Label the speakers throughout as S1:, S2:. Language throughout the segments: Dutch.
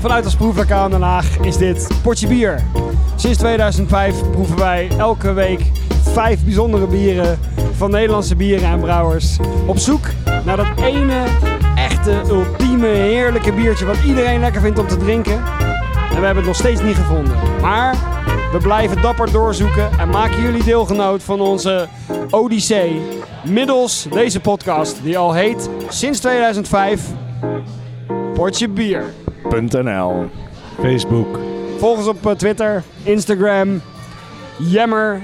S1: vanuit ons proeflokaal in Den Haag is dit Potje Bier. Sinds 2005 proeven wij elke week vijf bijzondere bieren van Nederlandse bieren en brouwers. Op zoek naar dat ene echte, ultieme, heerlijke biertje wat iedereen lekker vindt om te drinken. En we hebben het nog steeds niet gevonden. Maar we blijven dapper doorzoeken en maken jullie deelgenoot van onze Odyssee. Middels deze podcast, die al heet sinds 2005 Potje Bier.
S2: .nl.
S3: Facebook.
S1: Volg ons op eh, Twitter, Instagram, Jammer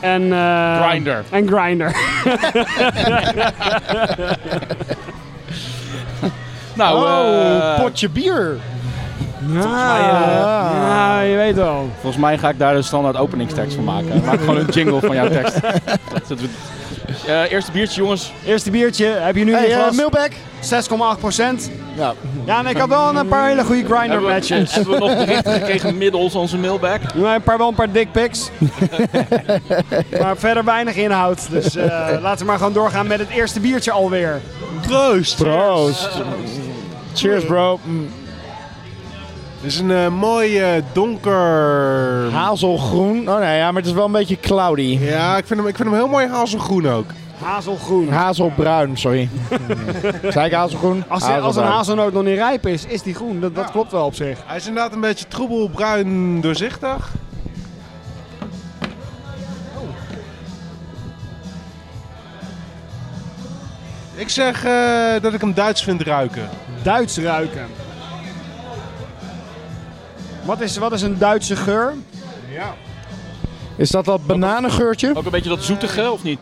S1: en... eh,
S4: Grindr.
S1: En Grindr.
S4: Nou,
S5: Oh,
S4: eh,
S5: potje bier. Ah.
S1: Ja, eh, ja, je weet wel.
S4: volgens mij ga ik daar de standaard openingstekst van maken. Maak gewoon een jingle van jouw tekst. Dat is het. Eh, eerste biertje, jongens.
S1: Eerste biertje, heb je nu
S5: Hey,
S1: in
S5: eh,
S1: glas?
S5: Milback.
S1: 6,8 procent.
S5: Ja.
S1: Ja, en ik had wel een eh, paar hele goede grinder
S4: Hebben we,
S1: matches.
S4: hebben we nog berichten gekregen middels onze mailback?
S1: Maar een paar, wel een paar dick pics. maar verder weinig inhoud. Dus eh, laten we maar gewoon doorgaan met het eerste biertje alweer.
S3: Proost! Mm.
S2: Proost. Cheers, bro.
S3: Dit is een eh, mooi eh, donker...
S2: Hazelgroen. Oh nee, ja, maar het is wel een beetje cloudy.
S3: Ja, ik vind, hem, ik vind hem heel mooi hazelgroen ook.
S1: Hazelgroen.
S2: Hazelbruin, sorry. Zei ik hazelgroen?
S1: Als, die- als een
S2: Hazelbruin.
S1: hazelnoot nog niet rijp is, is die groen. Dat, dat klopt wel op zich.
S3: Hij is inderdaad een beetje troebelbruin doorzichtig. Oh. Ik zeg eh, dat ik hem Duits vind ruiken.
S1: Duits ruiken. Wat is, wat is een Duitse geur?
S3: Ja.
S2: Is dat dat bananengeurtje?
S4: Ook een beetje dat zoetige, of niet?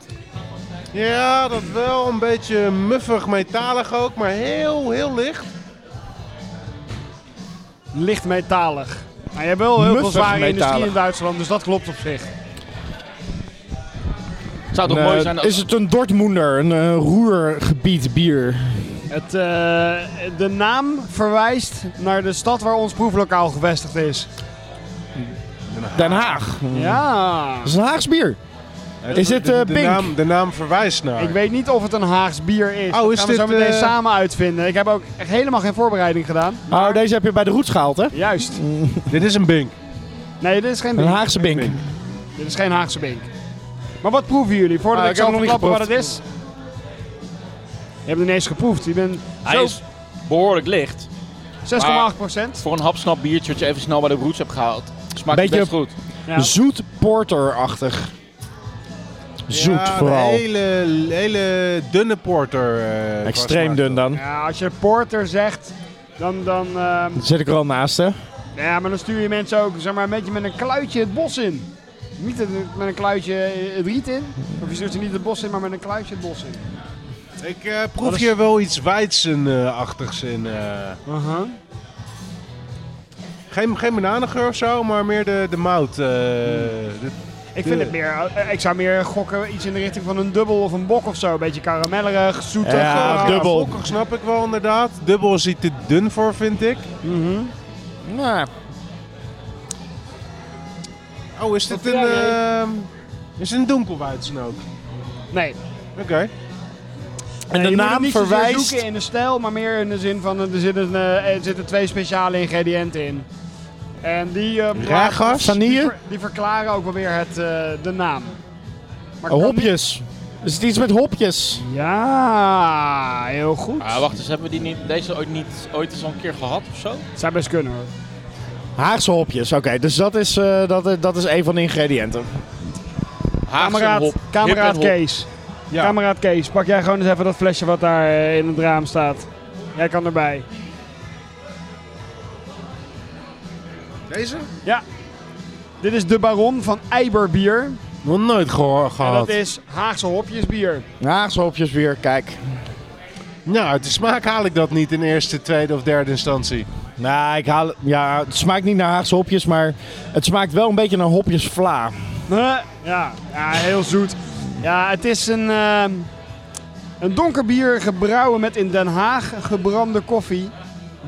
S3: Ja, dat wel. Een beetje muffig, metalig ook, maar heel, heel licht.
S1: Licht metalig. Maar je hebt wel heel veel
S2: Muffig
S1: zware industrie
S2: metalig.
S1: in Duitsland, dus dat klopt op zich.
S4: Zou toch
S2: Een,
S4: mooi
S2: eh,
S4: zijn als...
S2: is het een Dortmunder, een eh, roergebied bier?
S1: Het, eh, de naam verwijst naar de stad waar ons proeflokaal gevestigd is.
S2: Den Haag.
S3: Mm.
S1: Ja.
S2: Dat is een Haags bier. Is dit,
S3: de,
S2: eh,
S3: de
S2: pink?
S3: Naam, de naam verwijst naar.
S1: Ik weet niet of het een Haags bier is.
S3: Oh,
S1: dat
S3: is
S1: gaan we zo
S3: dit,
S1: meteen
S3: eh,
S1: samen uitvinden. Ik heb ook echt helemaal geen voorbereiding gedaan.
S2: Oh, deze heb je bij de roots gehaald, hè?
S1: Juist.
S3: Mm. Dit is een bink.
S1: Nee, dit is geen
S2: Een
S1: bink.
S2: Haagse bink.
S1: Dit is geen Haagse bink. Maar wat proeven jullie? Voordat
S2: Ah,
S1: ik
S2: ik heb
S1: zal
S2: nog niet
S1: verklappen wat het
S2: geproefd.
S1: is. Je hebt het ineens geproefd. Je bent
S4: Hij is behoorlijk licht.
S1: 6,8 procent.
S4: Voor een hapsnap biertje wat je even snel bij de roots hebt gehaald. Smaakt
S2: Beetje-
S4: best goed.
S1: Ja.
S2: Zoet porterachtig. Zoet
S3: Ja,
S2: vooral.
S3: Een hele, hele dunne porter. eh,
S2: Extreem
S3: was
S2: dun
S3: dat.
S2: dan.
S1: Ja, als je porter zegt, dan... dan ehm,
S2: Dat zit ik er al naast, hè?
S1: ja, maar dan stuur je mensen ook zeg maar, een beetje met een kluitje het bos in. Niet het- met een kluitje het riet in. Of je stuurt ze niet het bos in, maar met een kluitje het bos in.
S3: Ik eh, proef
S1: Dat is-
S3: hier wel iets Weidsen-achtigs in. eh. geen, geen bananengeur of zo, maar meer de, de mout. eh, de-
S1: Ik vind het meer... eh, Ik zou meer gokken iets in de richting van een dubbel of een bok of zo. Een beetje karamellerig, zoetig.
S2: Ja,
S1: eh,
S3: Ah,
S2: dubbel.
S3: Volkig snap ik wel inderdaad. Dubbel is hij te dun voor, vind ik.
S1: mhm.
S2: Nou,
S3: Oh, is dit
S1: Wat
S3: een.
S1: vind jij,
S3: ehm is het een donkelweidsen ook?
S1: Nee.
S3: Oké.
S2: en de
S1: Je moet het
S2: naam
S1: niet zozeer
S2: verwijst...
S1: zoeken in de stijl, maar meer in de zin van eh, er zitten, eh, er zitten twee speciale ingrediënten in. En die, eh,
S3: Raaggas?
S1: die,
S2: Vanille?
S1: ver- die verklaren ook wel weer het, eh, de naam. Maar ik kan
S2: Hopjes. Is het iets met hopjes?
S1: niet- Ja, heel goed.
S4: Ah, wacht eens, hebben we die niet, deze ooit, niet, ooit eens al een keer gehad of zo?
S1: Zou best kunnen hoor.
S2: Haagse hopjes, oké. dus dat is, eh, dat, eh, dat is een van de ingrediënten.
S4: Haagse
S1: Kameraad,
S4: hop. Hip en
S1: kameraad
S4: hop.
S1: Kees.
S3: Ja.
S1: Kameraad Kees, pak jij gewoon eens even dat flesje wat daar eh, in het raam staat. Jij kan erbij.
S3: Deze?
S1: Dit is de Baron van Eiberbier.
S3: Nog nooit gehoord
S2: Ah,
S1: En
S3: gehad.
S1: dat is Haagse hopjesbier.
S2: Haagse hopjes weer, kijk.
S3: Nou, uit de smaak haal ik dat niet in eerste, tweede of derde instantie.
S2: Nou, ik haal, ja, het smaakt niet naar Haagse hopjes, maar het smaakt wel een beetje naar hopjes vla.
S1: Huh? Ja, ja, heel zoet. Ja, het is een, ehm, een donker bier gebrouwen met in Den Haag gebrande koffie.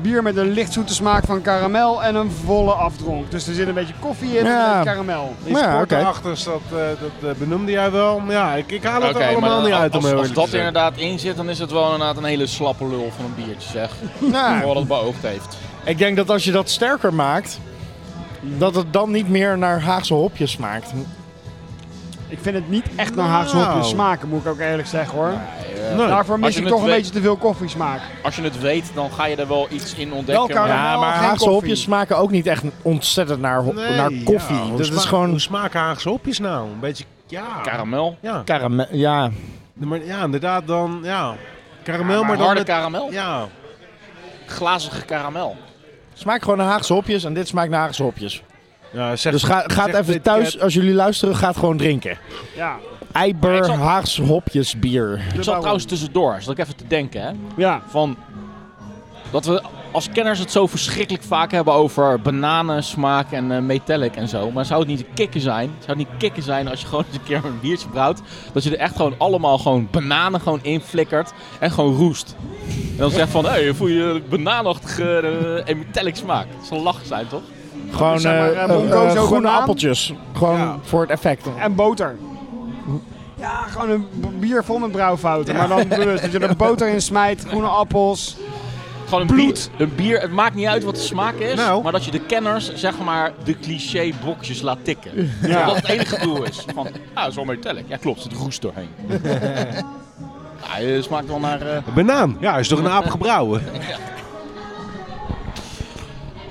S1: Bier met een licht zoete smaak van karamel en een volle afdronk. Dus er zit een beetje koffie in en
S2: Ja.
S1: een beetje karamel.
S3: Die
S2: Nou Ja,
S3: ja,
S2: oké.
S3: achters, dat, eh, dat eh, benoemde jij wel. Maar Ja, ik, ik haal het
S4: Oké,
S3: er allemaal
S4: maar
S3: niet uit om
S4: als,
S3: heel
S4: als
S3: eerlijk
S4: dat
S3: te
S4: er
S3: zijn.
S4: inderdaad in zit, dan is het wel inderdaad een hele slappe lul van een biertje, zeg.
S2: Nou,
S4: Vooral dat het beoogd heeft.
S2: Ik denk dat als je dat sterker maakt, dat het dan niet meer naar Haagse hopjes smaakt.
S1: Ik vind het niet echt naar Haagse
S3: Nou.
S1: hopjes smaken, moet ik ook eerlijk zeggen hoor.
S3: Nee.
S1: Daarvoor
S4: Als
S1: mis
S4: je
S1: ik
S4: het
S1: toch een
S4: weet-
S1: beetje te veel koffiesmaak.
S4: Als je het weet, dan ga je er wel iets in
S1: Wel
S4: ontdekken.
S1: kan
S4: maar-
S2: Ja,
S1: Helemaal
S2: maar
S1: geen
S2: Haagse
S1: koffie.
S2: hopjes smaken ook niet echt ontzettend naar, ho-
S3: Nee,
S2: naar koffie.
S3: ja, hoe
S2: dat is
S3: smaak-
S2: gewoon
S3: Hoe smaken Haagse hopjes nou? Een beetje... Ja.
S4: Karamel.
S3: Ja.
S2: karamel. Ja,
S3: Maar ja, inderdaad dan... Ja. Karamel, maar,
S4: Maar
S3: dan...
S4: harde
S3: met-
S4: karamel.
S3: ja.
S4: Glazige karamel.
S2: smaakt gewoon naar Haagse hopjes en dit smaakt naar Haagse hopjes.
S3: ja zeg,
S2: Dus ga, gaat
S3: zeg
S2: even
S3: dit
S2: thuis,
S3: ket-
S2: als jullie luisteren, gaat gewoon drinken.
S1: Ja.
S4: Ik
S2: Eiber
S4: zal-
S2: Haagse hopjes bier.
S4: Ik zat trouwens tussendoor, zat ik even te denken. Hè,
S1: Ja.
S4: van dat we als kenners het zo verschrikkelijk vaak hebben over bananensmaak en eh, metallic en zo. Maar zou het niet kikken zijn? Zou het niet kikken zijn als je gewoon eens een keer een biertje brouwt? Dat je er echt gewoon allemaal gewoon bananen gewoon in flikkert en gewoon roest. En dan zegt van, hé, hey, voel je bananachtige eh, en metallic smaak. Dat zal lachen zijn, toch?
S2: Gewoon
S1: zeg maar,
S2: eh,
S1: eh,
S2: eh,
S1: bonkozo,
S2: eh, groene
S1: banaan.
S2: appeltjes. Gewoon
S3: Ja.
S2: voor het effect.
S1: En boter. Ja, gewoon een b- bier vol met brouwfouten. Maar dan bewust dat je er boter in smijt, groene appels.
S4: Gewoon een
S1: Bloed.
S4: Bier, een bier, het maakt niet uit wat de smaak is,
S3: Nou.
S4: maar dat je de kenners, zeg maar, de cliché bokjes laat tikken.
S1: Ja.
S4: Dat het enige doel is. Van, ah, dat is wel metallic. Ja, klopt, het roest doorheen. ja, het smaakt wel naar... eh,
S3: Banaan. Ja, is toch een aap gebrouwen?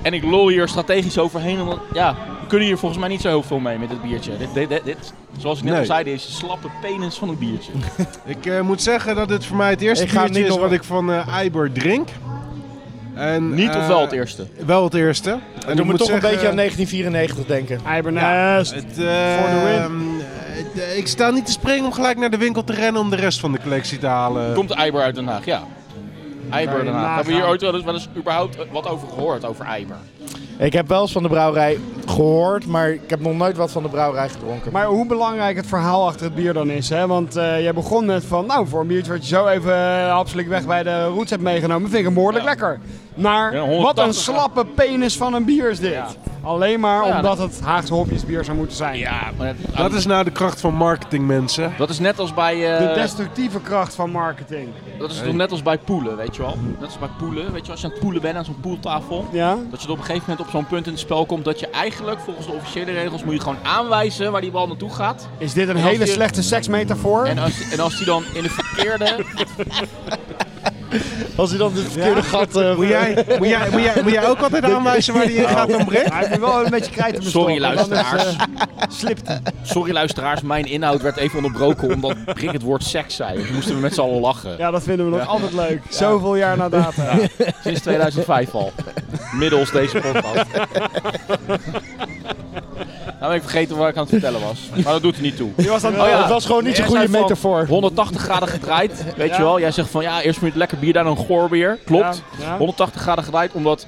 S4: En ik lol hier strategisch overheen, omdat, ja, we kunnen hier volgens mij niet zo heel veel mee met dit biertje. Dit, dit, dit, dit, zoals ik net
S3: Nee.
S4: al zei, dit is de slappe penis van het biertje.
S3: Ik eh, moet zeggen dat dit voor mij het eerste
S2: Ik ga
S3: biertje
S2: niet
S3: is
S2: nog-
S3: wat ik van eh Eiber drink. En,
S4: niet
S3: eh,
S4: of wel het eerste.
S3: Wel het eerste. En
S2: En
S3: ik
S2: doe me
S3: moet
S2: toch
S3: zeggen,
S2: een beetje aan 1994 denken.
S1: Eibernest.
S3: Het, eh,
S1: Voor de win.
S3: ehm, het- ik sta niet te springen om gelijk naar de winkel te rennen om de rest van de collectie te halen.
S4: Komt de Eiber uit Den Haag, ja. Eiber
S1: je
S4: Den Haag. Hebben we hier
S1: nagaan.
S4: ooit wel eens, wel eens überhaupt eh, wat over gehoord, over Eiber?
S2: Ik heb wel eens van de brouwerij gehoord, maar ik heb nog nooit wat van de brouwerij gedronken.
S1: Maar hoe belangrijk het verhaal achter het bier dan is, hè? Want eh, jij begon net van, nou, voor een biertje wat je zo even eh, hapselijk weg bij de roots hebt meegenomen, vind ik hem behoorlijk
S4: Ja.
S1: lekker. Maar
S4: Ja,
S1: wat
S4: 180
S1: een slappe penis van een bier is dit.
S4: Ja.
S1: Alleen maar
S4: Ja,
S1: omdat het Haagse hopjes bier zou moeten zijn.
S4: Ja, maar het-
S3: Dat is nou de kracht van marketing, mensen.
S4: Dat is net als bij.
S1: De
S4: eh,
S1: destructieve kracht van marketing.
S4: dat is toch net als bij poelen, weet je wel. Net als bij poelen. Weet je, wel, als je aan het poelen bent aan zo'n poeltafel.
S1: Ja?
S4: Dat je op een gegeven moment op zo'n punt in het spel komt dat je eigenlijk volgens de officiële regels moet je gewoon aanwijzen waar die bal naartoe gaat.
S1: Is dit een
S4: als
S1: hele
S4: je-
S1: slechte seksmetafoor?
S4: En als, en als die dan in de verkeerde.
S2: Als hij dan de verkeerde gat... eh,
S3: Moet jij, moet, jij, moet, jij, moet jij ook altijd aanwijzen waar die in gaat dan Brett?
S1: Hij moet wel een beetje krijten
S4: Sorry
S1: eh,
S4: luisteraars.
S1: Slipt hij.
S4: Sorry luisteraars, mijn inhoud werd even onderbroken omdat Rick het woord seks zei. Toen moesten we met z'n allen lachen.
S1: Ja, dat vinden we nog altijd leuk. Zoveel jaar na data.
S4: Sinds 2005 al. Middels deze podcast. nou ben ik vergeten waar ik aan het vertellen was. Maar dat doet er niet toe.
S1: Die was dan
S2: Oh ja,
S4: Ja.
S2: het was gewoon niet zo'n
S4: Jij
S2: goede
S4: zei van
S2: metafoor.
S4: 180 graden gedraaid, weet
S1: Ja.
S4: je wel. Jij zegt van ja, eerst moet je het lekker bier, daarna een goor bier. Klopt.
S1: Ja, ja.
S4: 180 graden gedraaid, omdat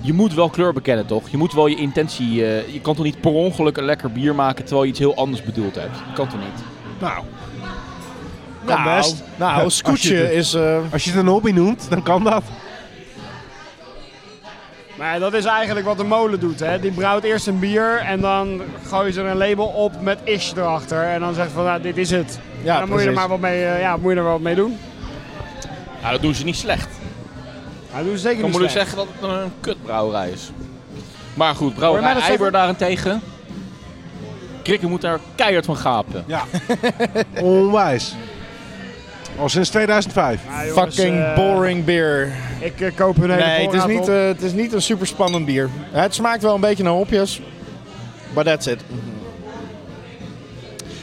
S4: je moet wel kleur bekennen, toch? Je moet wel je intentie... eh, je kan toch niet per ongeluk een lekker bier maken terwijl je iets heel anders bedoeld hebt? Dat kan toch niet?
S3: Nou, kan
S2: Nou,
S3: best.
S2: nou
S3: Als je het
S2: Scootje
S3: doet.
S2: is... eh,
S3: Als je het een hobby noemt, dan kan dat.
S1: Maar ja, dat is eigenlijk wat de molen doet. Hè? Die brouwt eerst een bier en dan gooien ze er een label op met ish erachter. En dan zegt van, nou, dit is het.
S2: ja,
S1: dan moet je er
S2: precies.
S1: maar wat mee, eh, ja, moet je er wel wat mee doen.
S4: Nou, dat doen ze niet slecht.
S1: Hij doet Nou, zeker
S4: Dan
S1: niet
S4: moet ik
S1: slecht.
S4: zeggen dat het een kutbrouwerij is. Maar goed,
S1: Hoor je mij
S4: brouwerij
S1: dat
S4: Eiber
S1: zeggen?
S4: daarentegen... Krikken moet daar keihard van gapen.
S3: Onwijs. Al sinds 2005.
S1: Ja, jongens,
S2: Fucking
S1: eh,
S2: boring bier.
S1: Ik eh, koop hun hele
S2: Nee, het is,
S1: voorraad
S2: niet,
S1: op.
S2: eh, het is niet een super spannend bier. Het smaakt wel een beetje naar hopjes. But that's it.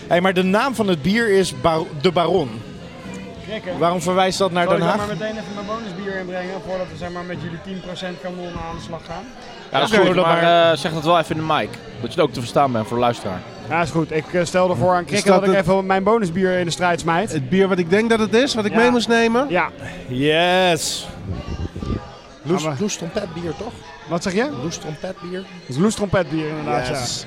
S2: Hey, maar de naam van het bier is Bar- De Baron.
S1: Krikken.
S2: Waarom verwijst dat naar
S1: Zal
S2: Den
S1: eh, ik dan maar
S2: Haag?
S1: meteen even mijn bonusbier inbrengen voordat we zeg maar, met jullie 10% kanon aan de slag gaan?
S4: Ja, dat is
S2: Oké,
S4: goed,
S2: dat
S4: maar
S2: maar.
S4: eh, zeg dat wel even in de mic. Dat je het ook te verstaan bent voor de luisteraar.
S1: Ja, is goed. Ik eh, stel ervoor aan Krikken
S3: dat
S1: dat ik
S3: het-
S1: even mijn bonusbier in de strijd smijt.
S3: Het bier wat ik denk dat het is, wat ik
S1: Ja.
S3: mee moest nemen.
S1: Ja,
S2: Yes. Loes,
S1: Ja, maar-
S2: loes trompetbier, toch?
S1: wat zeg je?
S2: Loes trompetbier.
S1: Het is loestrompetbier inderdaad, ja.
S2: Yes.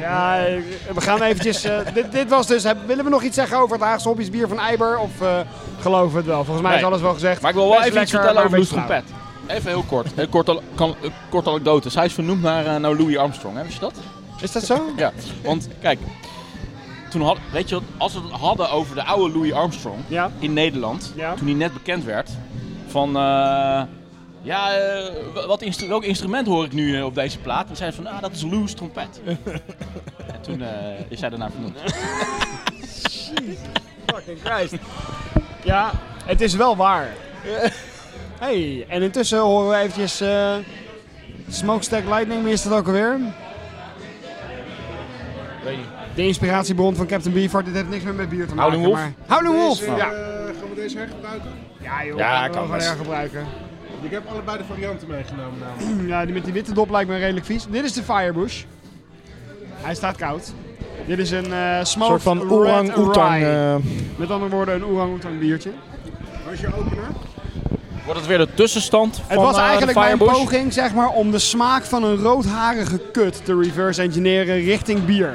S1: Ja, eh, we gaan eventjes... eh, dit, dit was dus... heb- willen we nog iets zeggen over het Haagse hobbybier van Eiber? Of eh, geloven we het wel? Volgens mij is
S4: Nee.
S1: alles wel gezegd.
S4: Maar ik wil wel
S1: Best
S4: even iets
S1: lekker,
S4: vertellen over
S1: maar
S4: Loes
S1: een beetje
S4: Trompet. Even heel kort. Een kort, al- kan, een kort anekdote. Zij is vernoemd naar, eh, naar Louis Armstrong, hè? wist je dat?
S1: flauw. Is dat zo?
S4: Ja. Want kijk, toen had, weet je, wat, als we het hadden over de oude Louis Armstrong
S1: Ja.
S4: in Nederland,
S1: Ja.
S4: toen hij net bekend werd, van eh, Ja, eh, wa- wat instru- welk instrument hoor ik nu eh, op deze plaat? En zei ze van, ah, dat is loose trompet. en toen eh, is hij daarna vernoemd.
S1: Fucking Christ. Ja, het is wel waar. hey, en intussen horen we eventjes eh, Smokestack Lightning, wie is dat ook alweer?
S4: Weet je.
S1: De inspiratiebron van Captain Beefheart, dit heeft niks meer met bier te maken.
S4: Howlin' Wolf?
S1: Maar... Howlin' Wolf!
S3: Deze,
S1: ja.
S3: eh, gaan we deze hergebruiken?
S1: ja joh,
S2: Ja,
S1: ja, kan
S2: kan
S1: wel van
S2: best.
S1: hergebruiken.
S3: Ik heb allebei de varianten meegenomen namelijk.
S1: Ja, die met die witte dop lijkt me redelijk vies. Dit is de Firebush. Hij staat koud. Dit is een eh
S2: Een
S1: smoked
S2: soort van
S1: red
S2: orang-oetang.
S1: rye.
S2: eh,
S1: Met andere woorden, een orang-oetang biertje.
S3: Als je opener.
S4: Wordt het weer de tussenstand van
S1: Het was
S4: eh, de
S1: eigenlijk mijn
S4: Firebush?
S1: poging zeg maar, om de smaak van een roodharige kut te reverse engineeren richting bier.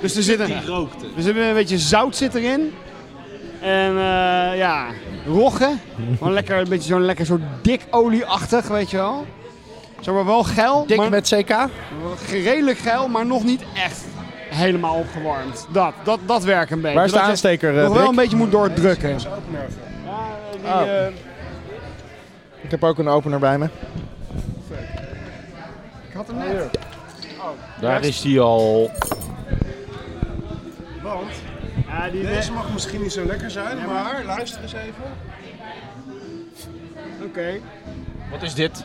S1: Dus er zit een,
S3: rookte.
S1: er zit een beetje zout zit erin. En eh, ja, roggen. Gewoon lekker, een beetje zo'n lekker zo'n dik olieachtig, weet je wel. Zeg maar wel geil,
S2: Dik
S1: maar
S2: met CK?
S1: redelijk geil, maar nog niet echt helemaal opgewarmd. Dat, dat, dat werkt een beetje.
S2: Waar is de
S1: Dat je
S2: aansteker, eh,
S1: Nog wel
S2: Dick?
S1: een beetje moet doordrukken.
S2: Oh. Ik heb ook een opener bij me.
S1: Ik had hem net.
S4: Daar is hij al.
S3: Want
S1: Ja, die
S3: deze mag misschien niet zo lekker zijn, maar luister eens even.
S1: Oké.
S4: Wat is dit?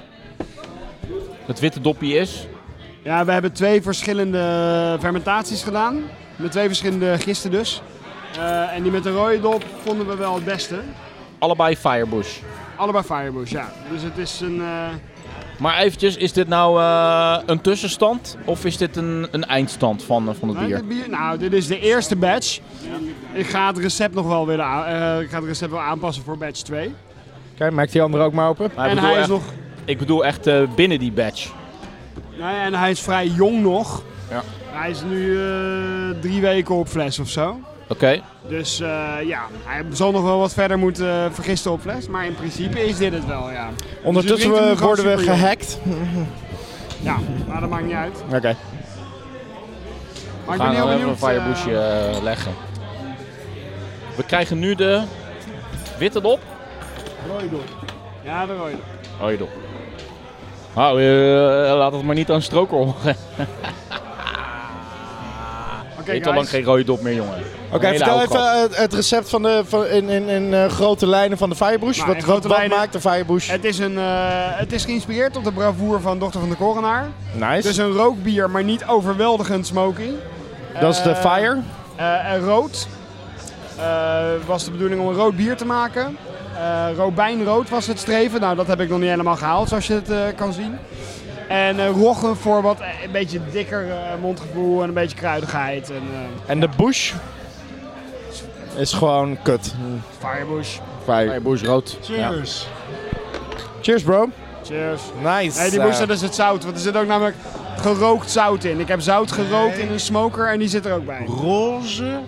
S4: Het witte dopje is.
S1: Ja, we hebben twee verschillende fermentaties gedaan. Met twee verschillende gisten dus. Eh, en die met de rode dop vonden we wel het beste.
S4: Allebei Firebush.
S1: Allebei Firebush, ja. Dus het is een... eh,
S4: Maar eventjes, is dit nou eh, een tussenstand of is dit een, een eindstand van, eh, van het
S1: nou,
S4: bier?
S1: dit bier- nou, dit is de eerste batch. Ik ga het recept nog wel willen aan- eh, ik ga het recept wel aanpassen voor batch 2.
S2: Kijk, maak die andere ook maar open.
S4: Maar Nou, ik,
S1: en
S4: bedoel
S1: hij is
S4: echt,
S1: nog...
S4: ik bedoel echt eh, binnen die badge.
S1: Nou ja, en hij is vrij jong nog.
S4: Ja.
S1: Hij is nu eh, drie weken op fles of zo.
S4: Oké.
S1: Dus eh, ja, hij zal nog wel wat verder moeten eh, vergisten op fles. Maar in principe is dit het wel, ja.
S2: Ondertussen
S1: Dus je drinkt hem
S2: we-
S1: gewoon
S2: worden we
S1: super jong.
S2: gehackt.
S1: Ja, maar dat maakt niet uit.
S2: Oké.
S1: Maar
S4: We
S1: ik ben
S4: gaan
S1: heel
S4: even
S1: benieuwd.
S4: een Firebushje
S1: eh,
S4: eh, leggen. We krijgen nu de witte dop.
S1: ja, de rode.
S4: Oh, je dop. Nou, eh, laat het maar niet aan stroker horen.
S1: Oké,
S4: Eet Ah, al
S1: guys.
S4: lang geen rode dop meer, jongen.
S2: Oké, vertel even eh, het, recept van de, van, in, in, in eh, grote lijnen van de Firebush.
S1: Nou, in
S2: wat wat,
S1: grote
S2: wat
S1: lijnen-
S2: maakt de Firebush?
S1: Het is, een, eh, het is geïnspireerd op de bravoer van Dochter van de Korenaar. Het
S2: Nice.
S1: is een rookbier, maar niet overweldigend smoky.
S2: dat is de
S1: eh,
S2: Fire.
S1: Eh, en rood eh, was de bedoeling om een rood bier te maken. Eh robijnrood was het streven. Nou, dat heb ik nog niet helemaal gehaald, zoals je het eh, kan zien. En eh, roggen voor wat eh, een beetje dikker eh, mondgevoel en een beetje kruidigheid. En eh,
S2: En de Bush is gewoon kut.
S1: Firebush.
S2: Fire.
S4: Firebush rood.
S3: Cheers.
S2: Cheers, bro.
S1: Cheers.
S2: Nice. Eh,
S1: Nee, die moest dat is het zout, want er zit ook namelijk gerookt zout in. Ik heb zout gerookt in een smoker en die zit er ook bij.
S3: Roze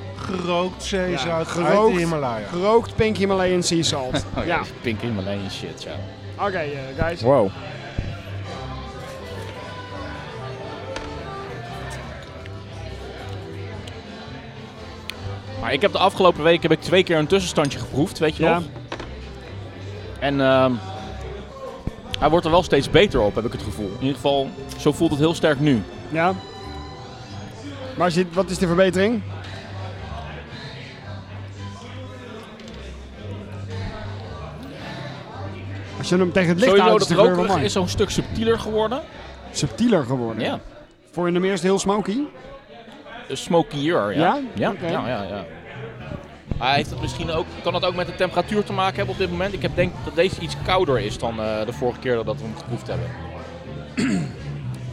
S3: gerookt zeezout
S1: Ja,
S3: uit
S1: gerookt.
S3: de Himalaya.
S1: Gerookt pink Himalayan sea salt.
S4: Oh, ja.
S1: eh, ja.
S4: die Pink Himalayan shit, ja.
S1: Oké, eh, guys.
S2: Wow.
S4: Maar ik heb de afgelopen week heb ik twee keer een tussenstandje geproefd, weet je
S1: Ja.
S4: nog? En ehm, hij wordt er wel steeds beter op, heb ik het gevoel. In ieder geval, zo voelt het heel sterk nu.
S1: Ja. Maar zit, wat is de verbetering? Als je hem tegen het licht
S4: Sowieso
S1: houdt, is
S4: dat
S1: de geur wel
S4: rokerig
S1: mooi.
S4: is zo'n stuk subtieler geworden.
S1: Subtieler geworden.
S4: Ja,
S1: Voor in de eerste heel smoky.
S4: smokier. Ja,
S1: Ja?
S4: ja,
S1: Oké.
S4: ja. ja, ja. Hij heeft het misschien ook, kan dat ook met de temperatuur te maken hebben op dit moment? Ik heb denk dat deze iets kouder is dan eh, de vorige keer dat we hem geproefd hebben.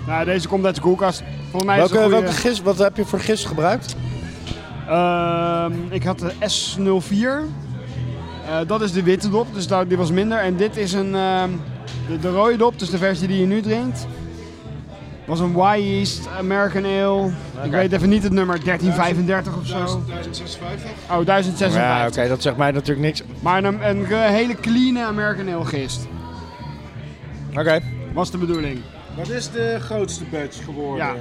S1: Nou, deze komt uit de koelkast. Volgens mij is
S2: Welke,
S1: het een
S2: welke
S1: goede-
S2: gist, wat heb je voor gist gebruikt?
S1: Ehm, ik had de S04. Eh, dat is de witte dop, dus daar, die was minder. En dit is een, ehm, de, de rode dop, dus de versie die je nu drinkt. Was een Y-East American Ale. Ik weet even niet het nummer, 1335 of zo.
S3: 1056.
S1: Oh, 1056.
S2: Ja, oké, dat zegt mij natuurlijk niks.
S1: Maar een, een ge- hele clean American Ale gist.
S2: Oké.
S1: Was de bedoeling.
S3: Dat is de grootste badge geworden.
S1: Ja.
S3: De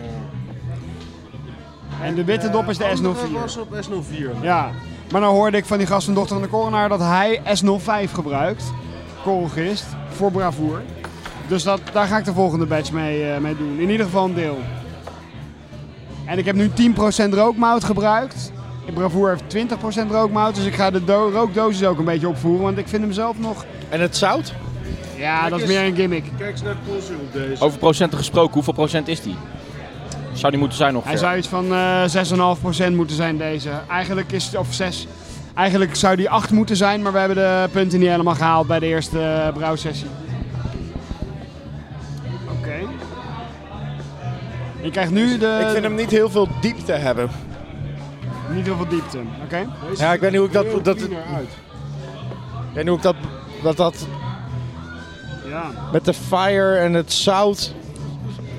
S1: En de witte dop is de S04.
S3: was op S04.
S1: Ja. Maar nou hoorde ik van die gast van Dochter van de Coronaar dat hij S05 gebruikt. Korrelgist. Voor bravoer. Dus dat, daar ga ik de volgende batch mee, eh, mee doen. In ieder geval een deel. En ik heb nu 10% rookmout gebruikt. Bravoer heeft 20% rookmout, dus ik ga de do- rookdosis ook een beetje opvoeren. Want ik vind hem zelf nog...
S2: En het zout?
S1: Ja, dat is meer een gimmick.
S3: Kijk eens naar Consul deze.
S4: Over procenten gesproken, hoeveel procent is die? Zou die moeten zijn nog?
S1: Hij zou iets van eh 6,5% moeten zijn deze. Eigenlijk is het, of 6. Eigenlijk zou die 8 moeten zijn, maar we hebben de punten niet helemaal gehaald bij de eerste eh, brouwsessie. Oké. Je krijgt nu de,
S2: Ik vind hem niet heel veel diepte hebben.
S1: niet heel veel diepte. Oké.
S3: Deze
S2: Ja, ik weet niet hoe ik
S3: ziet er
S2: dat... dat
S3: heel cleaner uit.
S2: ik weet niet hoe ik dat, dat, dat...
S1: Ja.
S2: Met de fire en het zout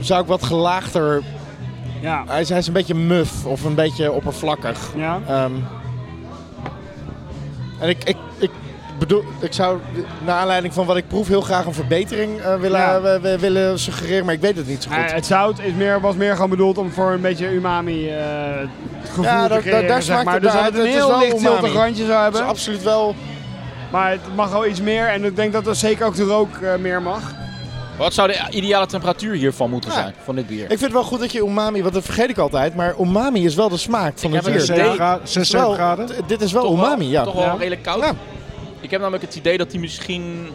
S2: zou ik wat gelaagder...
S1: Ja.
S2: Hij is, hij is een beetje muf of een beetje oppervlakkig.
S1: Ja.
S2: Ehm, en ik, ik, ik bedoel, ik zou naar aanleiding van wat ik proef heel graag een verbetering eh, willen,
S1: Ja.
S2: eh, we- willen suggereren, maar ik weet het niet zo goed.
S1: Eh, het zout is meer, was meer gewoon bedoeld om voor een beetje umami eh gevoel
S2: Ja,
S1: te
S2: daar- daar-
S1: creëren,
S2: daar
S1: zeg
S2: smaakt
S1: maar.
S2: het
S1: Dus
S2: naar.
S1: dat het een
S2: Het is
S1: heel
S2: wel
S1: licht ziltig
S2: umami.
S1: randje zou
S2: Het is
S1: hebben.
S2: absoluut wel
S1: Maar het mag wel iets meer en ik denk dat er zeker ook de rook eh, meer mag.
S4: Wat zou de ideale temperatuur hiervan moeten
S2: Ja.
S4: zijn, van dit bier?
S2: Ik vind het wel goed dat je umami, want dat vergeet ik altijd, maar umami is wel de smaak van
S4: Ik
S2: het
S4: heb het
S2: bier.
S4: idee-
S3: 6
S4: Nee.
S3: graden.
S2: Het
S3: 6
S2: is wel-
S3: graden.
S2: t- Dit is wel
S4: Toch wel-
S2: umami, ja.
S4: Toch wel
S1: Ja.
S4: redelijk koud.
S2: Ja.
S4: Ik heb namelijk het idee dat die misschien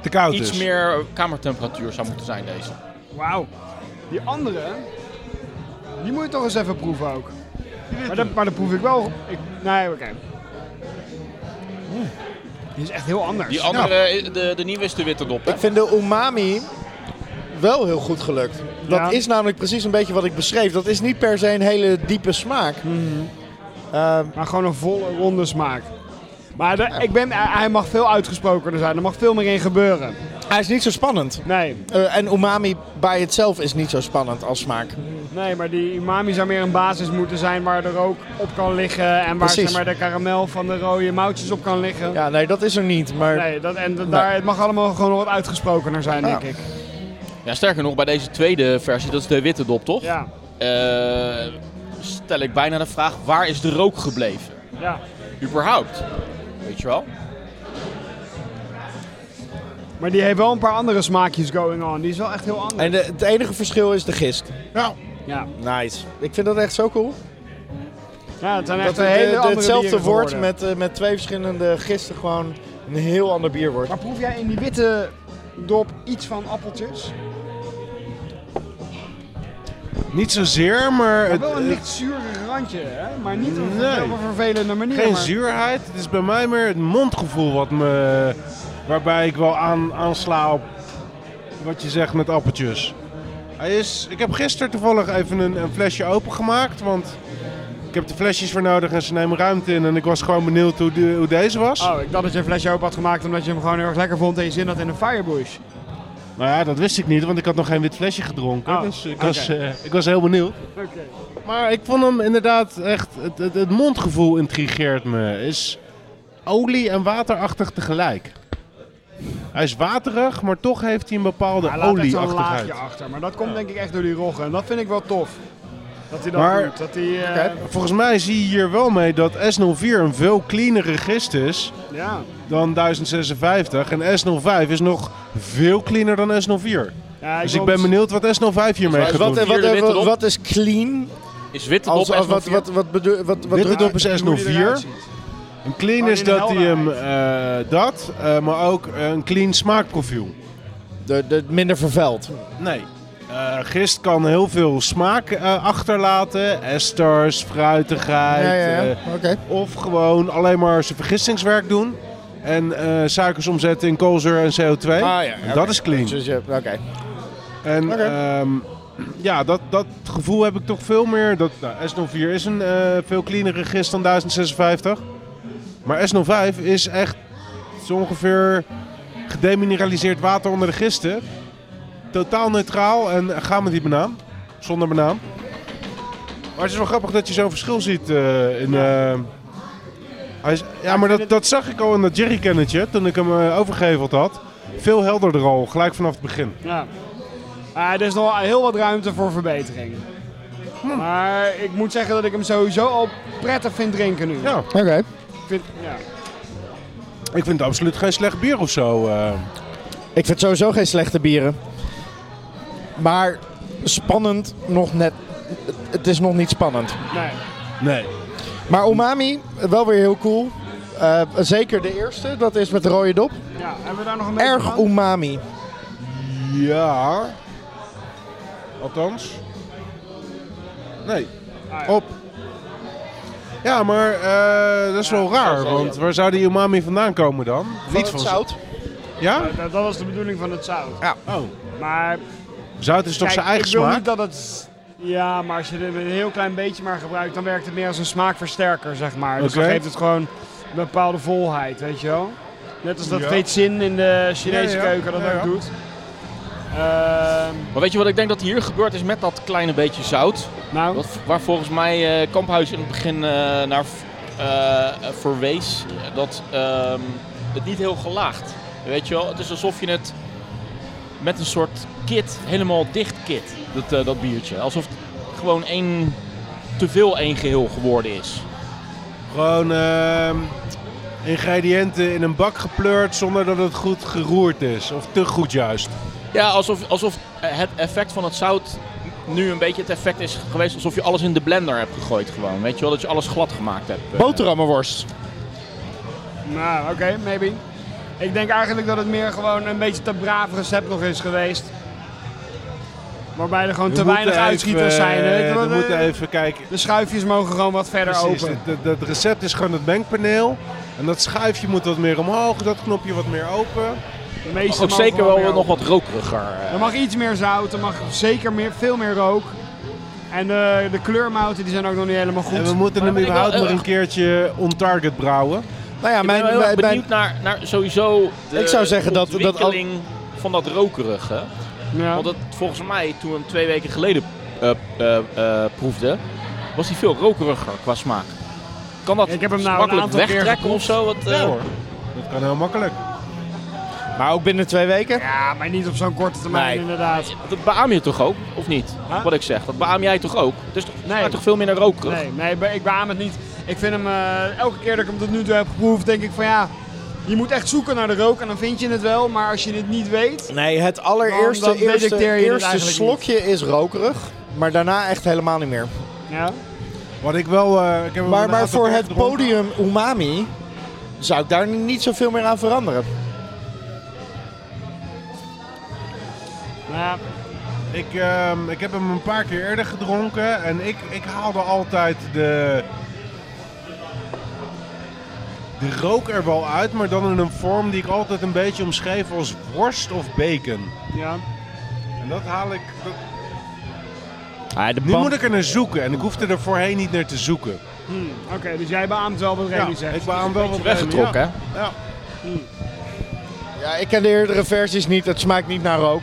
S3: Te
S2: Oh,
S3: koud dus.
S4: iets
S2: dus.
S3: is.
S4: meer kamertemperatuur zou moeten zijn, deze.
S1: Wauw. Die andere, die moet je toch eens even proeven ook. Maar dat, maar dat proef ik wel. Ik, nee, oké. Oeh, Die is echt heel anders.
S4: Die andere, de, de nieuwe is de witte dop, hè?
S2: Ik vind de umami wel heel goed gelukt. Dat
S1: Ja.
S2: is namelijk precies een beetje wat ik beschreef. Dat is niet per se een hele diepe smaak.
S4: Mhm.
S2: Ehm,
S1: Maar gewoon een volle, ronde smaak. Maar de- ik ben, hij hij mag veel uitgesprokener zijn. Er mag veel meer in gebeuren.
S2: hij is niet zo spannend.
S1: Nee,
S2: Eh, en umami bij itself is niet zo spannend als smaak.
S1: nee, maar die umami zou meer een basis moeten zijn waar de rook op kan liggen. En waar
S2: Precies.
S1: zeg maar, de karamel van de rode moutjes op kan liggen.
S2: Ja, nee, dat is er niet. Maar
S1: Nee, dat, en dat- daar, het mag allemaal gewoon wat uitgesprokener zijn,
S2: Ja.
S1: denk ik.
S4: Ja, sterker nog, bij deze tweede versie, dat is de witte dop, toch?
S1: Ja.
S4: Eh, stel ik bijna de vraag, waar is de rook gebleven?
S1: ja.
S4: Überhaupt. Weet je wel?
S1: Maar die heeft wel een paar andere smaakjes going on. Die is wel echt heel anders.
S2: en de- het enige verschil is de gist.
S1: Ja,
S2: Nice. Ik vind dat echt zo cool.
S1: ja het zijn echt
S2: Dat we
S1: een hele
S2: de- de-
S1: andere
S2: hetzelfde
S1: bieren
S2: woord
S1: geworden.
S2: met, eh, met twee verschillende gisten gewoon een heel ander bier wordt.
S1: Maar proef jij in die witte dop iets van appeltjes?
S3: Niet zozeer, maar...
S1: Maar
S3: Het,
S1: wel een
S3: het-
S1: licht zuurig randje, hè? Maar niet op een
S3: eh, Nee.
S1: op een vervelende manier.
S3: Geen
S1: maar-
S3: zuurheid. Het is bij mij meer het mondgevoel wat me, waarbij ik wel aan, aansla op wat je zegt met appeltjes. Hij is, ik heb gisteren toevallig even een, een flesje opengemaakt, want ik heb de flesjes voor nodig en ze nemen ruimte in. En ik was gewoon benieuwd hoe, de- hoe deze was.
S1: Oh, ik dacht dat je een flesje open had gemaakt omdat je hem gewoon heel erg lekker vond en je zin had in een firebush.
S3: Nou ja, dat wist ik niet, want ik had nog geen wit flesje gedronken.
S1: Oh,
S3: dus ik,
S1: oké.
S3: was, eh, ik was heel benieuwd.
S1: Oké.
S3: Maar ik vond hem inderdaad echt, het, het, het mondgevoel intrigeert me. Is olie en waterachtig tegelijk. Hij is waterig, maar toch heeft hij een bepaalde
S1: Hij laat echt zo'n laagje
S3: olieachtigheid.
S1: achter, maar dat komt denk ik echt door die roggen. En dat vind ik wel tof. Dat hij dat
S3: Maar-
S1: doet. Dat hij, eh,
S2: Oké.
S3: Volgens mij zie je hier wel mee dat S04 een veel cleanere gist is
S1: ja.
S3: dan 1056. En S05 is nog veel cleaner dan S04.
S1: Ja,
S3: Dus
S1: wil
S3: ik ben
S1: dus-
S3: benieuwd wat S05 hiermee
S4: Zou
S3: gaat
S4: je
S2: Wat,
S3: doen.
S2: eh, wat,
S4: Vierde
S2: eh,
S4: witte
S2: wat,
S4: dop.
S2: wat is clean?
S4: Is witte
S2: Als,
S4: dop
S2: als,
S4: S04?
S2: wat, wat, wat, bedoel- wat, wat
S3: Witte
S2: drukt-
S3: dop is
S1: hoe die eruit
S3: S04.
S1: ziet.
S3: Een clean
S1: Gewoon
S3: is
S1: in de
S2: nou
S3: dat hij hem
S1: helderheid.
S3: eh, dat, eh, maar ook een clean smaakprofiel.
S2: de, de, minder vervuild.
S3: Nee. Eh, gist kan heel veel smaak eh, achterlaten. Esters, fruitigheid.
S2: Ja, ja, ja.
S3: eh,
S2: Oké.
S3: of gewoon alleen maar zijn vergistingswerk doen. En eh, suikers omzetten in koolzuur en CO2.
S2: Ah, ja,
S3: En
S2: oké.
S3: Dat is clean.
S2: Dus je- Oké.
S3: En
S2: Oké.
S3: ehm, ja, dat, dat gevoel heb ik toch veel meer. Dat, nou, S04 is een eh, veel cleanere gist dan 1056. Maar S05 is echt zo ongeveer gedemineraliseerd water onder de gisten. Totaal neutraal en ga met die banaan. Zonder banaan. Maar het is wel grappig dat je zo'n verschil ziet eh, in... eh, hij is- ja, maar dat, dat zag ik al in dat jerrycannetje toen ik hem eh, overgeheveld had. Veel helderder al, gelijk vanaf het begin.
S1: Ja. Ah, er is nog wel heel wat ruimte voor verbetering.
S3: Hm.
S1: Maar ik moet zeggen dat ik hem sowieso al prettig vind drinken nu.
S3: Ja.
S2: Oké.
S1: Ik vind, ja.
S3: Ik vind het absoluut geen slecht bier of zo. eh.
S2: Ik Ik vind sowieso geen slechte bieren. Maar spannend nog net. Het is nog niet spannend.
S1: Nee.
S3: Nee.
S2: Maar umami, wel weer heel cool. Eh, zeker de eerste, dat is met de rode dop.
S1: Ja, hebben we daar nog een beetje
S2: Erg
S1: van?
S2: umami.
S3: Ja. Althans. Nee.
S1: Ah, ja.
S3: Op. Ja, maar eh, dat is wel raar, want waar zou die umami vandaan komen dan?
S2: Niet van zout.
S3: Ja?
S1: Eh, Dat, dat was de bedoeling van het zout.
S3: Oh.
S1: Maar
S3: Zout is toch
S1: kijk,
S3: zijn eigen
S1: ik wil
S3: smaak?
S1: niet dat het... Ja, maar als je er een heel klein beetje maar gebruikt, dan werkt het meer als een smaakversterker, zeg maar. Dus
S3: Oké.
S1: dan geeft het gewoon een bepaalde volheid, weet je wel. Net als dat
S3: Ja.
S1: zin in de Chinese
S3: Ja, ja.
S1: keuken dat
S3: Ja, ja.
S1: ook doet. Ehm,
S4: Maar weet je wat ik denk dat hier gebeurd is met dat kleine beetje zout?
S1: nou,
S4: Wat, waar volgens mij eh Kamphuis in het begin eh, naar eh, verwees. Dat ehm, het niet heel gelaagd. Weet je wel, het is alsof je het met een soort kit, helemaal dicht kit, dat, eh, dat biertje. Alsof het gewoon één, te veel één geheel geworden is.
S3: Gewoon ehm, ingrediënten in een bak gepleurd zonder dat het goed geroerd is. Of te goed juist.
S4: Ja, alsof, alsof eh, het effect van het zout nu een beetje het effect is geweest alsof je alles in de blender hebt gegooid gewoon. Weet je wel, dat je alles glad gemaakt hebt.
S2: Boterhammenworst.
S1: nou oké, maybe. Ik denk eigenlijk dat het meer gewoon een beetje te braaf recept nog is geweest. Waarbij er gewoon
S3: We
S1: te
S3: moeten
S1: weinig
S3: even,
S1: uitschieters zijn.
S3: eh,
S1: weet je wel.
S3: we moeten even kijken.
S1: De schuifjes mogen gewoon wat verder
S3: Precies,
S1: open.
S3: het- het- het recept is gewoon het mengpaneel. En dat schuifje moet wat meer omhoog, dat knopje wat meer open.
S1: De meeste
S4: Ook
S1: mogen
S4: zeker wel
S1: meer
S4: nog
S1: open.
S4: wat rokeriger. eh.
S1: Er mag iets meer zout, er mag zeker meer, veel meer rook. En eh, de kleurmouten die zijn ook nog niet helemaal goed.
S3: En we moeten
S4: Maar
S3: hem
S4: ben ik
S3: überhaupt
S4: wel
S3: maar
S4: erg-
S3: een keertje on-target brouwen.
S2: Nou ja,
S4: Ik ben
S2: mijn,
S4: wel heel erg
S2: mijn, mijn,
S4: benieuwd naar, naar sowieso de
S2: Ik zou zeggen dat- dat al-
S4: ontwikkeling van dat rokerige.
S1: Ja.
S4: Want dat, volgens mij, toen we hem twee weken geleden eh, eh, eh, proefden, was hij veel rokeriger qua smaak. Kan dat
S1: Ik heb hem nou een
S4: makkelijk
S1: aantal keer
S4: wegtrekken
S1: geproefd.
S4: of zo? Wat, eh,
S3: Ja hoor. Dat kan heel makkelijk.
S2: maar ook binnen twee weken.
S1: Ja, maar niet op zo'n korte termijn
S2: Nee.
S1: inderdaad.
S4: dat beaam je toch ook, of niet?
S1: Huh?
S4: Wat ik zeg, dat beaam jij toch ook? Het is toch,
S1: Nee.
S4: maar toch veel minder rokerig?
S1: Nee, nee, be- ik beaam het niet. Ik vind hem, eh, elke keer dat ik hem tot nu toe heb geproefd, denk ik van ja, je moet echt zoeken naar de rook en dan vind je het wel. Maar als je dit niet weet,
S2: Nee, het
S1: Dan-
S2: allereerste
S1: dan
S2: eerste,
S1: detecteer je het
S2: eerste
S1: eigenlijk
S2: slokje is rokerig. Maar daarna echt helemaal niet meer.
S1: ja.
S3: Wat ik wel... eh, ik heb hem
S2: Maar,
S3: een
S2: maar
S3: aantal
S2: voor
S3: keer
S2: het
S3: gedronken.
S2: podium umami zou ik daar niet zoveel meer aan veranderen.
S1: Nou ja,
S3: Ik, ehm, ik heb hem een paar keer eerder gedronken en ik, ik haalde altijd de, de rook er wel uit, maar dan in een vorm die ik altijd een beetje omschreef als worst of bacon.
S1: ja.
S3: En dat haal ik. dat-
S4: Ah,
S2: de
S3: nu moet ik er naar zoeken en ik hoefde er voorheen niet naar te zoeken.
S1: Hm, Oké, dus jij beaamt wel wat Remy zegt.
S3: ik aan wel wat
S4: Weggetrokken, hè?
S3: Ja, ja.
S2: Ja, ik ken de eerdere versies niet. Het smaakt niet naar rook.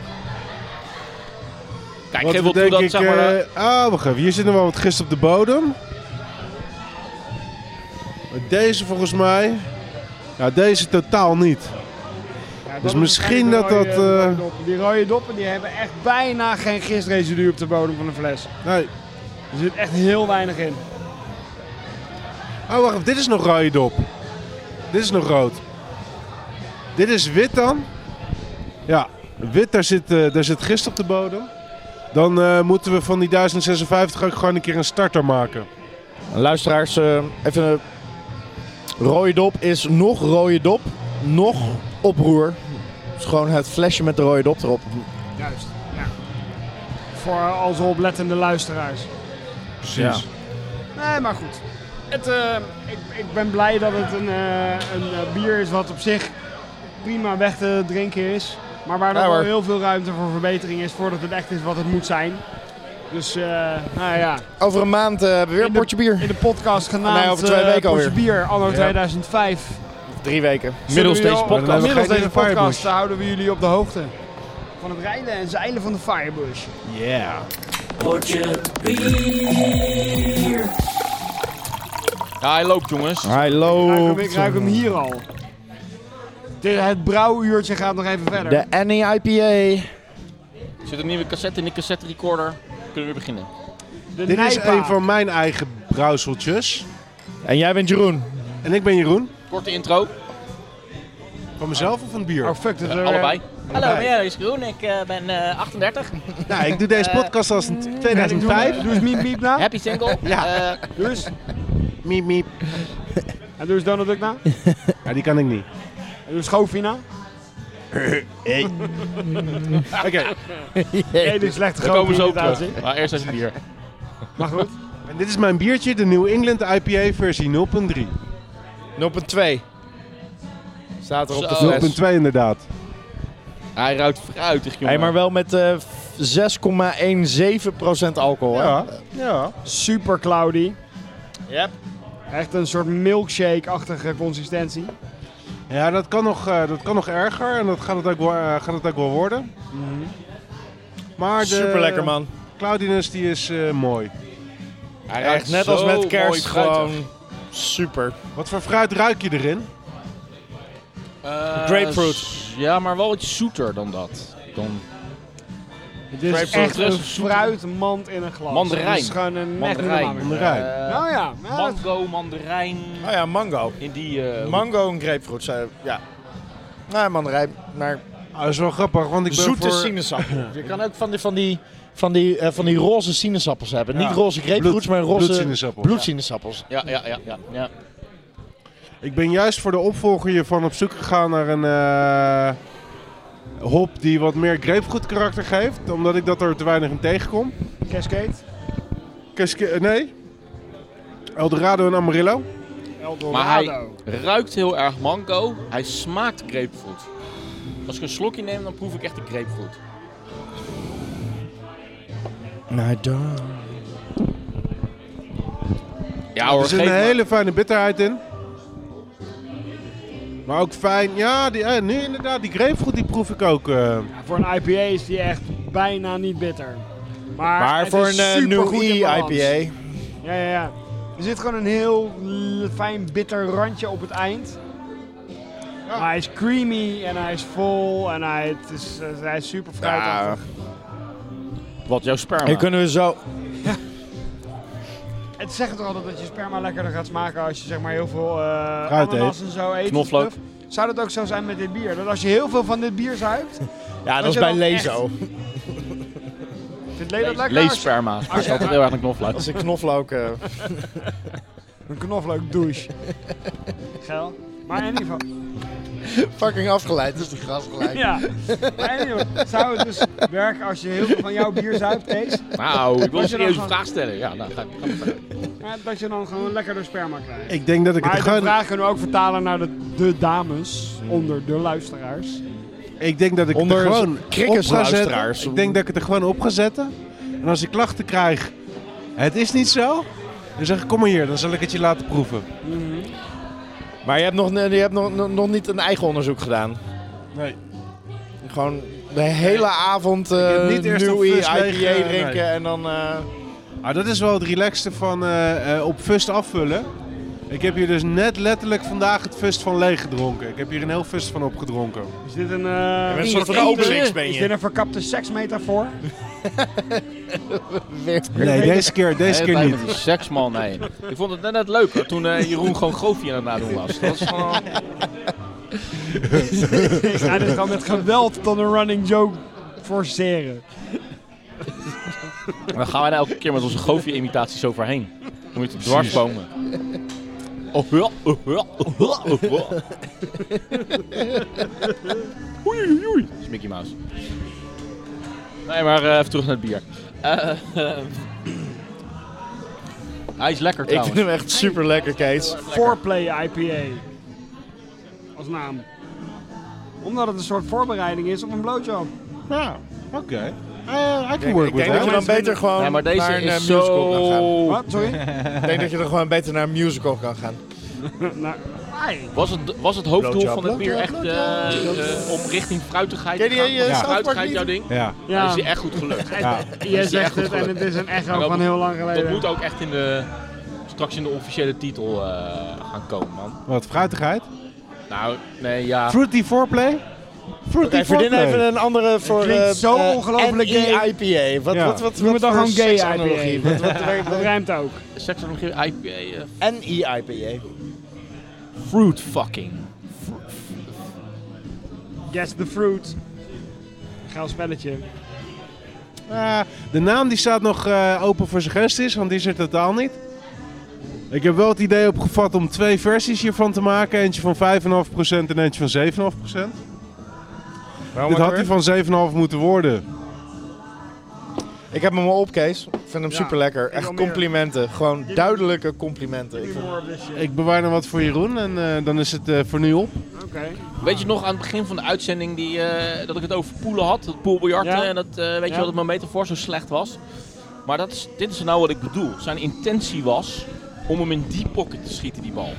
S4: Kijk,
S3: Want
S4: geef wel
S3: we
S4: toe
S3: denk
S4: dat,
S3: ik,
S4: zeg maar, eh,
S3: eh, ah, wacht even. Hier zit nog wel wat gist op de bodem. Maar Deze volgens mij. Ja, deze totaal niet.
S1: Ja, dat
S3: Dus
S1: is
S3: misschien
S1: waarschijnlijk de rode-
S3: dat dat,
S1: rode
S3: eh,
S1: doppen. Die rode doppen die hebben echt bijna geen gistresidu op de bodem van de fles.
S3: Nee.
S1: Er zit echt heel weinig in.
S3: Oh, wacht even. Dit is nog rode dop. Dit is nog rood. Dit is wit dan. Ja, wit, daar zit, eh, daar zit gist op de bodem. Dan eh, moeten we van die 1056 ook gewoon een keer een starter maken.
S2: Luisteraars, eh, even een rode dop is nog rode dop, nog oproer. Het is gewoon het flesje met de rode dop erop.
S1: Juist, ja. Voor onze oplettende luisteraars.
S3: Precies.
S2: Ja.
S1: Nee, maar goed. Het, eh, ik, ik ben blij dat het een, eh, een eh, bier is wat op zich prima weg te drinken is. Maar waar
S2: Ja,
S1: nog wel
S2: hoor.
S1: heel veel ruimte voor verbetering is voordat het echt is wat het moet zijn. Dus eh, nou ja,
S2: Over een maand eh, hebben we weer een
S1: In de-
S2: potje bier. Ah,
S1: in de podcast genaamd
S2: Nee, over twee
S1: eh,
S2: weken
S1: Potje
S2: alweer.
S1: Bier anno
S2: Ja.
S1: 2005.
S2: Drie weken.
S4: middels
S1: Zullen we
S4: deze
S1: jullie al-
S4: podcast.
S3: hebben we
S1: Middels
S3: geen
S1: deze
S3: Firebush.
S1: podcast houden we jullie op de hoogte. Van het rijden en zeilen van de Firebush.
S2: Oh,
S3: Yeah.
S4: Ja, hij loopt, jongens.
S1: Ik ruik
S2: Hallo.
S1: hem, ik ruik hem hier al. Dit- het brouwuurtje gaat nog even verder.
S2: De NEIPA.
S4: Er zit een nieuwe cassette in de cassette recorder. Kunnen we weer beginnen.
S1: De
S3: Dit is
S1: Nijpa.
S3: een van mijn eigen brouwseltjes.
S2: En jij bent Jeroen.
S3: En ik ben Jeroen.
S4: Korte intro,
S3: Van mezelf of van het bier?
S1: Oh fuck, dat is er weer-
S4: allebei.
S5: Hallo, mijn naam is Groen, ik eh, ben eh, 38.
S2: Ah.
S3: Nou, ik doe deze
S5: Eh,
S3: podcast als een 2005.
S1: Doe eens miep miep na.
S5: Happy single.
S3: Ja.
S5: Eh,
S1: Doe eens.
S3: Miep, miep.
S1: En doe eens Donald Duck na. En
S3: Ja, die kan ik niet.
S1: doe eens Goofy na.
S3: Oké,
S1: Hele slechte
S4: Daar komen
S1: Goofy
S4: ze ook
S1: inderdaad,
S4: terug. Maar eerst even bier.
S1: zie. Maar goed.
S3: en dit is mijn biertje, de New England IPA versie 0.3.
S2: 0.2. Staat er op
S4: Zo.
S2: de fles.
S3: 0.2 inderdaad.
S4: Hij ruikt fruitig, jongen.
S2: Hey, maar wel met eh, 6,17% alcohol. Hè?
S3: Ja, ja.
S1: Super cloudy.
S2: Yep.
S1: Echt een soort milkshake-achtige consistentie.
S3: ja dat, kan nog, eh, dat kan nog erger en dat gaat het ook wel, eh, gaat het ook wel worden. Maar de
S2: Super lekker man.
S3: cloudiness die is eh, mooi.
S4: Hij ruikt
S2: Echt, net
S4: zo
S2: als met
S4: mooi
S2: kerst
S4: fruitig.
S2: gewoon super.
S3: Wat voor fruit ruik je erin?
S4: Eh,
S2: Grapefruit.
S4: s- Ja, maar wel iets zoeter dan dat. Dan
S1: Het is
S4: Grapefruit.
S1: echt een fruitmand in een glas.
S4: Mandarijn.
S1: Het is gewoon een echt niet
S4: mandarijn.
S1: normaal.
S3: Mandarijn.
S4: Eh,
S1: Nou ja, ja,
S4: mango, mandarijn.
S2: Oh ja, mango.
S4: In die... eh,
S2: Mango en grapefruit. Zei, ja. Nou, ja, mandarijn. Maar
S3: Ah, dat is wel grappig, want ik ben
S2: zoete
S3: voor...
S2: sinaasappel. Je kan ook van die, van die, van die, eh, van die roze sinaasappels hebben.
S3: Ja.
S2: Niet roze grapefruits,
S3: Bloed-
S2: maar roze
S3: bloedsinaasappels.
S2: bloedsinaasappels.
S4: Ja, ja, ja, ja. ja.
S3: Ik ben juist voor de opvolger hiervan op zoek gegaan naar een eh, hop die wat meer grapefruit karakter geeft. Omdat ik dat er te weinig in tegenkom.
S1: Cascade.
S3: Keske, eh, nee. Eldorado en Amarillo.
S1: Eldorado.
S4: Maar hij ruikt heel erg mango. Hij smaakt grapefruit. Als ik een slokje neem, dan proef ik echt de grapefruit.
S2: Nou, dan.
S4: Ja hoor,
S3: er zit een
S4: geef maar.
S3: hele fijne bitterheid in. Maar ook fijn. Ja, die, eh, nu inderdaad, die grapefruit die proef ik ook. eh.
S1: Ja, voor een IPA is die echt bijna niet bitter. Maar,
S2: Maar
S1: het
S2: voor
S1: is
S2: een eh,
S1: supergoed
S2: New
S1: in
S2: E
S1: balans.
S2: IPA.
S1: Ja, ja, ja. Er zit gewoon een heel l- fijn bitter randje op het eind. Maar hij is creamy en hij is vol en hij, het is, eh, hij is super fruitig.
S4: Wat, jouw sperma?
S2: Hier kunnen we zo...
S1: Het zegt toch altijd dat je sperma lekkerder gaat smaken als je zeg maar heel veel eh
S3: Fruit
S1: ananas en zo eet.
S4: Knoflook.
S1: Stuff. Zou dat ook zo zijn met dit bier? Dat als je heel veel van dit bier zuipt,
S2: Ja, dat
S1: Als
S2: is
S1: je
S2: bij
S1: dan
S2: Lezo.
S1: vindt Lee dat lekker? Als je
S4: Leesperma. Dat is altijd heel erg een knofluit.
S2: Dat is een knoflook. eh.
S1: Een knoflook douche. Geil. Maar in ieder geval...
S2: fucking afgeleid, dat is die gras gelijk.
S1: Ja. Maar anyway, zou het dus werken als je heel veel van jouw bier zuipt, Kees?
S4: Nou, ik
S1: Als je
S4: wil een
S1: dan
S4: serieuze
S1: gewoon-
S4: vraag stellen. Ja, nou, ga ik.
S1: Maar Dat je dan gewoon lekkerder sperma krijgt.
S3: ik denk dat ik het
S1: maar de
S3: gewoon...
S1: vraag kunnen we ook vertalen naar de, de dames onder de luisteraars.
S3: Ik denk dat ik
S2: Onder
S3: het er gewoon op
S2: krikkers
S3: ga
S2: luisteraars.
S3: zetten. Ik denk dat ik het er gewoon op ga zetten. En als ik klachten krijg, het is niet zo. Dan zeg ik, kom maar hier, dan zal ik het je laten proeven.
S4: Mhm.
S2: Maar je hebt, nog, je hebt nog, nog- nog niet een eigen onderzoek gedaan.
S3: Nee.
S2: Gewoon de hele avond eh
S3: heb niet eerst
S2: New
S3: een
S2: E
S3: fles
S2: IPA
S3: leeg, eh,
S2: drinken
S3: nee.
S2: en dan... eh,
S3: Ah, dat is wel het relaxte van eh, eh, op fust afvullen. Ik heb hier dus net letterlijk vandaag het fust van leeg gedronken. Ik heb hier een heel fust van opgedronken.
S1: Is dit een...
S2: met een
S1: eh
S2: soort van
S4: Iedereen.
S2: Obelix ben
S1: is dit
S2: je.
S1: een verkapte seksmetafoor?
S3: Nee, deze keer, deze keer
S4: Hele Eh, tijd
S3: niet.
S4: met die seksman, nee. Ik vond het net, net leuk hoor, toen eh, Jeroen gewoon Goofy aan het nadoen was. Dat was gewoon...
S1: Hij Nou, is gewoon met geweld dan een running joke forceren.
S4: Dan gaan wij daar elke keer met onze Goofy-imitaties overheen. Dan moet je dwarsbomen. Oh ja, oh ja, oh ja, oh ja. Oei, oei, oei. Dat is Mickey Mouse. Nee, maar eh, even terug naar het bier. Eh, hij is lekker
S2: Ik vind
S4: trouwens.
S2: hem echt super lekker, Kees.
S1: Foreplay IPA. Als naam. Omdat het een soort voorbereiding is op een blowjob.
S3: Ja, Nou, oké. Eh, I can work
S2: Ik
S3: with
S2: denk dat je
S3: that.
S2: dan beter gewoon
S4: Nee, maar
S2: naar
S4: deze
S2: een eh,
S4: is
S2: musical kan gaan.
S4: zo...
S1: Wat? Sorry?
S2: Ik denk dat je dan gewoon beter naar een musical kan gaan.
S1: nou, ai.
S4: Was het, was het hoofddoel
S2: Blowjob,
S4: van het bier echt
S2: blowjob,
S4: eh, eh, om richting fruitigheid
S2: Ken
S4: te
S2: je
S4: gaan?
S2: die, eh,
S4: Was
S2: South Park
S4: fruitigheid
S2: niet?
S4: jouw ding?
S3: Ja.
S4: Dat
S1: Ja,
S4: is hier echt goed gelukt.
S3: ja.
S4: is
S1: jij
S4: echt
S1: zegt
S4: goed
S1: het en
S4: gelukt.
S1: het is een echo
S4: Maar dat
S1: van
S4: moet-
S1: heel lang
S4: Dat
S1: geleden.
S4: moet ook echt in de, straks in de officiële titel eh, gaan komen, man.
S3: Wat, fruitigheid?
S4: Nou, nee, ja.
S3: Fruity foreplay? Fruity
S2: Oké, voor dit
S3: foreplay.
S2: even een andere voor...
S1: klinkt
S2: eh,
S1: zo
S2: eh,
S1: ongelooflijk gay.
S2: NE-IPA. Wat,
S3: Ja.
S2: wat, wat,
S1: Noem
S2: wat
S1: het dan
S2: voor
S1: gewoon gay
S2: seksanalogie?
S1: IPA.
S2: Wat- wat-
S1: Dat ruimt ook.
S4: Seksologie, IPA, eh,
S2: NE-IPA.
S4: fruit fucking.
S1: Guess the fruit. Geil spelletje.
S3: Ah, de naam die staat nog eh, open voor suggesties, want die is er totaal niet. Ik heb wel het idee opgevat om twee versies hiervan te maken. Eentje van 5,5% en eentje van 7,5%.
S6: Waarom
S3: Dit had die van 7,5 moeten worden.
S2: Ik heb hem al op, Kees. Ik vind hem
S1: Ja,
S2: super lekker.
S1: ik wil
S2: Echt
S1: meer.
S2: complimenten. Gewoon
S1: Dit-
S2: duidelijke complimenten. Ik vind-
S3: Ik bewaar nog wat voor Jeroen en eh, dan is het eh, voor nu op.
S1: Oké.
S4: Weet je nog aan het begin van de uitzending die, eh, dat ik het over poelen had? Dat poolbiljarten
S1: Ja.
S4: en dat, eh, weet
S1: Ja.
S4: je wel, dat mijn metafoor zo slecht was. Maar dat is, dit is nou wat ik bedoel. Zijn intentie was om hem in die pocket te schieten, die bal.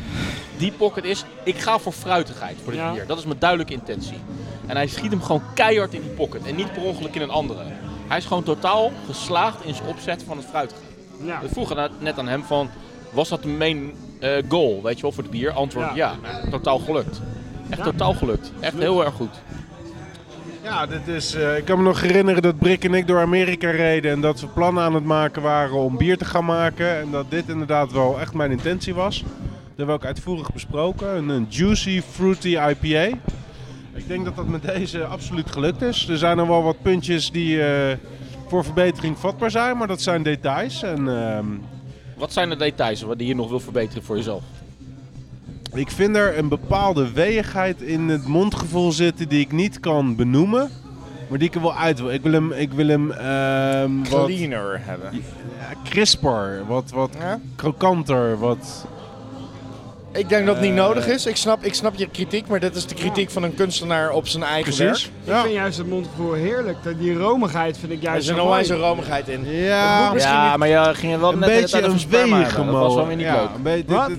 S4: Die pocket is, ik ga voor fruitigheid voor dit
S1: Ja.
S4: bier. Dat is mijn duidelijke intentie. En hij schiet hem gewoon keihard in die pocket en niet per ongeluk in een andere. Hij is gewoon totaal geslaagd in zijn opzet van het fruitigheid.
S1: Ja.
S4: We vroegen na- net aan hem van, was dat de main eh, goal, weet je wel, voor het bier? Antwoord,
S1: Ja.
S4: ja. Totaal gelukt. Echt
S1: Ja.
S4: totaal gelukt. Echt heel erg goed.
S3: Ja, dit is, eh, ik kan me nog herinneren dat Brik en ik door Amerika reden en dat we plannen aan het maken waren om bier te gaan maken. En dat dit inderdaad wel echt mijn intentie was. Dat hebben we ook uitvoerig besproken. Een, een juicy, fruity IPA. Ik denk dat dat met deze absoluut gelukt is. Er zijn nog wel wat puntjes die eh, voor verbetering vatbaar zijn, maar dat zijn details. En ehm,
S4: Wat zijn de details wat die je nog wil verbeteren voor jezelf?
S3: Ik vind er een bepaalde weegheid in het mondgevoel zitten die ik niet kan benoemen. Maar die ik er wel uit wil. Ik wil hem, ik wil hem ehm, wat
S2: Cleaner hebben.
S3: ja, crisper, wat, wat
S2: Ja?
S3: krokanter, wat...
S2: Ik denk dat het niet
S3: Eh.
S2: nodig is. Ik snap, ik snap je kritiek, maar dit is de kritiek van een kunstenaar op zijn eigen werk.
S1: Ik
S3: Ja.
S1: vind juist het mondgevoel heerlijk. Dat- Die romigheid vind ik
S2: Er is
S1: juist
S2: een
S1: zo mooi.
S2: onwijze romigheid in.
S3: Ja,
S4: ja, maar je ging er wel
S3: een
S4: net de hele
S3: beetje
S4: tijd over
S3: een
S4: sperma hebben.
S3: weeggemolen.
S4: Dat was wel weer niet
S3: ja,
S4: leuk.
S3: een beetje- dit-
S1: Wat?
S3: dit-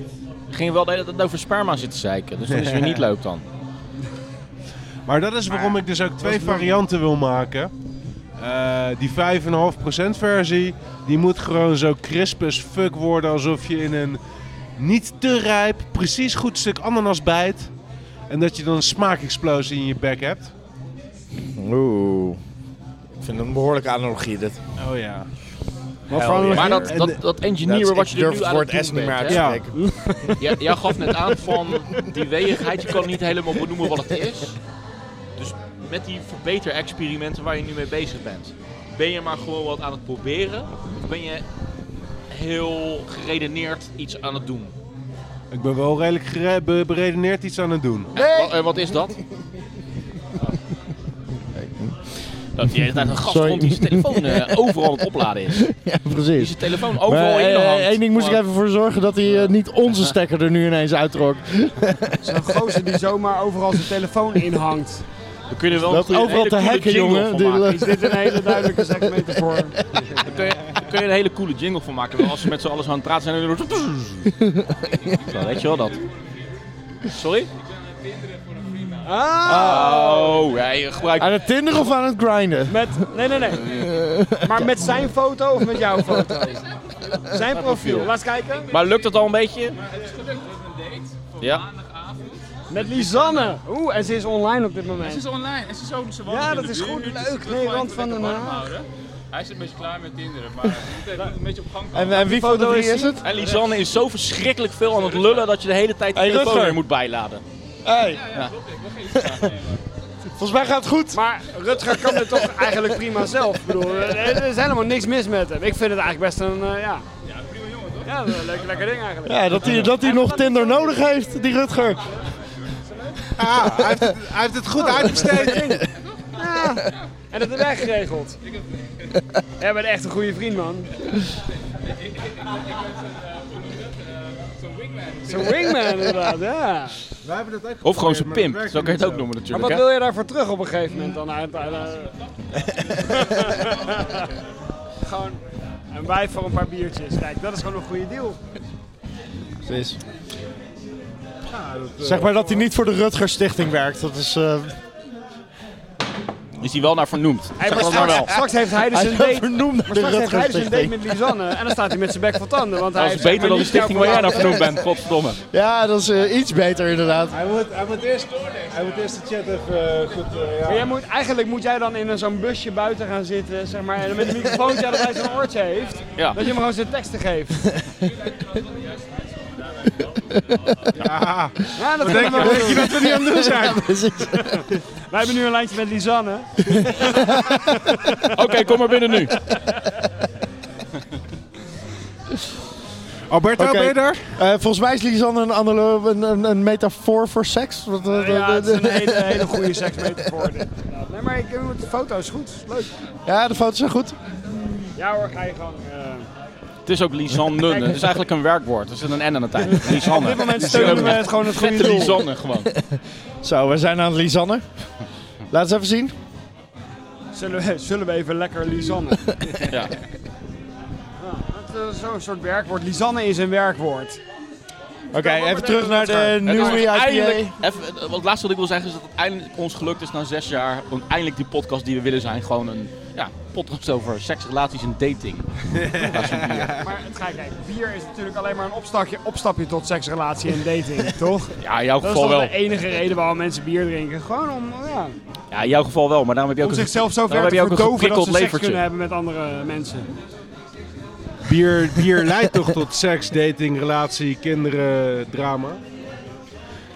S4: Je ging wel de hele tijd over sperma zitten zeiken. Dus dat is weer niet leuk dan.
S3: Maar dat is waarom ik dus ook twee varianten wil maken. Eh, die 5,5% versie, die moet gewoon zo crisp as fuck worden. Alsof je in een niet te rijp, precies goed stuk ananas bijt. En dat je dan een smaakexplosie in je bek hebt.
S2: Oeh. Ik vind het een behoorlijke analogie dit.
S3: Oh ja.
S2: Wat
S4: Maar, dat,
S3: En-
S4: dat, dat engineeren wat je
S2: ik
S4: er
S2: durf
S4: nu
S2: het
S4: aan het
S2: woord
S4: doen
S2: S niet meer
S4: bent,
S2: uit
S4: hè?
S2: te
S3: Ja.
S2: spreken.
S4: Jij- jij gaf net aan van die weegheid. Je kan niet helemaal benoemen wat het is. Dus met die verbeterexperimenten waar je nu mee bezig bent. Ben je maar gewoon wat aan het proberen? Of ben je heel geredeneerd iets aan het doen?
S3: Ik ben wel redelijk gere- be- beredeneerd iets aan het doen.
S4: En wa- en wat is dat? Dat die naar een gast
S2: Sorry.
S4: rond die zijn telefoon eh, overal aan het opladen is.
S2: Ja,
S4: Die
S2: precies.
S4: zijn telefoon overal in de hand.
S2: Eén Eh, ding moest ik even voor zorgen dat hij eh, niet onze stekker er nu ineens uittrok.
S1: Zo'n gozer die zomaar overal zijn telefoon inhangt.
S4: We kunnen wel een
S2: Loopt
S4: goede-
S2: overal
S4: hele
S2: te
S4: coole
S2: hacken,
S4: jingle
S2: jongen.
S4: van
S2: Die
S4: maken.
S2: loopt-
S1: Is dit een hele duidelijke seksmetafoor?
S4: Daar kun, je, daar kun je een hele coole jingle van maken. Wel, Als ze met z'n allen zo aan het praten zijn, dan doen we- Zo, weet je wel dat. Sorry?
S1: Ah.
S4: Oh, hij gebruikt...
S2: Aan het Tinder of aan het grinden?
S1: Met, nee, nee, nee. Maar met zijn foto of met jouw foto? Zijn profiel. Laat eens kijken.
S4: Maar lukt dat al een beetje? Ja.
S1: Met Lisanne. Oeh, en ze is online op dit moment.
S6: Ze is online en ze is ook ze woont
S1: Ja,
S6: in
S1: dat
S6: de
S1: is
S6: buurt,
S1: goed,
S6: dus
S1: leuk.
S6: ze is wel
S1: Nee,
S6: gewoon
S1: Rand
S6: even
S1: van
S6: lekker
S1: Den
S6: warm
S1: Haag.
S6: houden. Hij is een beetje klaar met Tinderen, maar moet even een beetje op gang komen.
S2: En, en wie van de
S1: Foto
S2: drie
S1: is
S2: is het?
S4: En Lisanne is zo verschrikkelijk veel aan het lullen dat je de hele tijd de
S2: Hey,
S4: telefoon
S2: Rutger.
S4: weer moet bijladen.
S2: Hey,
S6: Ik wil geen iets aan nemen.
S2: volgens mij gaat het goed.
S1: Maar Rutger kan het toch eigenlijk prima zelf. Ik bedoel, er is helemaal niks mis met hem. Ik vind het eigenlijk best een, eh, ja... Ja, prima jongen toch? Ja, leuk, lekker ding eigenlijk.
S2: Ja, dat hij, dat hij nog Tinder nodig heeft, die Rutger.
S3: Ah, hij, heeft het, hij heeft het goed uitbesteed.
S1: En dat hebben wij geregeld. Jij bent echt een goede vriend, man. Zo'n wingman inderdaad, ja.
S3: Wij hebben dat ook
S4: Of gewoon
S3: geprobeerd,
S4: zijn
S3: maar dat
S4: pimp.
S3: werkt
S4: Zo kan je het
S3: niet
S4: ook noemen
S1: Maar
S4: natuurlijk.
S1: wat
S4: hè?
S1: wil je daarvoor terug op een gegeven moment dan? Uit, uit, uit- gewoon een wijf voor een paar biertjes. Kijk, dat is gewoon een goede deal.
S2: Zeg maar dat hij niet voor de Rutger Stichting werkt. Dat is... eh,
S4: Is hij wel naar vernoemd?
S1: Hey, maar
S4: Zeg dat maar
S1: straks,
S4: wel.
S1: straks heeft hij dus
S2: hij
S1: een
S2: is wel
S1: date.
S2: vernoemd naar
S1: Maar
S2: de
S1: straks heeft hij
S2: Rutger
S1: dus een date
S2: Stichting.
S1: met Lisanne en dan staat hij met zijn bek vol tanden. Want hij
S4: Dat is
S1: heeft, zeg
S4: beter
S1: maar,
S4: dan de
S1: niet jouw
S4: stichting waar jij nou naar
S1: verwacht-
S4: vernoemd bent, godverdomme.
S2: Ja, dat is eh, iets beter inderdaad.
S3: Hij moet, hij, moet eerst, hij moet eerst de chat even eh, goed... eh, ja.
S1: Maar jij moet, eigenlijk moet jij dan in een- zo'n busje buiten gaan zitten, zeg maar, en met een microfoontje dat hij zo'n oortje heeft,
S4: Ja.
S1: dat je hem gewoon zijn teksten geeft.
S3: Ja,
S1: Ja, Nou, dat
S3: denk maar dat je dat we niet aan het doen zijn.
S2: precies.
S1: Wij hebben nu een lijntje met Lisanne.
S4: Oké, kom maar binnen nu.
S3: Alberto,
S2: Oké.
S3: ben je daar?
S2: Eh, volgens mij is Lisanne een, analo- een, een, een metafoor voor seks. Wat- eh, wat-
S1: Ja, het is een
S2: wat-
S1: hele, hele goede seksmetafoor. dit. Nee, maar ik, de foto is goed. is Leuk.
S2: ja, de foto's zijn goed.
S1: Ja hoor, ga je gang. eh.
S4: Het is ook Lisanne. Het is eigenlijk een werkwoord. Er zit een N aan het eind.
S1: Op dit
S4: Lisanne.
S1: moment steunen we het gewoon het goede
S4: Vette
S1: doel. Eh,
S4: Lisanne gewoon.
S2: Zo, we zijn aan het Lisanne. Laat eens even zien.
S1: Zullen we, zullen we even lekker Lisanne?
S4: Ja.
S1: Dat is Zo'n soort werkwoord. Lisanne is een werkwoord.
S2: Oké, even terug naar de
S4: Het is
S2: nieuwe IPA.
S4: eindelijk- even, eh, want het laatste wat ik wil zeggen is dat het eindelijk ons gelukt is na zes jaar. om eindelijk die podcast die we willen zijn. gewoon een ja, podcast over seks, relaties en dating.
S1: Maar het ga ik kijken. Bier is natuurlijk alleen maar een opstapje, opstapje tot seksrelatie en dating, toch?
S4: Ja, in jouw
S1: Dat is toch
S4: geval wel.
S1: de enige reden waarom mensen bier drinken. Gewoon om, ja,
S4: Ja, in jouw geval wel. Maar daarom heb je
S1: om
S4: ook een
S1: zichzelf zo
S4: daarom
S1: ver te
S4: heb je ook een
S1: verdoven dat ze
S4: geprikkeld
S1: seks
S4: levertje.
S1: kunnen hebben met andere mensen.
S3: Bier, bier leidt toch tot seks, dating, relatie, kinderen, drama?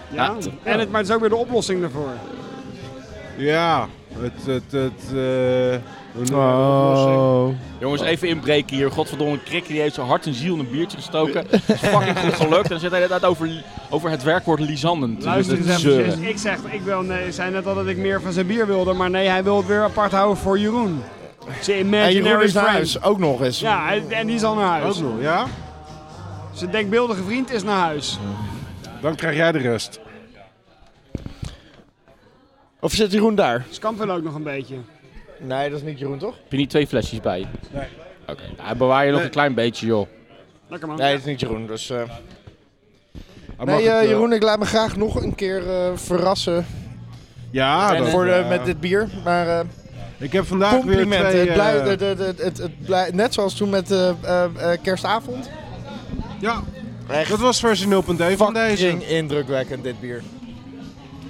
S1: Ja.
S4: Ja, t-
S1: en het, maar het is ook weer de oplossing daarvoor.
S3: Ja, het... het, het eh, hoe noem je dat? Oplossing.
S2: Oh.
S4: Jongens, even inbreken hier. Godverdomme, Krikke die heeft zijn hart en ziel in een biertje gestoken. Dat is fucking goed gelukt. En dan zit hij inderdaad over, over het werkwoord Dus lisanden. te-
S1: Luister
S4: te
S1: eens
S4: zeuren.
S1: eventjes. Ik zeg, ik wil, nee, zei net al dat ik meer van zijn bier wilde, maar nee, hij wil het weer apart houden voor Jeroen. Zijn
S2: En je
S1: imaginary
S2: is naar
S1: friend.
S2: huis, ook nog eens.
S1: Ja, hij- en die is al naar huis.
S3: Ook nog, ja?
S1: Zijn denkbeeldige vriend is naar huis.
S3: Dan krijg jij de rest.
S2: Of zit Jeroen daar?
S1: Skampen ook nog een beetje.
S2: Nee, dat is niet Jeroen, toch?
S4: Heb je niet twee flesjes bij je? Nee. Oké, nou, bewaar je nog
S3: Nee.
S4: een klein beetje, joh.
S1: Lekker man.
S2: Nee, dat is niet Jeroen. Dus, eh.
S3: Hij mag
S2: Nee, eh,
S3: het, eh,
S2: Jeroen, ik laat me graag nog een keer eh, verrassen
S3: Ja, dat,
S2: voor de,
S3: eh,
S2: met dit bier. Maar eh,
S3: Ik heb vandaag weer
S2: complimenten.
S3: twee...
S2: het blij-
S3: eh,
S2: de- de- de- het- het blij- net zoals toen met eh, eh, eh, kerstavond.
S3: ja,
S2: Echt
S3: dat was versie 0.1 van deze.
S2: fucking indrukwekkend, dit bier.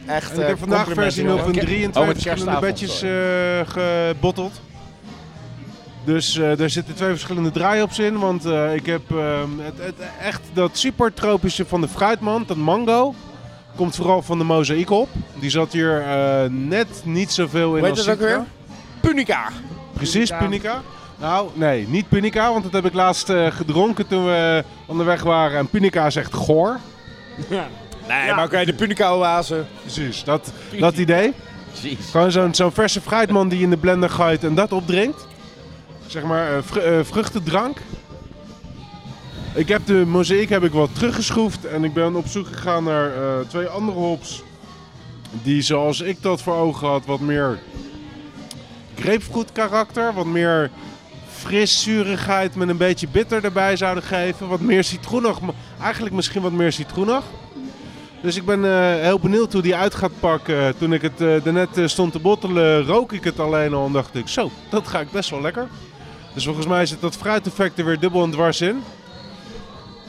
S2: Echt,
S3: En ik heb
S2: eh,
S3: vandaag versie
S2: complimenten,
S3: 0.3
S2: Jeroen.
S3: en twee
S4: Oh, met
S3: verschillende
S4: kerstavond,
S3: bedjes eh, gebotteld. Dus eh, daar zitten twee verschillende draaihops in. Want eh, ik heb ehm, het, het, echt dat supertropische van de fruitmand, dat mango. Komt vooral van de mozaïek op. Die zat hier eh, net niet zoveel in
S2: Hoe heet
S3: als
S2: het ook
S3: Citra.
S2: weer? Punica.
S3: Precies,
S1: Punica.
S3: Punica. Nou, nee, niet Punica, want dat heb ik laatst eh, gedronken toen we onderweg waren. En Punica is echt goor.
S1: Ja.
S2: Nee,
S1: Ja.
S2: maar oké, de Punica oase.
S3: Precies, dat, dat idee.
S4: Precies.
S3: Gewoon zo'n zo'n verse fruitman die je in de blender gooit en dat opdrinkt. Zeg maar eh, vru- eh, vruchtendrank. Ik heb de mozaïek heb ik wat teruggeschroefd en ik ben op zoek gegaan naar eh, twee andere hops. Die zoals ik dat voor ogen had wat meer grapefruit karakter. Wat meer fris zurigheid met een beetje bitter erbij zouden geven. Wat meer citroenig, maar eigenlijk misschien wat meer citroenig. Dus ik ben eh, heel benieuwd hoe die uit gaat pakken. Toen ik het eh daarnet eh, stond te bottelen, rook ik het alleen al en dacht ik, zo, dat ga ik best wel lekker. Dus volgens mij zit dat fruiteffect er weer dubbel en dwars in.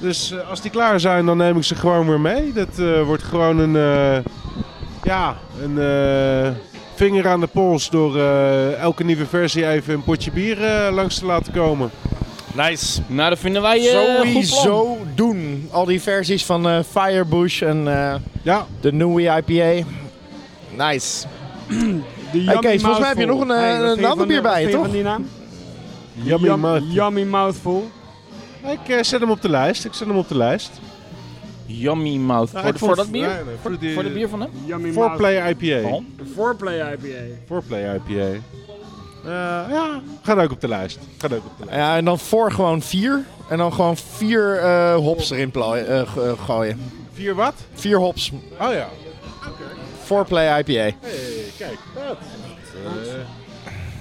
S3: Dus eh, als die klaar zijn, dan neem ik ze gewoon weer mee. Dat eh, wordt gewoon een, eh, ja, een eh, vinger aan de pols door eh, elke nieuwe versie even een potje bier eh, langs te laten komen.
S2: Nice.
S4: Nou, dat vinden wij eh goed plan.
S2: Sowieso doen. Al die versies van eh, Firebush en eh,
S3: Ja,
S2: de nieuwe IPA. Nice.
S1: De
S2: Hey, Kees,
S1: Yummy
S2: volgens mij heb je nog een,
S1: Mouthful.
S2: eh,
S1: wat
S2: een
S1: vind je van
S2: ander
S1: die-
S2: bier bij
S1: wat
S2: je,
S1: vind
S2: toch?
S1: Van die naam?
S3: yummy
S1: Yum-
S3: mouth.
S1: Yummy Mouthful.
S3: Ik eh, zet hem op de lijst, ik zet hem op de lijst.
S4: Yummy mouth.
S3: Nou,
S4: voor,
S3: ik
S4: de-
S3: vond-
S4: voor dat bier?
S3: Nee, nee,
S4: voor,
S3: voor die-
S4: voor de bier van hem?
S1: Yummy Mouthful.
S3: Voorplay IPA.
S4: Waarom?
S1: Een Voorplay IPA.
S3: Voorplay IPA. Eh, ja, gaat ook op de lijst. Gaat ook op de lijst.
S2: Ja, en dan voor gewoon vier. En dan gewoon vier eh, hops erin plooien, eh, g- eh, gooien.
S3: Vier wat?
S2: Vier hops.
S3: Oh ja.
S2: Foreplay IPA.
S3: hey, kijk. Dat, dat, eh,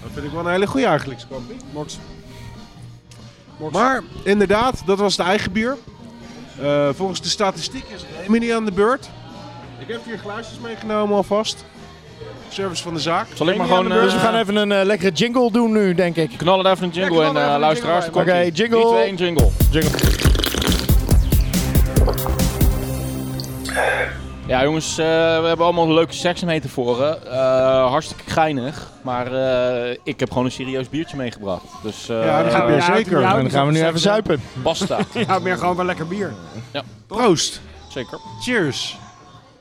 S3: dat vind ik wel een hele goede eigenlijk, Scampi.
S1: Mox.
S3: Maar inderdaad, dat was de eigen bier. Eh, volgens de statistiek is Emily aan de beurt. Ik heb vier glaasjes meegenomen alvast. Service van de zaak.
S4: Zal ik maar
S1: Neem je
S4: gewoon...
S1: aan de
S2: Dus we
S4: eh,
S2: gaan even een eh, lekkere jingle doen nu, denk ik.
S4: Knallen daar even een
S1: Ja,
S4: jingle
S1: knallen
S4: en
S1: even
S4: eh
S1: een
S4: luisteraars.
S1: jingle
S2: bij.
S4: komt-ie.
S2: Oké, jingle.
S4: 3, 2, 1, jingle.
S2: Jingle.
S4: Ja, jongens, eh, we hebben allemaal leuke seks mee te voren. Eh, hartstikke geinig. Maar eh, ik heb gewoon een serieus biertje meegebracht. Dus eh,
S3: Ja, dan gaan we- Ja, zeker.
S1: je houdt
S2: dan
S1: niet
S2: gaan we
S1: van
S2: nu
S1: seks,
S2: even
S1: hè?
S2: zuipen.
S4: basta.
S1: Je houdt meer gewoon van lekker bier.
S3: Proost.
S4: Zeker.
S3: Cheers.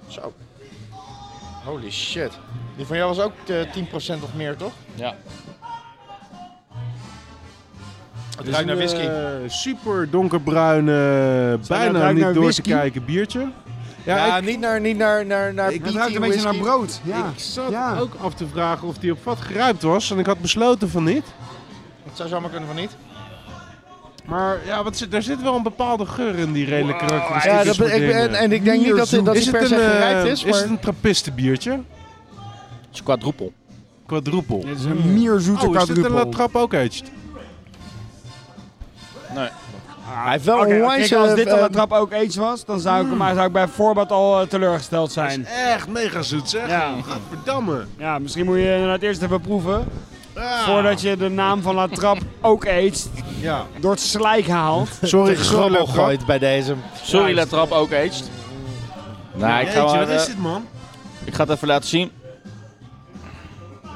S2: Zo. Holy shit. Die van jou was ook eh, 10% of meer, toch?
S4: Ja.
S2: Het ruikt naar whisky.
S3: eh, super donkerbruin, eh, bijna
S1: ruikt
S3: niet
S1: naar
S3: door
S1: whisky?
S3: te kijken biertje. Ja,
S2: Ja,
S3: ik-
S2: niet naar, niet naar, naar, naar
S1: Het
S2: PT
S1: ruikt een beetje naar
S2: whisky.
S1: brood. Ja.
S3: Ik zat
S1: Ja.
S3: ook af te vragen of die op vat geruimd was. En ik had besloten van niet.
S2: Het zou zomaar kunnen van niet.
S3: Maar ja, wat zit, er zit wel een bepaalde geur in die redelijk karakteristiek
S2: Ja, dat ben- ik, en, en ik denk niet dat, dat die per se
S3: eh,
S2: gerijpt is, maar...
S3: is het een trappistenbiertje?
S4: Het is quadruppel.
S3: Quadrupel.
S1: Dit is een mierzoete
S3: Oh, is dit een La
S1: quadruple.
S3: Trappe ook eentje?
S2: hij heeft wel
S1: Oké,
S2: een eh,
S1: oké,
S2: wine
S1: als dit al een trap ook eens was, dan zou ik, maar zou ik bij voorbaat al eh, teleurgesteld zijn.
S3: Echt mega zoet zeg.
S1: Ja.
S3: Verdamme.
S1: ja, misschien moet je inderdaad eerst even proeven. Voordat je de naam van La Trap ook eet,
S3: Ja.
S1: door het slijk haalt.
S2: Sorry,
S3: sorry,
S2: geschrabbel
S3: Latrap.
S2: gooit bij deze.
S4: Sorry, La Trap ook aged. Nou, ik ga,
S3: Jeetje,
S4: maar,
S3: wat is
S4: eh,
S3: dit man?
S4: ik ga het even laten zien.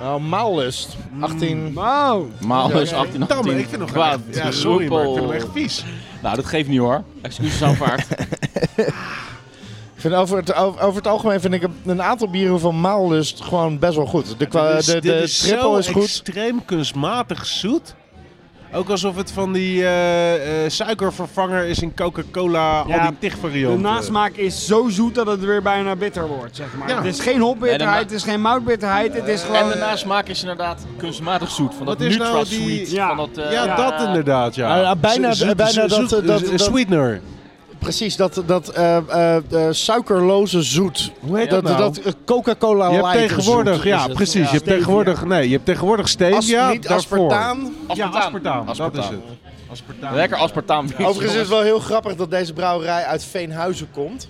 S2: Nou, maallust. 18...
S1: Wow.
S4: Maal is 18,
S3: Verdamme,
S4: 18.
S3: ik vind hem
S4: kwaad.
S3: echt... Ja, sorry, maar ik vind hem echt vies.
S4: Nou, dat geeft niet hoor. Excuses aanvaard.
S2: Ik vind over, het, over, over het algemeen vind ik een- een aantal bieren van Maallust gewoon best wel goed. De, kwa-
S3: Dit is-
S2: de,
S3: dit
S2: de
S3: is zo
S2: triple is goed.
S3: extreem kunstmatig zoet. Ook alsof het van die eh, eh, suikervervanger is in Coca-Cola,
S1: Ja,
S3: al die
S1: De
S3: tigvarianten.
S1: nasmaak is zo zoet dat het weer bijna bitter wordt, zeg maar.
S3: Ja.
S1: Het is geen hopbitterheid, het is geen moutbitterheid, het is
S4: en
S1: gewoon...
S4: de nasmaak is inderdaad kunstmatig zoet. Van dat
S3: Wat is nou
S4: Nutra
S3: die-
S4: Sweet.
S1: Ja.
S4: Van dat, eh,
S3: ja, dat inderdaad, ja.
S2: Ah, ja, bijna-
S3: Zo- zoet-
S2: bijna
S3: zo-
S2: dat-
S3: zoet-
S2: dat-
S3: eh,
S2: dat-
S3: Sweetener.
S2: Precies, dat, dat eh, eh, eh, suikerloze zoet.
S3: Hoe heet
S2: dat
S3: dat nou?
S2: dat eh, Coca-Cola
S3: Je hebt
S2: light
S3: tegenwoordig,
S2: zoet is
S3: ja,
S2: het.
S3: precies. Je hebt tegenwoordig, nee, je hebt tegenwoordig stevia.
S2: As, niet
S3: daarvoor.
S2: aspartaan.
S3: Ja,
S4: Aspartaam.
S3: aspartaam. Dat is
S4: Aspartaam.
S3: het. Aspartaam.
S4: Lekker aspartaam.
S2: Overigens is het wel heel grappig dat deze brouwerij uit Veenhuizen komt.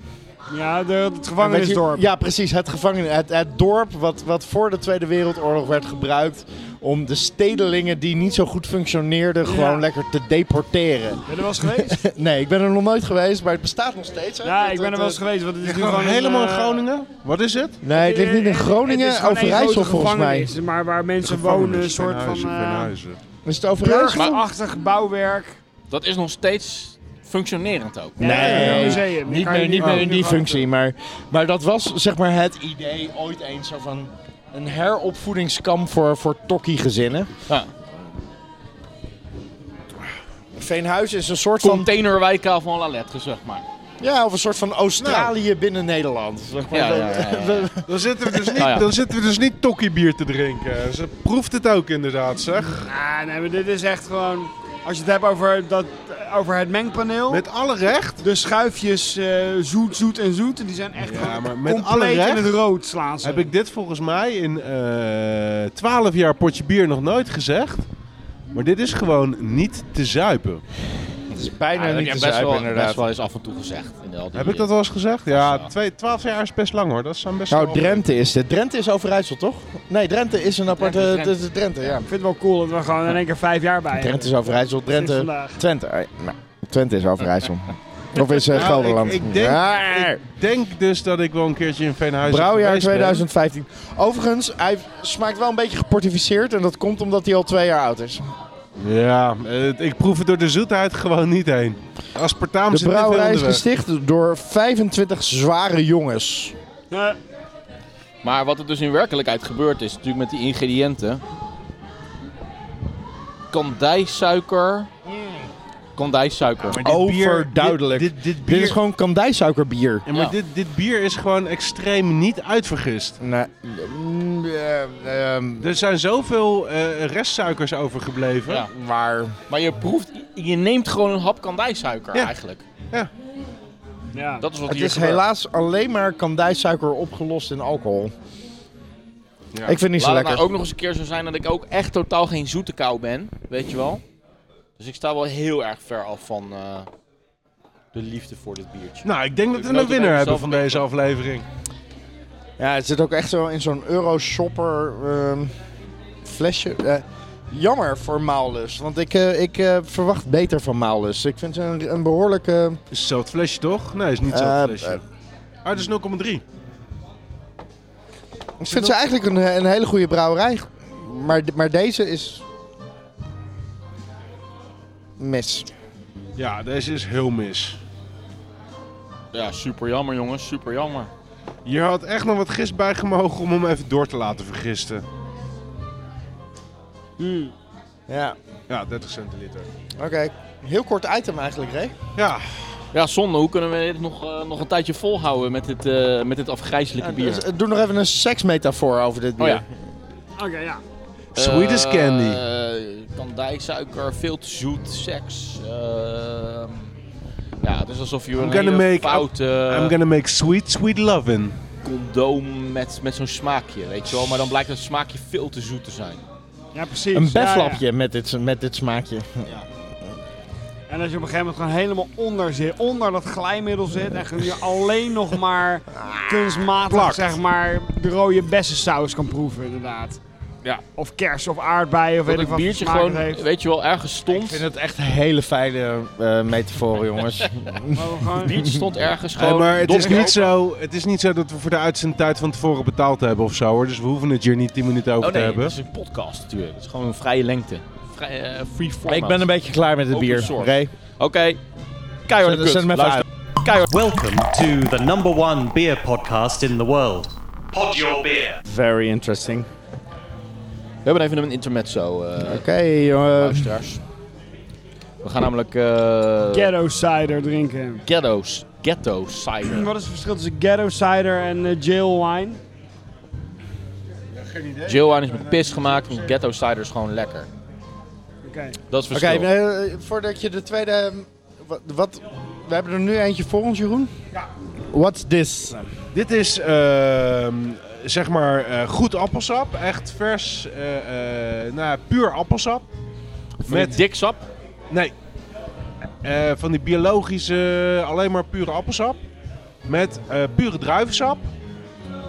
S1: eh, Ja, de, het
S2: Weet je-
S1: gevangenisdorp.
S2: Ja, precies. Het, gevangenis, het, het dorp wat, wat voor de Tweede Wereldoorlog werd gebruikt om de stedelingen die niet zo goed functioneerden gewoon lekker te deporteren.
S1: Ben je er wel eens geweest?
S2: Nee, ik ben er nog nooit geweest, maar het bestaat nog steeds. hè?
S1: ja,
S2: Dat-
S1: ik ben er
S2: dat,
S1: wel eens geweest, want het is nu
S3: Gewoon
S1: gewoon... een,
S3: helemaal in
S1: eh,
S3: Groningen? Wat is het?
S2: eh, Nee, het ligt niet in Groningen,
S1: het is gewoon één
S2: Overijssel
S1: grote
S2: volgens mij.
S1: gevangenis, Maar waar mensen wonen, een soort van... eh
S2: Is het Overijssel?
S1: Burgerachtig bouwwerk.
S4: Dat is nog steeds functionerend ook.
S2: Nee,
S1: Ja, een museum.
S2: niet
S1: Kan je
S2: meer, niet
S1: nu
S2: meer
S1: ook Oh.
S2: in die
S1: nog
S2: functie. Maar, maar dat was zeg maar het idee ooit eens zo van een heropvoedingskamp voor, voor tokkie-gezinnen.
S4: Ja.
S2: Veenhuizen is een soort van
S4: Containerwijka van La Lettre, zeg maar.
S2: Ja, of een soort van Australië binnen Nederland. Zeg maar.
S4: Ja, ja, ja, ja, ja.
S3: Dan zitten we dus niet,
S4: Nou ja.
S3: dan zitten we dus niet tokkiebier te drinken. Ze proeft het ook inderdaad, zeg.
S1: Ah, nee, maar dit is echt gewoon... Als je het hebt over, dat, over het mengpaneel...
S3: Met alle recht.
S1: de schuifjes eh, zoet, zoet en zoet. En die zijn echt
S3: Ja,
S1: gewoon
S3: maar met
S1: compleet
S3: alle recht
S1: in het rood slaan ze.
S3: Heb ik dit volgens mij in eh 12 jaar potje bier nog nooit gezegd. Maar dit is gewoon niet te zuipen.
S2: Het is bijna
S4: Ja, dat heb
S2: niet
S4: je
S2: te
S4: best,
S2: zuipen,
S4: wel,
S2: inderdaad.
S4: best wel eens af en toe gezegd. in al die-
S3: Heb ik dat wel eens gezegd? Ja,
S4: Ja.
S3: twee, 12 jaar is best lang hoor. Dat zijn best
S2: Nou,
S3: wel-
S2: Drenthe is dit. Drenthe is Overijssel, toch? Nee, Drenthe is een aparte...
S4: Drenthe,
S2: Drenthe,
S4: Drenthe.
S2: Drenthe. ja.
S1: Ik vind het wel cool dat we gewoon in één keer vijf jaar bij hebben.
S2: Drenthe is Overijssel,
S1: Sinds
S2: Drenthe...
S1: vandaag.
S2: Twente. Ah, ja, nou, Twente is Overijssel. Of is eh,
S3: Nou,
S2: Gelderland.
S3: ik- ik denk-
S2: Ja.
S3: Ik denk dus dat ik wel een keertje in Veenhuizen
S2: Brouwjaar
S3: geweest ben.
S2: 2015. Overigens, hij smaakt wel een beetje geportificeerd. En dat komt omdat hij al twee jaar oud is.
S3: Ja, eh, ik proef het door de zoetheid gewoon niet heen. Aspartaam
S2: De
S3: zit niet
S2: brouwerij is
S3: onderweg.
S2: gesticht door 25 zware jongens.
S1: Eh,
S4: Maar wat er dus in werkelijkheid gebeurd is, natuurlijk met die ingrediënten. Kandijsuiker.
S3: Mm.
S4: Kandijsuiker.
S3: Maar dit bier-
S2: Overduidelijk.
S3: Dit, dit, dit bier,
S2: Dit is gewoon kandijsuikerbier.
S3: Ja, maar
S4: Ja.
S3: Dit, dit bier is gewoon extreem niet uitvergist.
S2: Nee. mm, eh, ehm,
S3: Er zijn zoveel eh, restsuikers overgebleven.
S4: Ja.
S2: waar?
S4: Maar je proeft, je neemt gewoon een hap kandijsuiker
S3: Ja.
S4: eigenlijk.
S1: ja.
S4: Dat is wat
S2: Het
S4: hier
S2: is
S4: gebeurt.
S2: helaas alleen maar kandijsuiker opgelost in alcohol. Ik vind het niet zo
S4: Laat het
S2: lekker.
S4: nou ook nog eens een keer zo zijn dat ik ook echt totaal geen zoete kou ben, weet je wel. Dus ik sta wel heel erg ver af van eh, de liefde voor dit biertje.
S3: Nou, ik denk dat
S4: Ik
S3: we een
S4: noot hem
S3: winnaar
S4: even
S3: hebben
S4: zelf
S3: van
S4: een
S3: deze aflevering.
S2: Ja, het zit ook echt zo in zo'n euro-shopper ehm, flesje. Eh, jammer voor Maulus, want ik, eh, ik eh, verwacht beter van Maulus. Ik vind ze een, een behoorlijke...
S3: Is hetzelfde flesje toch? Nee, is niet
S2: Eh,
S3: hetzelfde flesje.
S2: eh,
S3: Ah, dat is 0,3.
S2: Ik vind ze eigenlijk een, een hele goede brouwerij. Maar, maar deze is... Mis.
S3: Ja, deze is heel mis.
S4: Ja, super jammer jongens, super jammer.
S3: Je had echt nog wat gist bij gemogen om hem even door te laten vergisten.
S1: Hmm.
S2: Ja.
S3: Ja, 30 centiliter.
S2: Oké. Heel kort item eigenlijk, Ray.
S3: Ja,
S4: Ja, zonde. Hoe kunnen we dit nog, eh, nog een tijdje volhouden met dit, eh, met dit afgrijzelijke bier?
S2: Dus, eh, doe nog even een seksmetafoor over dit bier.
S4: Oh ja.
S1: Oké, ja.
S3: Sweet as candy.
S4: Eh, Kandijsuiker, veel te zoet, seks. ehm, ja, het is alsof je een
S3: gonna
S4: hele
S3: make-
S4: foute
S3: I'm gonna make sweet, sweet love in.
S4: condoom met, met zo'n smaakje, weet je wel. Maar dan blijkt dat smaakje veel te zoet te zijn.
S1: Ja, precies.
S2: Een
S1: Ja, ja.
S2: beflapje Met, dit, met dit smaakje.
S1: En als je op een gegeven moment gewoon helemaal onder zit, onder dat glijmiddel zit en gewoon je alleen nog maar kunstmatig
S3: Plakt.
S1: zeg maar de rode bessensaus kan proeven inderdaad.
S4: Ja.
S1: Of kers of aardbeien of
S4: Dat
S1: weet
S4: het
S1: ik wat
S4: biertje
S1: voor smaak
S4: gewoon,
S1: het heeft.
S4: weet je wel, ergens
S2: Ik
S4: stond.
S2: vind het echt een hele fijne eh metafoor, jongens.
S1: Maar we gewoon-
S4: Het biertje stond ergens
S3: Hey,
S4: gewoon.
S3: maar het is,
S4: donker.
S3: niet zo, het is niet zo dat we voor de uitzendtijd van tevoren betaald hebben of zo hoor. Dus we hoeven het hier niet 10 minuten over
S4: Oh nee,
S3: te hebben.
S4: het is een podcast natuurlijk. Het is gewoon een vrije lengte. Vrij, eh, free format.
S2: ik ben een beetje klaar met het
S4: Open
S2: bier.
S4: source.
S2: Ray,
S4: Oké. Keihard
S2: zet, zet hem even uit.
S7: Welcome to the number one beer podcast in the world. Pod Your Beer.
S2: Very interesting.
S4: We hebben even een intermezzo, eh,
S2: Oké, jongen.
S4: luisteraars. We gaan namelijk eh,
S1: Ghetto cider drinken.
S4: ghetto's, ghetto cider.
S1: Wat is het verschil tussen ghetto cider en eh, jail wine?
S4: Jill wine is met pis gemaakt, want ghetto cider is gewoon lekker.
S1: Oké.
S4: Dat is het
S2: Oké,
S4: verschil.
S2: eh, voordat je de tweede... eh, Wat, wat- we hebben er nu eentje voor ons, Jeroen. What's this?
S3: Dit is ehm, zeg maar eh, goed appelsap. Echt vers, eh, eh, nou, ja, puur appelsap.
S4: met dik sap.
S3: Nee. Eh, van die biologische, alleen maar pure appelsap. Met eh, pure druivensap.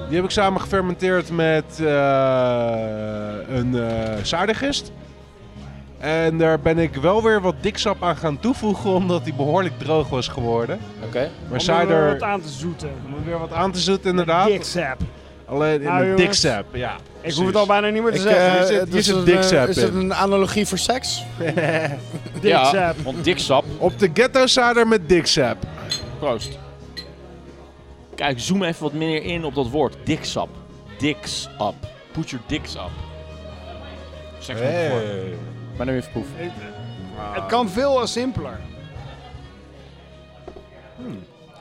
S3: Die heb ik samen gefermenteerd met eh, een eh zuidergist. En daar ben ik wel weer wat diksap aan gaan toevoegen, omdat die behoorlijk droog was geworden.
S4: Oké.
S3: Maar
S1: Om er
S3: zuider...
S1: wat aan te zoeten.
S3: Om er weer wat aan te zetten, inderdaad.
S1: Diksap.
S3: Alleen in
S1: Nou,
S3: de
S1: jongens.
S3: diksap, ja.
S1: Ik hoef het al bijna niet meer te
S2: Ik,
S1: zeggen.
S2: eh,
S3: hier zit-
S2: het
S3: hier zit
S2: een,
S3: dik
S2: eh,
S3: sap
S2: Is
S3: in.
S2: het een analogie voor seks?
S4: eh,
S1: Diksap.
S4: Want dik sap,
S3: Op de ghetto cider met diksap.
S4: proost. Kijk, zoom even wat meer in op dat woord. Dik sap. Dicks up. Put your dicks up. Zeg het nog voor. Maar nu even proeven.
S1: Het kan veel simpeler.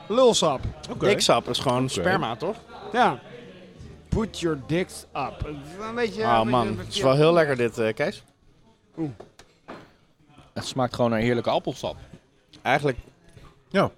S1: Lulsap.
S3: Oké.
S2: sap is gewoon sperma, toch?
S1: Ja. Put your dicks up. Het is Een beetje,
S2: Ah
S1: een beetje-
S2: man,
S1: een
S2: het
S1: beetje-
S2: is wel heel lekker dit, eh, Kees.
S4: Het smaakt gewoon naar heerlijke appelsap.
S2: Eigenlijk.
S3: Ja.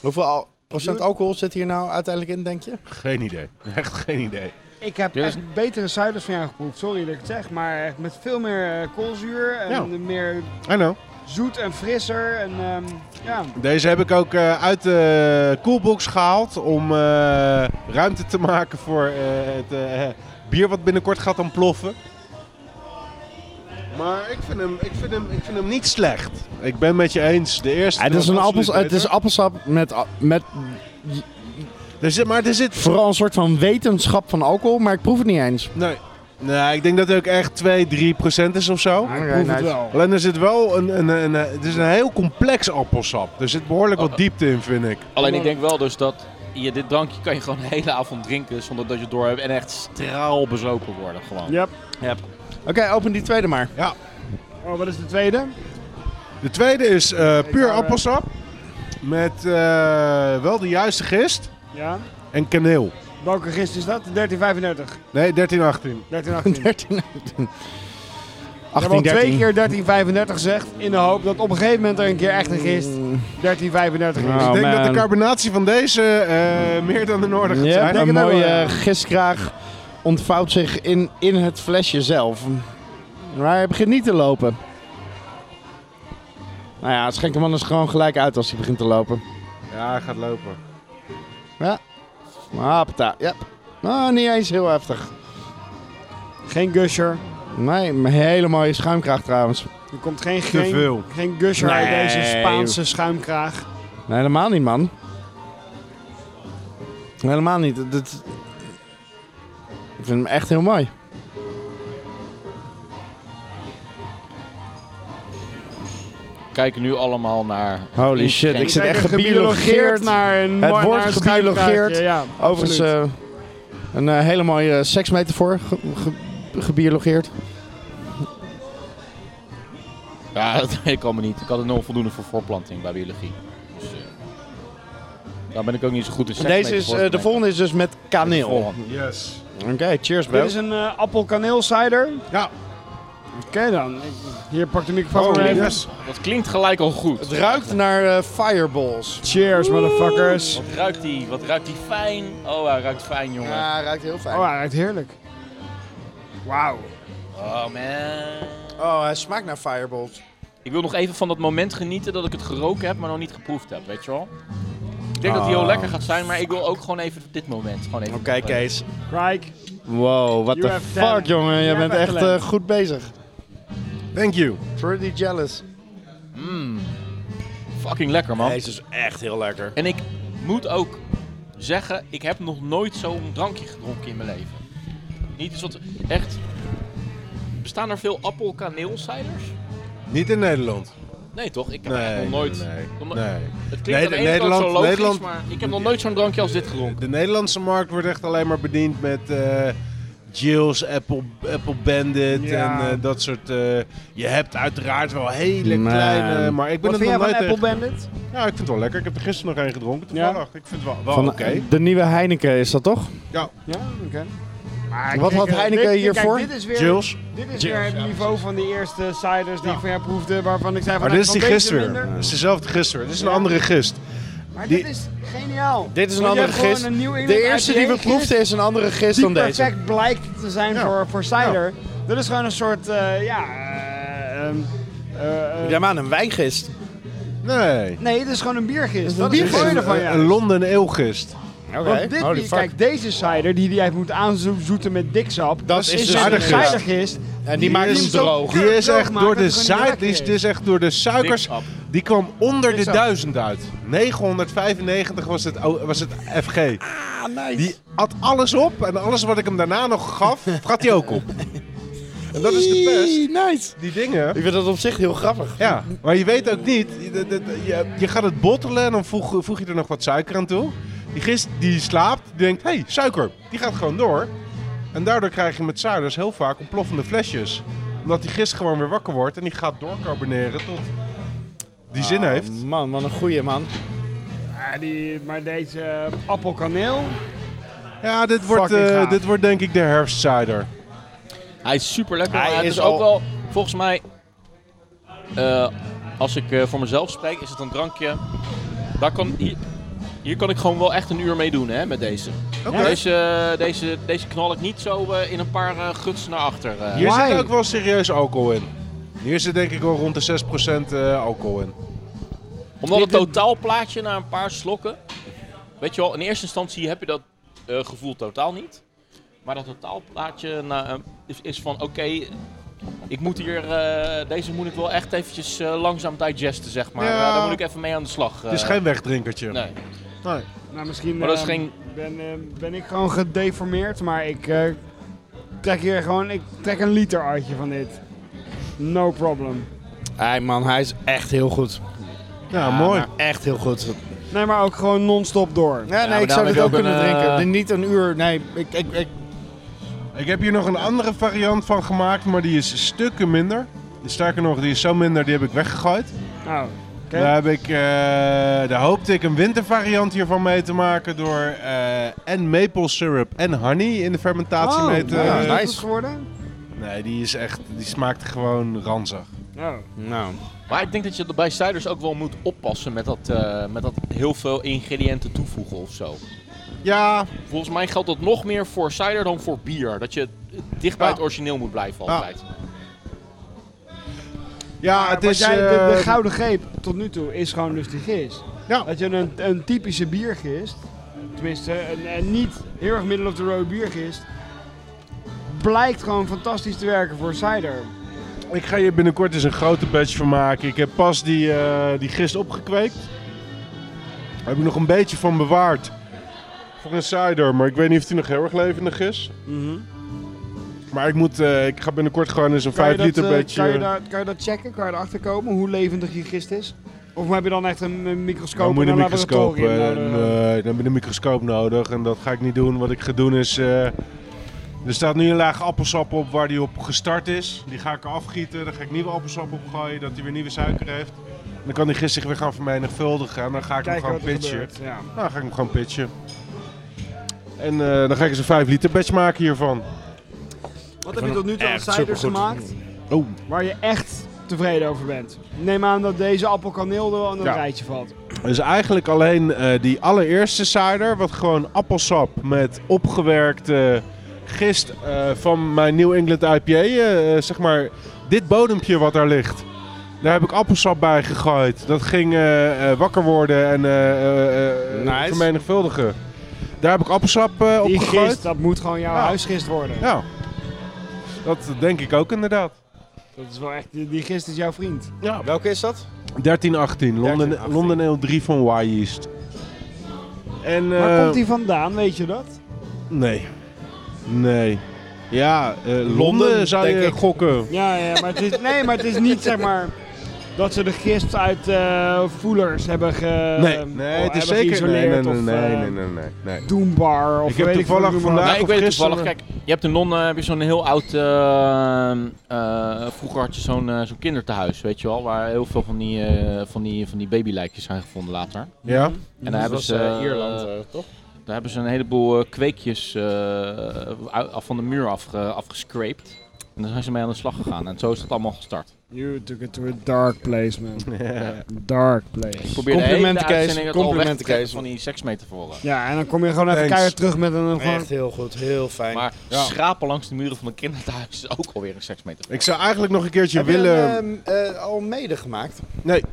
S2: Hoeveel al- procent alcohol zit hier nou uiteindelijk in, denk je?
S3: Geen idee. Echt geen idee.
S1: Ik heb
S4: Dit is-
S1: echt betere ciders van jou geproefd. Sorry dat ik het zeg, maar echt met veel meer eh, koolzuur en
S3: Ja.
S1: meer
S3: I know.
S1: zoet en frisser. En, ehm, ja.
S3: Deze heb ik ook eh, uit de koelbox gehaald om eh, ruimte te maken voor eh, het eh, bier wat binnenkort gaat ontploffen. Maar ik vind, hem, ik, vind hem, ik vind hem niet slecht. Ik ben met je eens. De eerste.
S2: het, is
S3: was
S2: een
S3: absoluut
S2: appels, het is
S3: beter.
S2: appelsap met, a- met
S3: Er zit, maar er zit.
S2: vooral een soort van wetenschap van alcohol, maar ik proef het niet eens.
S3: Nee. nee, ik denk dat het ook echt 2, 3 procent is of zo.
S1: Maar ik
S2: Oké,
S1: proef het
S2: nice.
S1: wel.
S3: Alleen er zit wel een, een, een, een- Het is een heel complex appelsap. Er zit behoorlijk wat diepte in, vind ik.
S4: Alleen ik denk wel dus dat je dit drankje kan je gewoon de hele avond drinken zonder dat je het door hebt en echt straalbezopen worden gewoon.
S1: Yep.
S2: Oké, open die tweede maar.
S1: Oh, wat is de tweede?
S3: De tweede is eh,
S1: hou,
S3: puur
S1: eh,
S3: appelsap. Met eh, wel de juiste gist.
S1: Ja.
S3: En kaneel.
S1: Welke gist is dat? 1335.
S3: Nee, 1318.
S1: 1318.
S2: 13,
S1: Ik heb al
S2: 18,
S1: twee
S2: 13.
S1: keer 1335 gezegd. In de hoop dat op een gegeven moment er een keer echt een gist
S2: Mm.
S1: 1335 is.
S2: Nou,
S3: ik denk dat de
S2: man.
S3: carbonatie van deze eh, meer dan de noorden gaat
S2: nou Ja,
S3: zijn. nou
S2: een
S1: het ook wel,
S2: mooie
S1: ja.
S2: gistkraag ontvouwt zich in, in het flesje zelf. Maar hij begint niet te lopen. Nou ja, schenk hem anders gewoon gelijk uit als hij begint te lopen.
S3: Ja, hij gaat lopen.
S2: Hapta, ja. Nou, niet eens heel heftig.
S1: Geen gusher.
S2: Nee, een hele mooie schuimkraag trouwens.
S1: Er komt geen,
S3: Te
S1: geen,
S3: veel.
S1: geen gusher uit
S2: Nee.
S1: deze Spaanse schuimkraag.
S2: Nee, helemaal niet, man. Helemaal niet. Dit- Ik vind hem echt heel mooi.
S4: Kijken nu allemaal naar...
S2: Holy
S4: Link
S2: shit,
S4: Ken.
S2: ik zit echt
S1: Kijk,
S2: gebiologeerd.
S1: naar een
S2: Het
S1: mooi-
S2: wordt
S1: naar een
S2: gebiologeerd.
S1: schuimkaartje, Ja,
S2: Overigens
S1: absoluut.
S2: eh, een eh, hele mooie eh, seksmetafoor, ge- ge- gebiologeerd.
S4: Ja, dat weet ik allemaal niet. Ik had een onvoldoende voor voorplanting bij biologie. Dus, eh, daar ben ik ook niet zo goed in.
S2: Deze is, eh,
S4: seksmetafoor.
S2: de volgende is dus met kaneel.
S4: Volgende.
S3: Yes.
S2: Oké, cheers bro.
S1: Dit is een eh appelkaneel cider.
S3: Ja.
S1: Oké dan. Ik- Hier, pak de microfoon
S3: Oh,
S1: maar even.
S3: yes.
S4: Dat klinkt gelijk al goed.
S2: Het ruikt naar eh, fireballs.
S1: Cheers, motherfuckers.
S4: Wat ruikt die? Wat ruikt die fijn? Oh, hij ruikt fijn, jongen.
S2: Ja, ruikt heel fijn.
S1: Oh, hij ruikt heerlijk. Wauw.
S4: Oh, man.
S2: Oh, hij smaakt naar fireballs.
S4: Ik wil nog even van dat moment genieten dat ik het gerookt heb, maar nog niet geproefd heb, weet je wel? Ik denk dat
S3: Ah.
S4: die heel lekker gaat zijn, maar ik wil ook gewoon even dit moment. Gewoon even
S3: Oh,
S2: Oké, Kees.
S1: Rijk.
S2: Wow, what
S1: You
S2: the
S1: have
S2: fuck,
S1: talent.
S2: jongen. Jij
S1: You
S2: bent
S1: have
S2: echt eh,
S1: talent.
S2: goed bezig.
S3: Thank you.
S2: Pretty jealous.
S4: Fucking lekker, man.
S2: is echt heel lekker.
S4: En ik moet ook zeggen, ik heb nog nooit zo'n drankje gedronken in mijn leven. Niet iets wat echt. Bestaan er veel appelkaneelciders?
S3: Niet in Nederland.
S4: Nee, toch? Ik heb
S3: Nee.
S4: echt nog nooit.
S3: Nee.
S4: nog no-
S3: nee.
S4: Het klinkt
S3: Nee,
S4: aan de ene
S3: Nederland-
S4: kant zo logisch,
S3: Nederland-
S4: maar ik heb nog nooit zo'n drankje als dit gedronken.
S3: De Nederlandse markt wordt echt alleen maar bediend met eh Jills, Apple, Apple Bandit
S1: Ja.
S3: en eh, dat soort. eh, je hebt uiteraard wel hele
S2: Man.
S3: kleine, maar ik ben
S1: Wat
S3: het
S1: vind jij
S3: nog
S1: van
S3: nooit
S1: Apple
S3: tegen-
S1: Bandit?
S3: Ja, ik vind het wel lekker. Ik heb er gisteren nog één gedronken.
S1: Ja.
S3: Toevallig. Ik vind het wel, wel
S2: Van
S3: oké.
S2: de nieuwe Heineken is dat toch?
S1: Ja, oké. eh,
S2: Wat had Heineken hiervoor?
S1: Dit is weer,
S3: Jills.
S1: Dit is
S3: Jills,
S1: weer het niveau van die eerste ciders die ik van jou proefde, waarvan ik zei van...
S3: Maar
S1: nou,
S3: dit is
S1: van
S3: die
S1: deze
S3: gisteren.
S1: minder.
S3: Dat is dezelfde gisteren. Dit is
S1: Ja.
S3: een andere gist.
S1: Maar
S3: Die-
S1: dit is geniaal.
S2: Dit is een
S1: Want je hebt
S2: andere
S1: gewoon
S2: gist.
S1: een New England
S2: De eerste die we
S1: IPA
S2: proefden is een andere gist
S1: die
S2: dan deze.
S1: perfect blijkt te zijn
S3: Ja.
S1: voor, voor cider. Dit is gewoon een soort, eh, ja... eh, ehm, eh, eh,
S2: Ja, maar een wijngist.
S3: Nee.
S1: Nee, dit is gewoon een biergist.
S2: een
S1: Dat is het
S2: biergist.
S1: mooie ervan,
S3: Een,
S1: ja.
S3: een Londen eelgist.
S1: Want dit, bier- kijk, deze cider die hij moet aanzoeten met diksap,
S2: Dat is
S1: is
S2: dus
S1: een
S3: cider
S2: aardig.
S3: gist.
S1: cidergist.
S2: En die maakt
S1: is
S2: hem
S1: zo-
S2: droog.
S3: Die is
S1: droog
S3: echt
S1: maken,
S3: door de
S1: dat het gewoon niet
S3: zaad, die is,
S1: lekker
S3: die is echt door de suikers.
S4: Diksap.
S3: Die kwam onder de
S1: Diksap.
S3: 1000 uit. 995 was het, o- was het FG.
S2: Ah, nice.
S3: Die at alles op en alles wat ik hem daarna nog gaf, gaat hij ook op. En dat is de pest.
S2: Nice.
S3: Die dingen.
S2: Ik vind dat op zich heel grappig.
S3: Ja, maar je weet ook niet. Je, dat- dat- je, je gaat het bottelen en dan voeg, voeg je er nog wat suiker aan toe. Die gist die slaapt, die denkt: hé, hey, suiker. Die gaat gewoon door. En daardoor krijg je met zuiders heel vaak ontploffende flesjes. Omdat die gist gewoon weer wakker wordt en die gaat doorcarboneren tot die zin heeft.
S2: Oh, Man, wat een goeie man.
S1: Ja, die, maar deze eh, appelkaneel.
S3: Ja, dit wordt,
S1: Fucking
S3: eh,
S1: gaaf.
S3: dit wordt denk ik de herfstzuider.
S4: Hij is super lekker.
S2: Hij
S4: maar het
S2: is
S4: is, ook
S2: al-
S4: wel, volgens mij, eh, als ik eh, voor mezelf spreek, is het een drankje. Daar kan, hier, hier kan ik gewoon wel echt een uur mee doen hè, met deze. Deze, deze. Deze knal ik niet zo eh, in een paar eh, guts naar achter. eh.
S3: Hier
S1: Why?
S3: zit ook wel serieus alcohol in. Hier zit denk ik wel rond de 6% eh, alcohol in.
S4: Omdat het totaalplaatje na een paar slokken. Weet je wel, in eerste instantie heb je dat eh, gevoel totaal niet. Maar dat totaalplaatje na, eh, is, is van oké. ik moet hier, eh, deze moet ik wel echt eventjes eh, langzaam digesten, zeg maar.
S3: Ja.
S4: Eh, daar moet ik even mee aan de slag.
S3: Het is
S4: eh.
S3: geen wegdrinkertje.
S4: Nee.
S3: Nee.
S1: Nou, misschien
S4: Maar dat is
S1: eh,
S4: geen-
S1: ben, eh, ben ik gewoon gedeformeerd, maar ik eh, trek hier gewoon ik trek een liter uitje van dit. No problem.
S2: Hé man, hij is echt heel goed.
S3: Ja, Nou, mooi.
S2: maar echt heel goed.
S1: Nee, maar ook gewoon non-stop door.
S2: Ja, nee,
S4: maar daarom
S2: ik zou
S4: heb
S2: dit
S4: je
S2: ook,
S4: ook
S2: kunnen
S4: een, eh,
S2: drinken. Niet een uur, nee. Ik, ik, ik,
S3: Ik heb hier nog een andere variant van gemaakt, maar die is stukken minder. Sterker nog, die is zo minder, die heb ik weggegooid.
S1: Nou,
S2: Oh,
S1: oké.
S3: Daar, heb ik, eh, daar hoopte ik een wintervariant hiervan mee te maken door eh, en maple syrup en honey in de fermentatie
S1: Oh,
S3: mee te...
S1: nou,
S2: ja,
S1: is dat
S2: nice.
S1: het geworden?
S3: Nee, die is echt, die smaakt gewoon ranzig.
S1: Nou,
S2: nou.
S4: Maar ik denk dat je er bij ciders ook wel moet oppassen met dat, eh, met dat heel veel ingrediënten toevoegen of zo.
S3: Ja,
S4: Volgens mij geldt dat nog meer voor cider dan voor bier. Dat je dicht bij
S3: Ja.
S4: het origineel moet blijven
S3: Ja.
S4: altijd.
S3: ja
S1: maar
S3: het
S1: wat
S3: is...
S1: jij, de, de
S3: eh,
S1: gouden greep tot nu toe is gewoon dus die gist.
S3: Ja.
S1: Dat je een, een typische biergist, tenminste een, een niet heel erg middle of the road biergist, blijkt gewoon fantastisch te werken voor cider.
S3: Ik ga hier binnenkort eens een grote batch van maken. Ik heb pas die, eh, die gist opgekweekt. Daar heb ik nog een beetje van bewaard. Voor een cider, maar ik weet niet of die nog heel erg levendig is.
S1: Mhm.
S3: Maar ik, moet, eh, ik ga binnenkort gewoon eens een 5
S1: je
S3: liter
S1: dat, eh,
S3: beetje...
S1: Kan je, daar, kan je dat checken? Kan je erachter komen hoe levendig je gist is? Of heb je dan echt een eh, microscoop
S3: Dan Nou, moet je
S1: en
S3: een microscoop.
S1: laboratorium
S3: eh,
S1: nodig?
S3: nee, dan heb je een microscoop nodig en dat ga ik niet doen. Wat ik ga doen is. eh, er staat nu een laag appelsap op waar die op gestart is. Die ga ik eraf gieten. Daar ga ik nieuwe appelsap op gooien, dat hij weer nieuwe suiker heeft. En dan kan die gist zich weer gaan vermenigvuldigen en dan ga ik
S1: Kijken
S3: hem
S1: wat er
S3: gewoon pitchen.
S1: gebeurt. Ja.
S3: Nou, dan ga ik hem gewoon pitchen. En eh, dan ga ik eens een 5 liter batch maken hiervan.
S1: Wat heb je tot nu toe aan
S2: echt
S1: ciders
S2: supergoed.
S1: gemaakt
S3: Oh.
S1: waar je echt tevreden over bent? Neem aan dat deze appelkaneel er wel in een
S3: Ja.
S1: rijtje valt.
S3: Dus eigenlijk alleen eh, die allereerste cider, wat gewoon appelsap met opgewerkte gist eh, van mijn New England IPA, eh, eh, zeg maar dit bodempje wat daar ligt. Daar heb ik appelsap bij gegooid. Dat ging eh, eh, wakker worden en eh, eh, eh,
S2: Nice.
S3: vermenigvuldigen. Daar heb ik appelsap eh, op
S1: Die
S3: gegooid.
S1: gist, dat moet gewoon jouw
S3: Ja.
S1: huisgist worden.
S3: Ja, dat denk ik ook inderdaad.
S1: Dat is wel echt, die die gist is jouw vriend.
S3: Ja.
S2: Welke is dat?
S3: 1318, Londen,
S2: 13-18.
S3: Londen Ale 3 van Y-Yeast. En,
S1: Waar
S3: eh,
S1: komt die vandaan, weet je dat?
S3: Nee. Nee. Ja, eh, Londen,
S2: Londen,
S3: zou je
S2: denk ik.
S3: gokken.
S1: Ja, ja maar het is, nee, maar het is niet zeg maar dat ze de gist uit eh, voelers hebben ge,
S2: Eh,
S1: oh,
S3: Nee,
S2: oh,
S3: nee het is
S1: hebben
S3: zeker... Nee, nee,
S1: geïsoleerd
S3: nee,
S1: of,
S3: nee,
S1: eh,
S3: nee, nee, nee, nee.
S1: Doombar of
S3: Ik heb
S1: weet
S3: toevallig
S1: veel hoe die man-
S3: vandaag-
S4: Nee, ik weet het toevallig.
S3: gisteren-
S4: Kijk, je hebt in Londen heb je zo'n heel oud. eh, eh, vroeger had je zo'n eh, zo'n kindertehuis, weet je wel. Waar heel veel van die, eh, van die, van die babylijkjes zijn gevonden later.
S3: Ja?
S4: En daar hebben ze. eh,
S2: toch?
S4: Daar hebben ze een heleboel eh, kweekjes eh, uit- af van de muur afge, afgescraped. En daar zijn ze mee aan de slag gegaan. En zo is het allemaal gestart.
S1: You took it to a dark place, man. Dark place.
S4: Ik probeer de hele
S2: Complimenten, Kees.
S4: uitzending het al weg te
S2: Complimenten,
S4: trekken
S2: Kees.
S4: van die seksmetaforen.
S1: Ja, en dan kom je gewoon even
S2: Thanks.
S1: keihard terug met een...
S2: Echt heel goed, heel fijn.
S4: Maar schrapen langs de muren van een kinderthuis is ook alweer een seksmetafoor.
S3: Ik zou eigenlijk nog een keertje
S2: Heb je
S3: willen...
S2: hem, eh, eh, al mede gemaakt?
S3: Nee.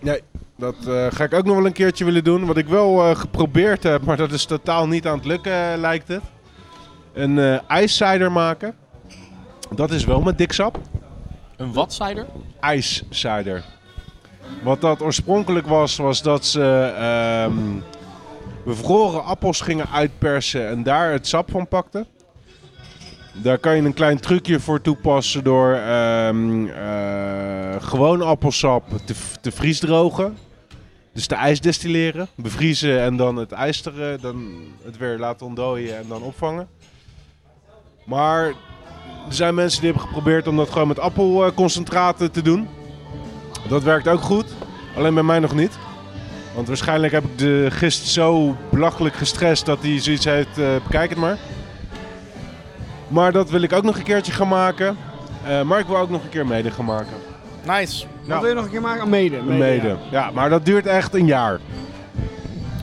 S3: Nee. Dat eh, ga ik ook nog wel een keertje willen doen. Wat ik wel eh, geprobeerd heb, maar dat is totaal niet aan het lukken, eh, lijkt het. Een eh ijscider maken. Dat is wel met diksap.
S4: Een watsider?
S3: ijscider. Wat dat oorspronkelijk was, was dat ze ehm, bevroren appels gingen uitpersen en daar het sap van pakten. Daar kan je een klein trucje voor toepassen door ehm, eh, gewoon appelsap te, te vriesdrogen. Dus te ijsdestilleren, bevriezen en dan het ijs er, eh, dan het weer laten ontdooien en dan opvangen. Maar er zijn mensen die hebben geprobeerd om dat gewoon met appelconcentraten eh, te doen. Dat werkt ook goed. Alleen bij mij nog niet. Want waarschijnlijk heb ik de gist zo belachelijk gestrest dat hij zoiets heeft. eh bekijk het maar. Maar dat wil ik ook nog een keertje gaan maken. Eh, maar ik wil ook nog een keer mede gaan maken.
S2: Nice.
S1: Wat wil je nog een keer maken? Mede.
S3: Mede.
S1: ja.
S3: Ja. maar dat duurt echt een jaar.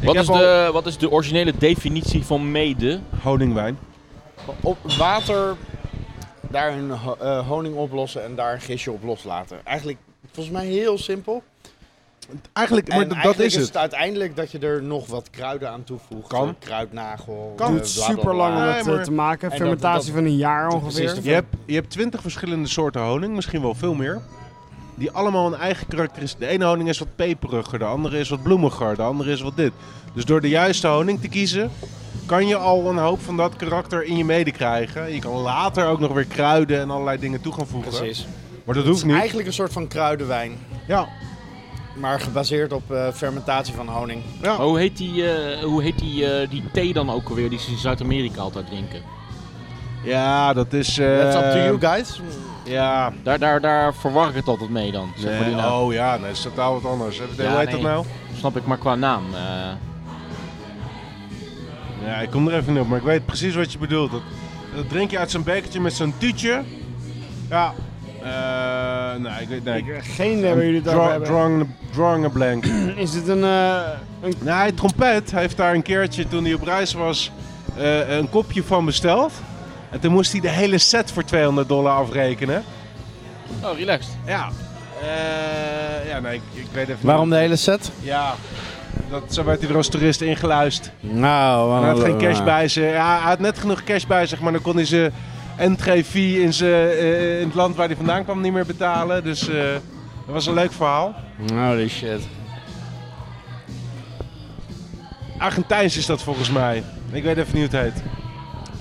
S4: Wat
S3: heb
S4: is,
S3: al-
S4: de, wat is de originele definitie van mede?
S3: Honingwijn.
S2: Op water, daar een ho- eh, honing oplossen en daar een gistje op loslaten. Eigenlijk, volgens mij heel simpel.
S3: Eigenlijk, maar
S2: en
S3: d- dat
S2: eigenlijk
S3: is het.
S2: uiteindelijk dat je er nog wat kruiden aan toevoegt.
S3: Kan.
S2: Kruidnagel.
S3: Kan.
S2: eh,
S1: Duurt
S2: bla, bla, bla.
S1: super lang om
S3: Nee,
S1: dat eh,
S3: maar-
S1: te maken.
S2: En dat-
S1: Fermentatie
S2: dat-
S1: van een jaar
S2: Precies,
S1: ongeveer.
S2: de-
S3: Je hebt, je hebt 20 verschillende soorten honing, misschien wel veel meer. Die allemaal een eigen karakteristiek. De ene honing is wat peperiger, de andere is wat bloemiger, de andere is wat dit. Dus door de juiste honing te kiezen, kan je al een hoop van dat karakter in je mede krijgen. Je kan later ook nog weer kruiden en allerlei dingen toe gaan voegen.
S2: Precies.
S3: Maar dat hoeft niet.
S2: Eigenlijk een soort van kruidenwijn.
S3: Ja,
S2: Maar gebaseerd op eh, fermentatie van honing.
S3: Ja.
S4: Hoe heet, die, eh, hoe heet die, eh, die thee dan ook alweer die ze in Zuid-Amerika altijd drinken?
S3: ja dat is. eh,
S2: That's up to you guys.
S3: Ja,
S4: Daar, daar, daar verwar ik het altijd mee dan. Zeg maar die
S3: nee,
S4: naam.
S3: oh ja, nee, dat is totaal wat anders. Hoe
S4: Ja,
S3: heet dat
S4: nee.
S3: nou?
S4: Snap ik maar qua naam. eh.
S3: Ja, ik kom er even niet op, maar ik weet precies wat je bedoelt. Dat, dat drink je uit zo'n bekertje met zo'n tuutje. Ja. eh nee, ik weet nee.
S1: Ik heb geen idee waar jullie het over
S3: Dra-
S1: hebben.
S3: drang- drang a blank.
S1: Is het een... eh, een
S3: nee, Trompet heeft daar een keertje toen hij op reis was eh, een kopje van besteld. En toen moest hij de hele set voor 200 dollar afrekenen.
S4: Oh, relaxed.
S3: Ja. Eh, ja, nee, ik, ik weet even
S2: Waarom
S3: niet.
S2: de hele set?
S3: Ja. Dat, zo werd hij er als toerist ingeluist.
S2: Nou,
S3: Hij had geen cash bij zich. Ja, hij had net genoeg cash bij zich, maar dan kon hij zijn entree fee in, zijn, eh, in het land waar hij vandaan kwam niet meer betalen. Dus eh, dat was een leuk verhaal.
S2: Holy shit.
S3: Argentijns is dat volgens mij. Ik weet even niet hoe het heet.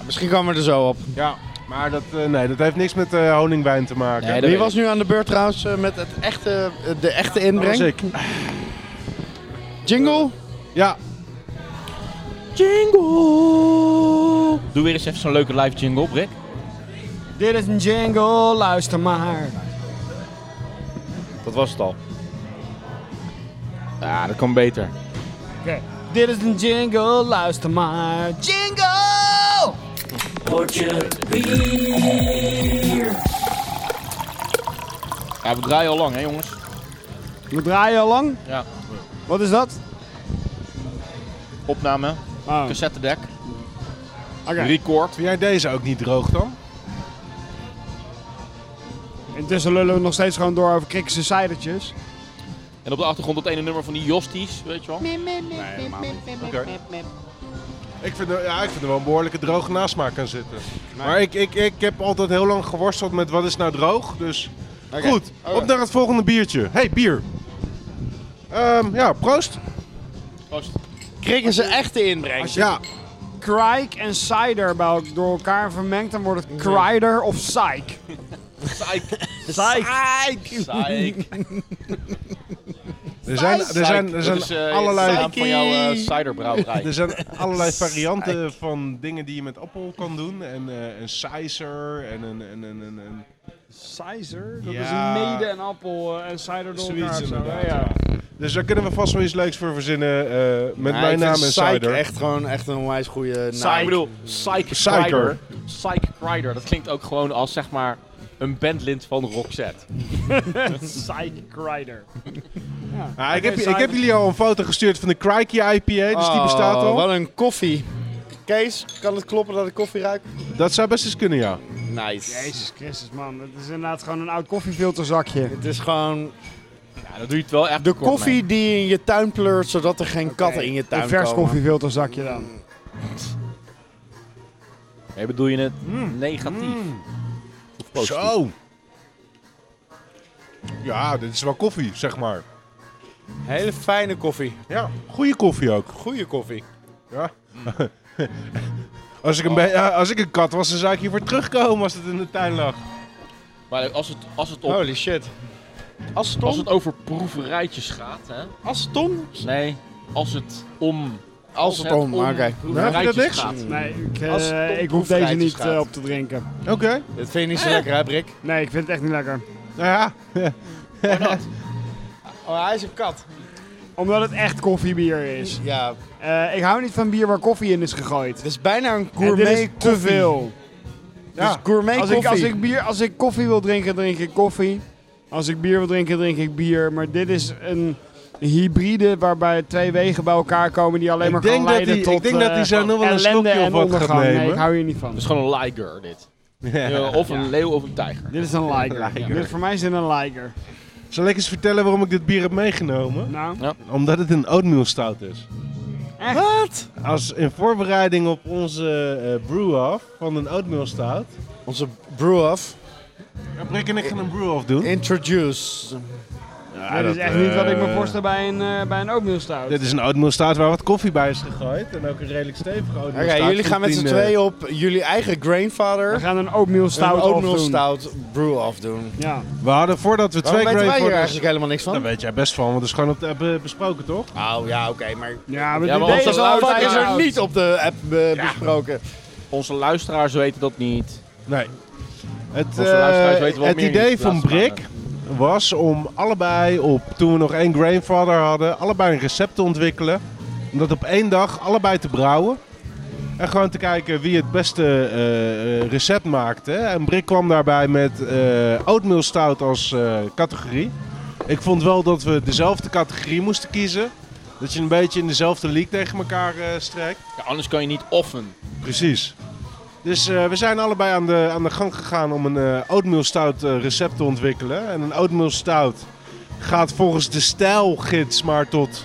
S2: Misschien komen we er zo op.
S3: Ja. Maar dat, eh, nee, dat heeft niks met eh, honingwijn te maken.
S4: Nee, dat
S2: Wie
S4: weet
S2: was nu aan de beurt trouwens eh, met het echte, eh, de echte
S3: Dat was
S2: inbreng?
S3: ik.
S2: Jingle?
S3: Ja,
S4: Jingle! Doe weer eens even zo'n leuke live jingle, Rick.
S1: Dit is een jingle, luister maar.
S2: Dat was het al.
S4: Ja, dat kan beter.
S1: Dit is een jingle, luister maar. Jingle!
S4: Ja, we draaien al lang, hè jongens?
S1: We draaien al lang.
S4: Ja.
S1: Wat is dat?
S4: Opname,
S1: Oh,
S4: cassettedek,
S1: oké.
S4: record.
S3: vind jij deze ook niet droog dan?
S1: Intussen lullen we nog steeds gewoon door over krikkers en cidertjes.
S4: En op de achtergrond dat ene nummer van die Josties, weet je wel?
S3: Ik vind, er, ja, ik vind er wel een behoorlijke droge nasmaak aan zitten. Maar ik, ik, ik heb altijd heel lang geworsteld met wat is nou droog. Dus goed, op naar het volgende biertje. hey, bier. Ehm, ja, proost.
S4: Proost.
S2: Kregen ze echte inbreng?
S3: Ja,
S1: Krijk en cider bij el- door elkaar vermengd, dan wordt het krijder of psych.
S4: Psych.
S3: er zijn, er zijn, er
S4: Dat
S3: zijn
S4: is, eh, de
S3: allerlei... Dus-
S4: naam van jouw eh, ciderbrouwerij.
S3: Er zijn allerlei varianten van dingen die je met appel kan doen. En eh, een sizer en een... En, en, en, en.
S1: Cider?
S3: Dat is Ja. een mede eh,
S1: en appel en cider
S3: door Zoiets elkaar of zo, inderdaad, hè? Ja. Dus daar kunnen we vast wel iets leuks voor verzinnen. eh, met mijn naam en cider.
S2: echt gewoon echt een onwijs goede naam.
S4: Psych. Ik bedoel, Psych
S3: Psycher.
S4: Crider. Psych Crider, dat klinkt ook gewoon als zeg maar een bandlint van Roxette.
S1: Psych Crider.
S3: Ah, ik, heb,
S1: Oké,
S3: ik heb
S1: cider.
S3: jullie al een foto gestuurd van de Crikey IPA, dus die bestaat al.
S2: Oh, Wat een koffie. Kees, kan het kloppen dat ik koffie ruik?
S3: Dat zou best eens kunnen, ja.
S2: Nice.
S1: Jezus Christus, man. Het is inderdaad gewoon een oud koffiefilterzakje.
S2: Het is gewoon
S4: Ja, dat doe je het wel echt
S2: de
S4: kort mee.
S2: koffie die je in je tuin pleurt, zodat er geen katten in je tuin
S1: Een vers
S2: komen.
S1: koffiefilterzakje dan.
S4: Nee, bedoel je het negatief? Of positief?
S3: Zo. Ja, dit is wel koffie, zeg maar.
S2: Hele fijne koffie.
S3: Ja, goede koffie ook.
S2: Goede koffie.
S3: Ja. als, ik een be- ja, als ik een kat was, dan zou ik hiervoor terugkomen als het in de tuin lag.
S4: Maar als het, als het, op,
S2: Holy shit.
S4: als het over proeverijtjes gaat, hè?
S2: Aston?
S4: Nee, als het om...
S2: Als het om, oké.
S4: proeverijtjes
S3: Nou, heb je dat
S4: gaat.
S1: Nee, ik, eh,
S2: Als het om
S1: ik hoef deze niet
S2: proefrijtjes
S1: eh,
S2: gaat.
S1: op te drinken.
S3: Oké.
S2: Dit vind je niet zo lekker, hè, Brik?
S1: Nee, ik vind het echt niet lekker.
S3: Nou ja.
S2: Oh, hij is een kat.
S1: Omdat het echt koffiebier is.
S2: Ja, het
S1: Eh, ik hou niet van bier waar koffie in is gegooid.
S2: is bijna een
S1: En
S2: gourmet
S1: dit is te veel.
S2: Dus gourmet
S1: Als ik,
S2: koffie.
S1: als, ik bier, als ik koffie wil drinken, drink ik koffie. Als ik bier wil drinken, drink ik bier. Maar dit is een hybride waarbij twee wegen bij elkaar komen die alleen
S3: Ik
S1: maar
S3: denk
S1: gaan
S3: dat
S1: leiden
S3: die- ik
S1: tot
S3: denk dat die
S1: eh,
S3: zo nog wel een
S1: ellende
S3: slokje of
S1: en
S3: wat gaat
S1: ondergang. Nee,
S3: nemen.
S1: ik hou hier niet van.
S4: Dat is gewoon een liger, dit. Ja, Of een leeuw of een tijger.
S1: Dit is een liker.
S3: Liger.
S1: Dit, voor mij is dit een liker.
S3: Zal ik eens vertellen waarom ik dit bier heb meegenomen?
S1: Nou,
S3: Omdat het een oatmeal stout is.
S1: Echt?
S3: Wat? Als in voorbereiding op onze eh brew-off van een oatmeal stout.
S2: Onze brew-off.
S3: Ja, Brik en ik gaan een brew-off doen.
S2: Introduce.
S3: Ja,
S1: dit
S3: dat,
S1: is echt niet wat ik me
S3: eh,
S1: voorstel bij een, eh bij een oatmeal stout.
S3: Dit is een oatmeal stout waar wat koffie bij is gegooid. En ook een redelijk stevige oatmeal
S2: Oké,
S3: stout
S2: jullie
S3: van eh,
S2: gaan met z'n
S3: 10,
S2: tweeën op jullie
S1: We
S2: eigen grandfather
S1: gaan een oatmeal
S2: een
S1: stout
S2: oatmeal
S1: opdoen.
S2: stout brew-off doen.
S1: Ja.
S3: eh, We hadden voordat we twee
S2: Waarom weten wij
S3: Grey
S2: hier
S3: Fortress...
S2: eigenlijk helemaal niks
S3: Daar
S2: van?
S3: weet jij best van, want dat is gewoon op de app eh, besproken, toch?
S2: Oh ja, oké, maar...
S1: Ja, maar,
S4: Ja, maar
S1: dit
S4: onze
S1: deze is al
S4: luid-
S2: Fuck
S1: vijf
S2: is
S1: jaar
S2: er
S1: oud.
S2: niet op de app eh, besproken.
S4: Onze luisteraars weten dat niet.
S3: Nee. Het,
S4: Onze luisteraars
S3: eh,
S4: weten wel
S3: het
S4: meer
S3: idee
S4: niet,
S3: van
S4: laatste
S3: Brik was om allebei op, toen we nog één Grandfather hadden, allebei een recept te ontwikkelen. Om dat op één dag allebei te brouwen. En gewoon te kijken wie het beste eh, eh, recept maakte. En Brik kwam daarbij met eh oatmeal stout als eh, categorie. Ik vond wel dat we dezelfde categorie moesten kiezen. Dat je een beetje in dezelfde league tegen elkaar eh, strekt.
S4: Ja, anders kan je niet offen.
S3: Precies. Dus eh, we zijn allebei aan de, aan de gang gegaan om een eh oatmeal stout eh, recept te ontwikkelen. En een oatmeal stout gaat volgens de stijlgids maar tot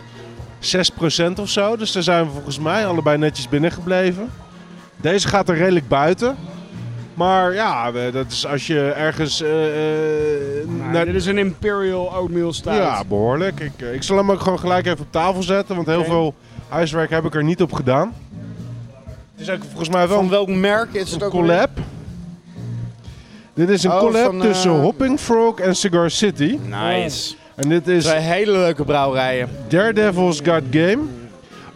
S3: 6% of zo. Dus daar zijn we volgens mij allebei netjes binnengebleven. Deze gaat er redelijk buiten. Maar ja, we- dat is als je ergens... eh, eh,
S1: Nou,
S3: naar-
S1: dit is een imperial oatmeal stout.
S3: ja, behoorlijk. Ik, eh, ik zal hem ook gewoon gelijk even op tafel zetten. Want heel
S1: Oké.
S3: veel Huiswerk heb ik er niet op gedaan. Het is ook volgens mij wel
S2: Van
S3: een
S2: welk merk is het ook alweer?
S3: collab. Dit is een
S2: Oh,
S3: collab
S2: van, eh,
S3: tussen Hopping Frog en Cigar City.
S2: Nice.
S3: En dit is
S2: Twee hele leuke brouwerijen.
S3: Daredevil's Got Game.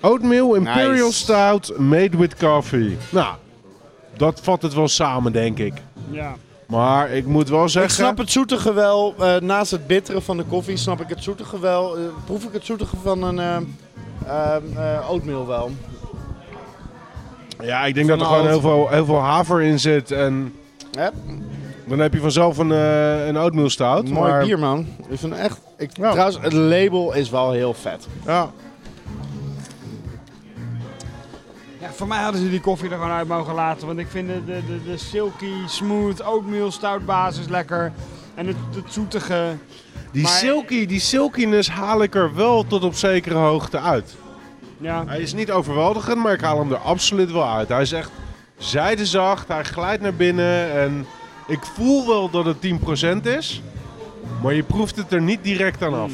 S3: Oatmeal Imperial
S2: Nice.
S3: Stout made with coffee. Nou, dat vat het wel samen, denk ik.
S1: Ja.
S3: Maar ik moet wel
S2: Ik
S3: zeggen...
S2: snap het zoetige wel. eh, naast het bittere van de koffie snap ik het zoetige wel. eh, proef ik het zoetige van een eh eh, eh, oatmeal wel.
S3: Ja, ik denk dat er
S2: Van
S3: gewoon heel veel, heel veel haver in zit. En
S2: Hè?
S3: dan heb je vanzelf een, eh een oatmeal stout.
S2: Mooi
S3: maar-
S2: bier, man. Ik vind het echt... Ik,
S3: Ja.
S2: Trouwens, het label is wel heel vet.
S3: Ja.
S1: Ja, voor mij hadden ze die koffie er gewoon uit mogen laten. Want ik vind de, de, de, de silky, smooth, oatmeal stout basis lekker. En het, het zoetige.
S3: Die,
S1: Maar-
S3: silky, die silkiness haal ik er wel tot op zekere hoogte uit.
S1: Ja.
S3: Hij is niet overweldigend, maar ik haal hem er absoluut wel uit. Hij is echt zijdezacht, hij glijdt naar binnen. En ik voel wel dat het 10% is, maar je proeft het er niet direct aan af.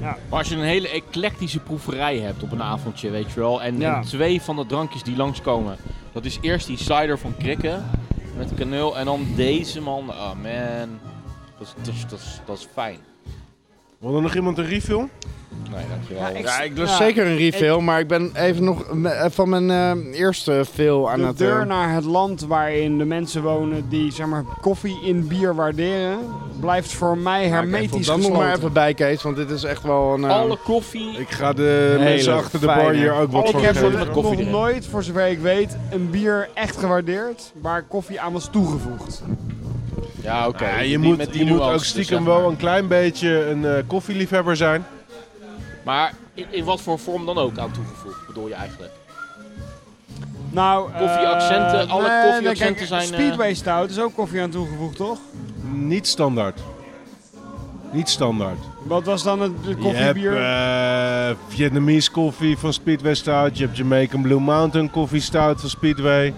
S4: Maar als je een hele eclectische proeverij hebt op een avondje, weet je wel. En,
S1: Ja.
S4: en twee van de drankjes die langskomen. Dat is eerst die cider van Krikken met kaneel. En dan deze man. Oh man. Dat is, dat is, dat is, dat is fijn.
S3: Wil er nog iemand een refill?
S4: Nee, dankjewel.
S1: Ja, ik-
S2: Ja, ik lust
S1: Ja.
S2: zeker een refill, maar ik ben even nog me- van mijn eh, eerste veel aan
S1: de
S2: het... eh,
S1: deur naar het land waarin de mensen wonen die zeg maar, koffie in bier waarderen, blijft voor mij
S2: Ja, oké,
S1: hermetisch
S2: Dan nog
S1: gesloten.
S2: maar even bij, Kees, want dit is echt wel een... eh,
S4: Alle koffie.
S3: Ik ga de
S2: Hele
S3: mensen achter de bar
S2: fijne.
S3: hier ook wat
S1: Ik
S3: van
S1: heb
S3: geven.
S4: met
S1: nog
S4: koffie erin.
S1: nooit, voor zover ik weet, een bier echt gewaardeerd waar koffie aan was toegevoegd.
S4: Ja, oké.
S3: Ja, je
S4: Die
S3: moet,
S4: met die
S3: je moet
S4: nuance,
S3: ook
S4: dus,
S3: stiekem
S4: zeg
S3: wel
S4: maar.
S3: een klein beetje een eh, koffieliefhebber zijn.
S4: Maar in, in wat voor vorm dan ook aan toegevoegd, bedoel je eigenlijk?
S1: Nou, eh,
S4: Koffieaccenten, alle
S1: nee,
S4: koffieaccenten
S1: kijk,
S4: zijn, eh,
S1: Speedway Stout is ook koffie aan toegevoegd, toch?
S3: Niet standaard. Niet standaard.
S1: Wat was dan het de
S3: Je hebt
S1: koffiebier?
S3: eh, Vietnamese koffie van Speedway Stout. Je hebt Jamaican Blue Mountain koffie stout van Speedway.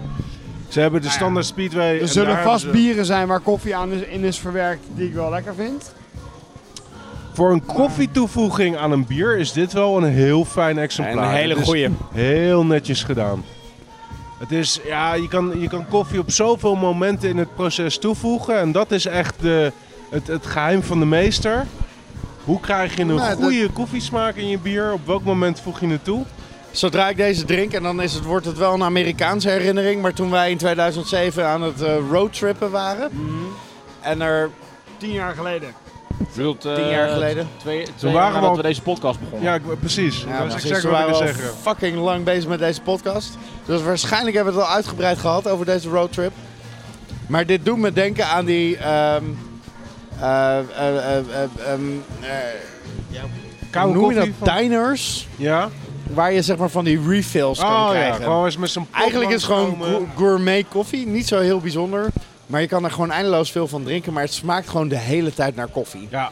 S3: Ze hebben de standaard Speedway.
S1: Nou er
S3: en
S1: zullen
S3: eh, daar
S1: vast
S3: hebben ze-
S1: bieren zijn waar koffie aan is, in is verwerkt die ik wel lekker vind.
S3: Voor een koffietoevoeging aan een bier is dit wel een heel fijn exemplaar.
S2: Een hele
S3: Het is
S2: goeie.
S3: Heel netjes gedaan. Het is, ja, je kan, je kan koffie op zoveel momenten in het proces toevoegen. En dat is echt de, het, het geheim van de meester. Hoe krijg je een
S2: Nou, dat-
S3: goede koffiesmaak in je bier? Op welk moment voeg je het toe?
S2: Zodra ik deze drink, en dan is het, wordt het wel een Amerikaanse herinnering, maar toen wij in 2007 aan het eh, roadtrippen waren,
S3: Mhm.
S2: en er
S1: Tien jaar geleden.
S4: Ik bedoel, eh,
S2: tien jaar geleden,
S4: Twee,
S3: waren
S4: twee jaar
S3: we
S4: nadat
S3: al-
S4: we deze podcast begonnen.
S3: Ja, ik- precies.
S2: ja,
S3: dat is
S2: precies,
S3: exact
S2: toen
S3: wat ik
S2: waren
S3: wil
S2: we al
S3: zeggen.
S2: fucking lang bezig met deze podcast. Dus waarschijnlijk hebben we het al uitgebreid gehad over deze roadtrip. Maar dit doet me denken aan die... ehm eh, eh, eh, eh, ehm, eh, hoe
S3: Koude
S2: noem je
S3: koffie.
S2: dat?
S3: van-
S2: Diners?
S3: Ja,
S2: Waar je zeg maar van die refills kan
S3: oh ja,
S2: krijgen.
S3: gewoon eens met zo'n pot
S2: Eigenlijk is het gewoon
S3: langskomen.
S2: gour- gourmet koffie. Niet zo heel bijzonder. Maar je kan er gewoon eindeloos veel van drinken. Maar het smaakt gewoon de hele tijd naar koffie.
S3: Ja.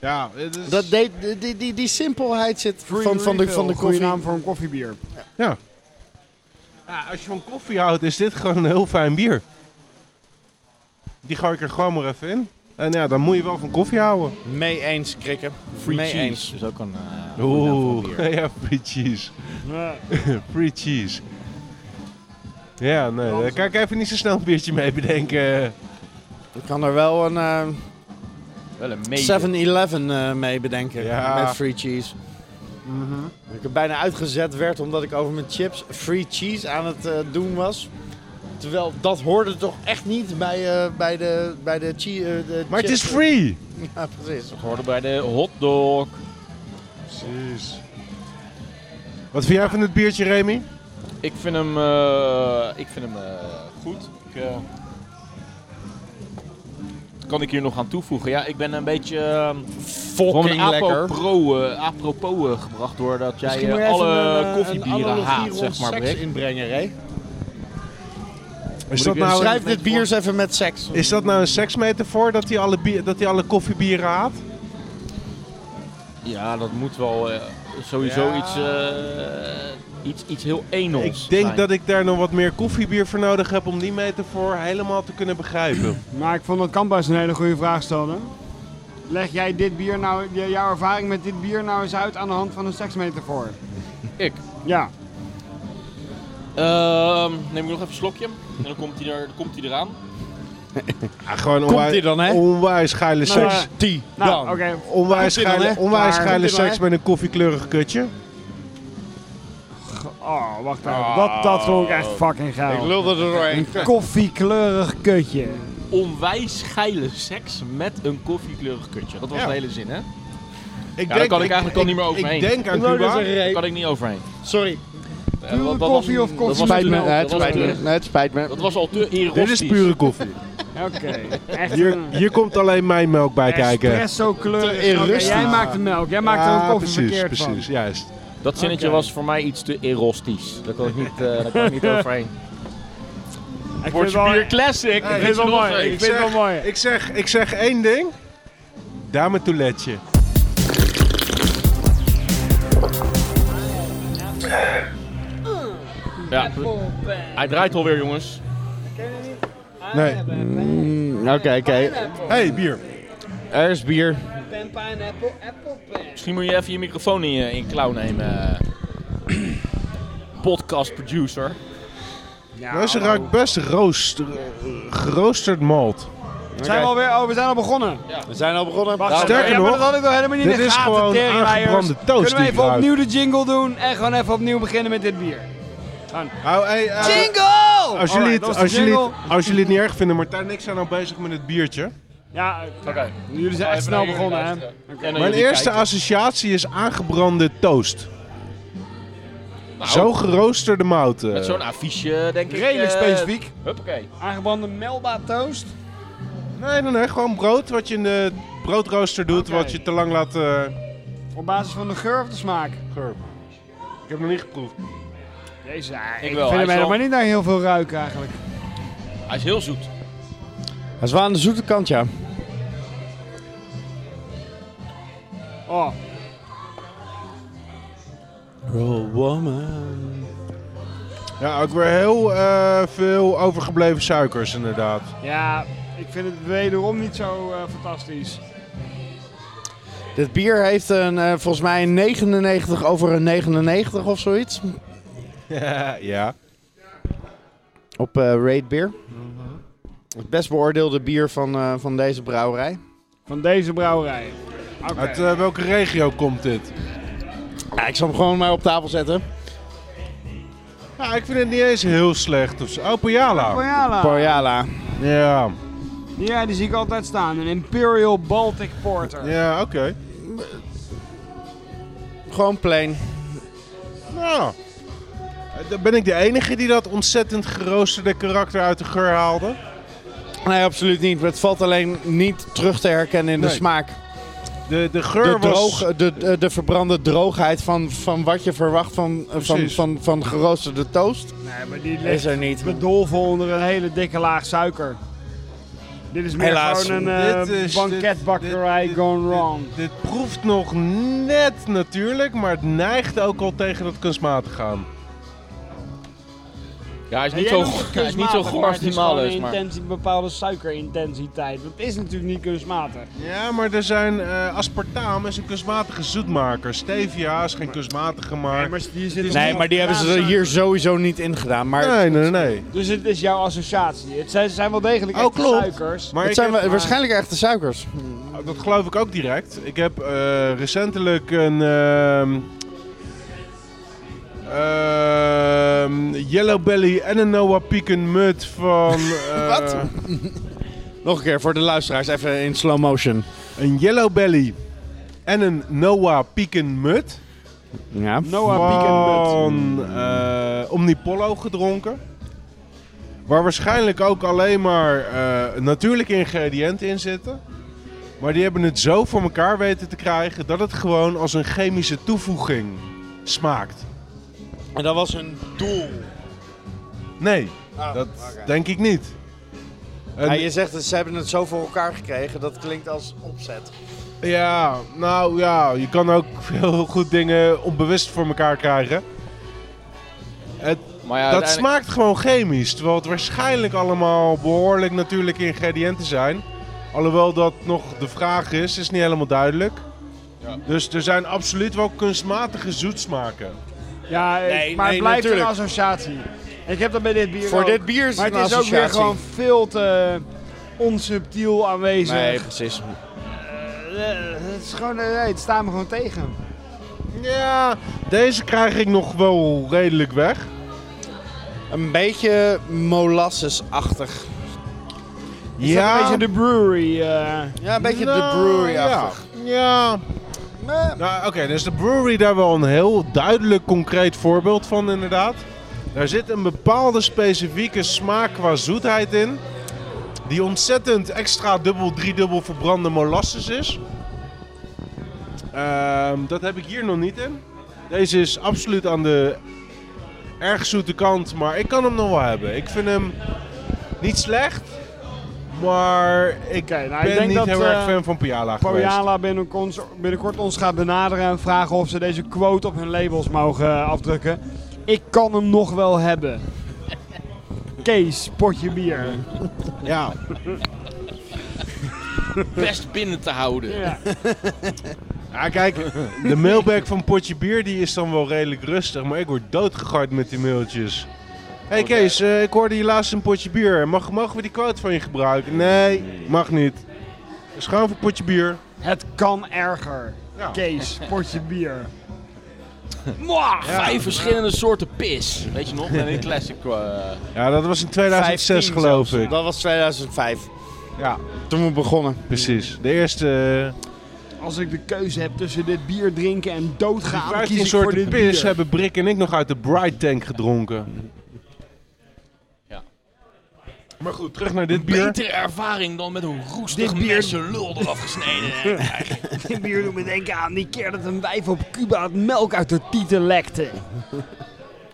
S3: Ja, het is-
S2: Dat deed, die, die, die, die simpelheid zit van, van, de, van
S1: Goeie
S2: de koffie.
S1: naam voor een koffiebier.
S3: ja. Ja, Als je van koffie houdt, is dit gewoon een heel fijn bier. Die gooi ik er gewoon maar even in. En ja, dan moet je wel van koffie houden.
S2: Mee eens, krikken.
S4: Free
S2: Mee
S4: cheese
S2: eens.
S4: is ook een eh, goede naam voor een
S3: Oeh,
S4: bier.
S3: ja, free cheese.
S1: Ja.
S3: Free cheese. Ja, nee, daar kan ik even niet zo snel een biertje mee bedenken.
S2: Ik kan er wel een eh,
S4: Wel een mede.
S2: 7-Eleven eh, mee bedenken.
S3: Ja. Mhm.
S2: Met free cheese. Dat Ik er bijna uitgezet werd omdat ik over mijn chips free cheese aan het eh, doen was. Terwijl dat hoorde toch echt niet bij, eh, bij de, bij de, chi- eh, de
S3: Maar het is
S2: chips.
S3: free!
S2: Ja, precies.
S4: Geworden bij de hotdog.
S3: Precies. Wat vind jij van het biertje, Remy?
S4: Ik vind hem, eh, ik vind hem eh, goed. Ik, eh, kan ik hier nog aan toevoegen? Ja, ik ben een beetje eh, van een apropos, eh, apropos eh, gebracht doordat jij
S2: Misschien moet
S4: eh,
S2: je even
S4: alle
S2: een, eh, een
S4: koffiebieren
S2: analogie
S4: haat,
S2: rond
S4: zeg maar.
S2: seks
S4: Brik.
S2: inbrengen, Ray.
S3: Is
S2: Dat
S3: dat, nou
S2: Schrijf
S3: een,
S2: dit bier eens even met seks.
S3: is dat nou een seksmetafoor dat hij alle, bier- dat hij alle koffiebieren haat?
S4: Ja, dat moet wel eh, sowieso
S2: Ja.
S4: iets, eh, iets, iets heel enels
S3: Ik denk
S4: zijn.
S3: dat ik daar nog wat meer koffiebier voor nodig heb om die metafoor helemaal te kunnen begrijpen.
S1: Maar ik vond dat Kamphuis een hele goede vraag stelde. Leg jij dit bier nou, j- jouw ervaring met dit bier nou eens uit aan de hand van een seksmetafoor?
S4: Ik.
S1: Ja.
S4: Ehm, neem ik nog even een slokje. En dan komt hij er, dan komt hij eraan.
S3: Ja, gewoon
S2: die
S3: onwijs,
S2: dan, hè?
S3: onwijs geile
S1: Nou,
S3: seks.
S1: eh,
S2: Die
S1: Nou,
S2: dan.
S1: oké.
S3: Onwijs
S2: Komt-ie dan,
S3: geile,
S2: hè?
S3: onwijs
S2: Daar.
S3: geile
S2: Komt-ie dan,
S3: seks
S2: hè?
S3: met een koffiekleurig kutje.
S1: Oh, wacht even. Dat, dat vond ik echt fucking
S2: Ik
S1: geil.
S2: lulde er doorheen.
S1: Een koffiekleurig kutje.
S4: Onwijs geile seks met een koffiekleurig kutje. Dat was
S3: Ja.
S4: de hele zin, hè?
S3: Ik
S4: daar kan ik eigenlijk al niet meer overheen.
S3: Ik denk aan
S1: Nou, dat
S3: Cuba.
S1: is een
S4: Daar
S1: reet.
S4: kan ik niet overheen.
S2: Sorry.
S4: Ja,
S1: Pure
S4: want dat
S1: koffie
S4: was-
S1: of koffie?
S4: dat was
S2: Spijt me.
S4: natuurlijk-
S2: eh, Het
S4: dat was
S2: spijt me.
S4: natuurlijk-
S2: Nee, Het spijt me.
S4: Dat was al te erotisch.
S3: Dit is pure koffie.
S1: Oké. Echt
S3: Hier,
S1: een
S3: hier komt alleen mijn melk bij kijken.
S1: espresso kleurig.
S2: Te
S1: Oké,
S2: rustisch.
S1: jij maakt de melk. Jij maakt er
S3: Ja,
S1: een koffie
S3: precies,
S1: verkeerd
S3: precies,
S1: van.
S3: juist.
S4: Dat zinnetje
S1: Oké.
S4: was voor mij iets te erostisch. Daar kan ik niet, eh, daar kan ik niet overheen.
S1: Ik vind het wel, ik
S4: classic.
S1: vind het wel mooi. Ik vind het wel mooi.
S3: Ik zeg, ik zeg één ding. Dame toiletje.
S4: Ja. Hij draait alweer, jongens.
S3: Nee.
S2: Oké, oké.
S3: hey, bier.
S2: Er is bier.
S4: Misschien moet je even je microfoon in, je- in klauw nemen. eh. Podcast producer.
S3: Nou, ze ruikt best roost, eh, geroosterd malt.
S1: Zijn we, alweer, oh, we zijn al begonnen.
S2: We zijn al begonnen.
S1: Wacht,
S2: Nou,
S3: sterker
S1: ja, maar
S3: nog,
S1: dat had ik nog helemaal niet
S3: dit
S1: in de
S3: is
S1: gaten,
S3: gewoon
S1: teringleiers.
S3: aangebrande toast
S1: Kunnen we
S3: die
S1: even
S3: eruit.
S1: opnieuw de jingle doen en gewoon even opnieuw beginnen met dit bier.
S3: Oh, hey, eh,
S1: Jingle!
S3: als, jullie het, als, jullie het, als jullie het niet erg vinden, Martijn en ik zijn al bezig met het biertje.
S1: Ja,
S4: Oké.
S1: jullie zijn echt snel begonnen, hè?
S3: Mijn eerste associatie is aangebrande toast. Zo geroosterde eh. mouten.
S4: Nou. Met zo'n affiche, denk ik.
S1: Redelijk
S4: eh,
S1: specifiek.
S4: Huppakee.
S1: Aangebrande Melba toast.
S3: Nee, nee, nee. Gewoon brood wat je in de broodrooster doet,
S1: Oké.
S3: wat je te lang laat... eh,
S1: Op basis van de geur of de smaak.
S3: gerben. Ik heb nog niet geproefd.
S1: Jezus, ja, ik,
S4: Ik wel,
S1: vind hem
S4: hij is
S1: helemaal
S4: wel-
S1: niet naar heel veel ruiken eigenlijk.
S4: Hij is heel zoet.
S2: Hij is wel aan de zoete kant, ja.
S1: Oh,
S3: Ja, ook weer heel eh, veel overgebleven suikers inderdaad.
S1: ja, ik vind het wederom niet zo eh, fantastisch.
S2: Dit bier heeft een, eh, volgens mij een 99 over een 99 of zoiets.
S3: ja.
S2: Op eh Raid Beer. Mhm. Het best beoordeelde bier van, eh, van deze brouwerij.
S1: Van deze brouwerij. Oké.
S3: Uit eh, welke regio komt dit?
S2: Ja, ik zal hem gewoon maar op tafel zetten.
S3: Ja, ik vind het niet eens heel slecht. Of zo. Oh, Pajala.
S1: Royala.
S2: Boyala.
S3: Ja,
S1: Ja, die zie ik altijd staan. Een Imperial Baltic Porter.
S3: ja oké.
S2: Gewoon plain.
S3: Nou, eh, dan ben ik de enige die dat ontzettend geroosterde karakter uit de geur haalde.
S2: Nee, absoluut niet. Het valt alleen niet terug te herkennen in de
S3: Nee.
S2: smaak.
S3: De, de
S2: De,
S3: geur was...
S2: droog, de, eh, de, de verbrande droogheid van, van wat je verwacht van, eh, van,
S3: Precies.
S2: van, van geroosterde toast
S1: Nee, maar die
S2: is
S1: ligt
S2: er niet.
S1: bedolven onder een hele dikke laag suiker. Dit is meer
S2: Helaas.
S1: gewoon een
S3: Dit
S1: eh,
S3: is-
S1: banketbakkerij
S3: dit- dit-
S1: gone
S3: dit-
S1: wrong.
S3: Dit, proeft nog net natuurlijk, maar het neigt ook al tegen dat kunstmatig aan.
S4: Ja, hij is
S1: Ja,
S4: niet
S1: jij
S4: zo
S1: noemt het
S4: goed. Hij is niet zo
S1: kunstmatig, maar
S4: goor als
S1: het
S4: die
S1: is gewoon
S4: mal
S1: een
S4: is, maar...
S1: intensie- bepaalde suikerintensiteit. Dat is natuurlijk niet kunstmatig.
S3: Ja, maar er zijn eh, aspartaam is een kunstmatige zoetmaker. Stevia is geen kunstmatige maar.
S1: maar die zit
S2: Nee, maar die hebben ze er hier sowieso niet in gedaan. Maar
S3: Nee, nee, nee.
S1: Dus het is jouw associatie. Het zijn, zijn wel degelijk
S3: Oh,
S1: echte
S3: klopt.
S1: suikers.
S3: Maar
S2: het
S3: ik
S2: zijn
S3: heb-
S2: wa- waarschijnlijk echte suikers.
S3: Dat geloof ik ook direct. Ik heb eh, recentelijk een ehm, ehm, Yellow Belly en een Noah Pieken mut van... eh,
S2: Wat? Nog een keer voor de luisteraars, even in slow motion.
S3: Een Yellow Belly en een Noah Pieken mut
S2: Ja.
S1: Noah Beacon Bud.
S3: van eh, Omnipollo gedronken. Waar waarschijnlijk ook alleen maar eh, natuurlijke ingrediënten in zitten. Maar die hebben het zo voor elkaar weten te krijgen dat het gewoon als een chemische toevoeging smaakt.
S2: En dat was hun doel.
S3: Nee, dat denk ik niet. En-
S2: je zegt dat ze hebben het zo voor elkaar gekregen, dat klinkt als opzet.
S3: Ja, nou ja, je kan ook heel goed dingen onbewust voor elkaar krijgen. Het,
S4: Maar ja,
S3: dat
S4: uiteindelijk-
S3: smaakt gewoon chemisch, terwijl het waarschijnlijk allemaal behoorlijk natuurlijke ingrediënten zijn. Alhoewel dat nog de vraag is, is niet helemaal duidelijk. Dus er zijn absoluut wel kunstmatige zoetsmaken.
S1: Ja, eh,
S2: Nee,
S1: maar
S2: nee,
S1: het blijft
S2: natuurlijk.
S1: een associatie. Ik heb dat bij dit bier
S2: Voor
S1: ook.
S2: dit bier is
S1: Maar
S2: het
S1: het
S2: een
S1: is ook weer
S2: associatie.
S1: gewoon veel te onsubtiel aanwezig.
S2: Nee, precies.
S1: Eh, het, is gewoon, eh, nee, het staat me gewoon tegen.
S3: Ja, deze krijg ik nog wel redelijk weg.
S2: Een beetje molassesachtig.
S1: Is dat een beetje de brewery. eh?
S2: Ja, een beetje de
S3: Nou,
S2: brewery-achtig.
S3: Ja. ja. Nou, Oké, dus de brewery daar wel een heel duidelijk concreet voorbeeld van inderdaad. Daar zit een bepaalde specifieke smaak qua zoetheid in. Die ontzettend extra dubbel, driedubbel verbrande molasses is. Ehm, dat heb ik hier nog niet in. Deze is absoluut aan de erg zoete kant, maar ik kan hem nog wel hebben. Ik vind hem niet slecht, maar ik
S1: Oké, nou,
S3: ben
S1: ik denk
S3: niet
S1: dat
S3: heel erg
S1: eh,
S3: fan van Piala geweest.
S1: Pojala binnenkort, binnenkort ons gaat benaderen en vragen of ze deze quote op hun labels mogen eh, afdrukken. Ik kan hem nog wel hebben. Kees, potje bier.
S3: Ja.
S4: Best binnen te houden.
S1: Ja.
S3: Ja, kijk, de mailbag van Potje Bier die is dan wel redelijk rustig, maar ik word doodgegooid met die mailtjes. Hé hey Kees, eh, ik hoorde je laatst een potje bier. Mag, mogen we die quote van je gebruiken? Nee, mag niet. Dus gewoon voor potje bier.
S1: Het kan erger.
S3: Ja.
S1: Kees, potje bier.
S4: Mwah, Vijf verschillende soorten pis. Weet je nog? Met een classic. eh,
S3: Ja, dat was in 2006
S2: 15
S3: geloof
S2: zelfs.
S3: ik.
S2: Dat was 2005.
S3: Ja,
S2: Toen we begonnen.
S3: precies. De
S1: Ah,
S3: eerste eh,
S1: Als ik de keuze heb tussen dit bier drinken en
S3: eh,
S1: doodgaan, kies
S3: 15
S1: ik voor
S3: soorten
S1: dit
S3: pis
S1: bier.
S3: hebben Brik en ik nog uit de Bright Tank gedronken.
S4: Ja.
S3: Maar goed, terug naar dit bier.
S4: betere ervaring dan met een roestig
S1: Dit bier-
S4: mes een lul eraf gesneden.
S1: Dit bier doet me denken aan die keer dat een wijf op Cuba het melk uit haar tieten lekte.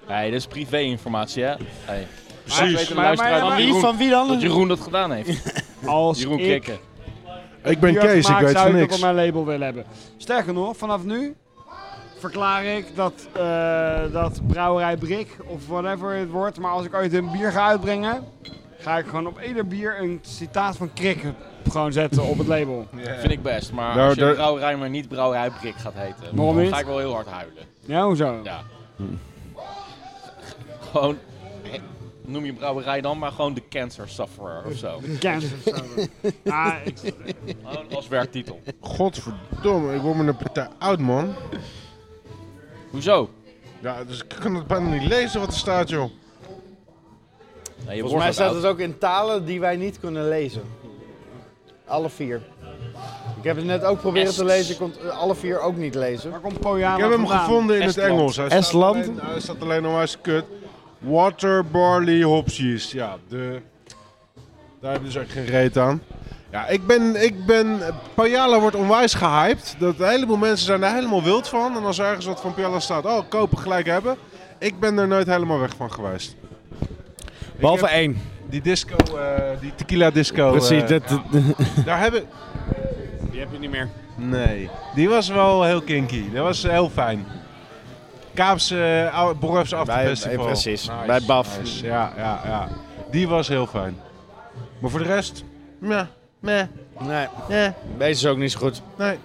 S4: Nee, dat is privéinformatie, hè? Hey.
S1: Precies.
S4: Weet de
S1: Maar-
S4: luisteraar
S1: maar-
S4: dat
S1: maar-
S2: Wie?
S4: Jeroen-
S2: Van wie
S4: dat
S2: dan?
S4: Jeroen dat gedaan heeft.
S1: Als
S4: Jeroen
S1: ik
S4: Kikken.
S3: Ik ben
S1: bier had
S3: Kees, ik
S1: gemaakt,
S3: weet
S1: zou
S3: van
S1: ik ook
S3: niks.
S1: op mijn label willen hebben. Sterker nog, vanaf nu verklaar ik dat, eh, dat brouwerij Brik of whatever het wordt, maar als ik ooit een bier ga uitbrengen, ga ik gewoon op ieder bier een citaat van Krikken gewoon zetten op het label.
S4: Vind ik best. Maar
S3: Nou,
S4: als je
S3: daar-
S4: brouwerij maar niet brouwerij Brik gaat heten,
S1: Waarom
S4: dan
S1: niet?
S4: ga ik wel heel hard huilen.
S1: Ja, hoezo?
S4: Ja. Gewoon, he- noem je brouwerij dan maar gewoon de cancer sufferer of zo.
S1: Cancer of zo. Ah, ik-
S4: Gewoon als werktitel.
S3: Godverdomme, ik word me een partij oud, man.
S4: Hoezo?
S3: Ja, dus ik kan het bijna niet lezen wat er staat, joh.
S4: Nee, je
S2: Volgens mij
S4: wordt
S2: staat
S4: wat
S2: het ook in talen die wij niet kunnen lezen. Alle vier. Ik heb het net ook proberen te lezen, ik kon het, eh, alle vier ook niet lezen.
S1: waar komt Pojana
S3: Ik heb hem
S1: vandaan?
S3: gevonden in het
S4: Estland.
S3: Engels. Hij
S2: Estland?
S3: Staat alleen, nou, hij staat alleen nog maar als kut. Water, barley, hops, yeast. Ja, de, daar heb je dus ook geen reet aan. Ja, ik ben, ik ben... Payala wordt onwijs gehyped. Dat een heleboel mensen zijn daar helemaal wild van. En als er ergens wat van Payala staat, oh, kopen, gelijk hebben. Ik ben er nooit helemaal weg van geweest. Behalve
S2: één.
S3: Die disco, eh, die tequila disco. eh, Daar hebben...
S2: Die heb je niet meer.
S3: Nee, die was wel heel kinky. Dat was heel fijn. Kaapse uh, Borrefse Afterfestival.
S2: bij- precies.
S3: Nice,
S2: Bij Baf.
S3: nice. Ja, ja, ja. Die was heel fijn. Maar voor de rest, ja, meh,
S2: Nee,
S3: eh,
S2: deze is ook niet zo goed.
S3: nee.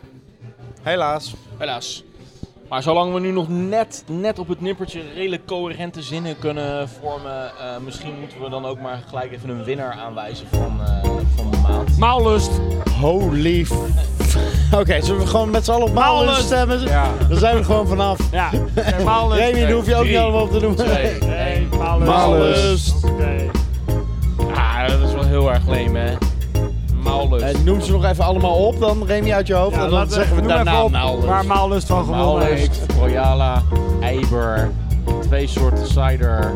S2: Helaas.
S4: Helaas. Maar zolang we nu nog net, net op het nippertje redelijk coherente zinnen kunnen vormen, eh, misschien moeten we dan ook maar gelijk even een winnaar aanwijzen van, eh, van de maand.
S1: Maallust.
S2: Holy f- Oké, zullen we gewoon met z'n allen op Malen
S1: Malen.
S2: stemmen?
S3: Ja.
S2: Dan zijn we er gewoon vanaf.
S1: Ja, oké, Maallust.
S2: Remy, dat hoef je ook
S4: drie,
S2: niet allemaal op te doen.
S4: Twee,
S1: Nee,
S4: één.
S1: Maallust.
S2: Maallust.
S1: Oké.
S4: Ah, dat is wel heel erg leem, hè? Maulus.
S2: Eh, noem ze nog even allemaal op dan, Remy, uit je hoofd.
S1: Ja,
S2: en dan
S1: laten
S2: zeggen we
S1: noem
S2: daarna
S1: even op
S2: Malen.
S1: Waar Maallust van gewonnen heeft.
S4: Maulus, Royala, Eiber, twee soorten cider,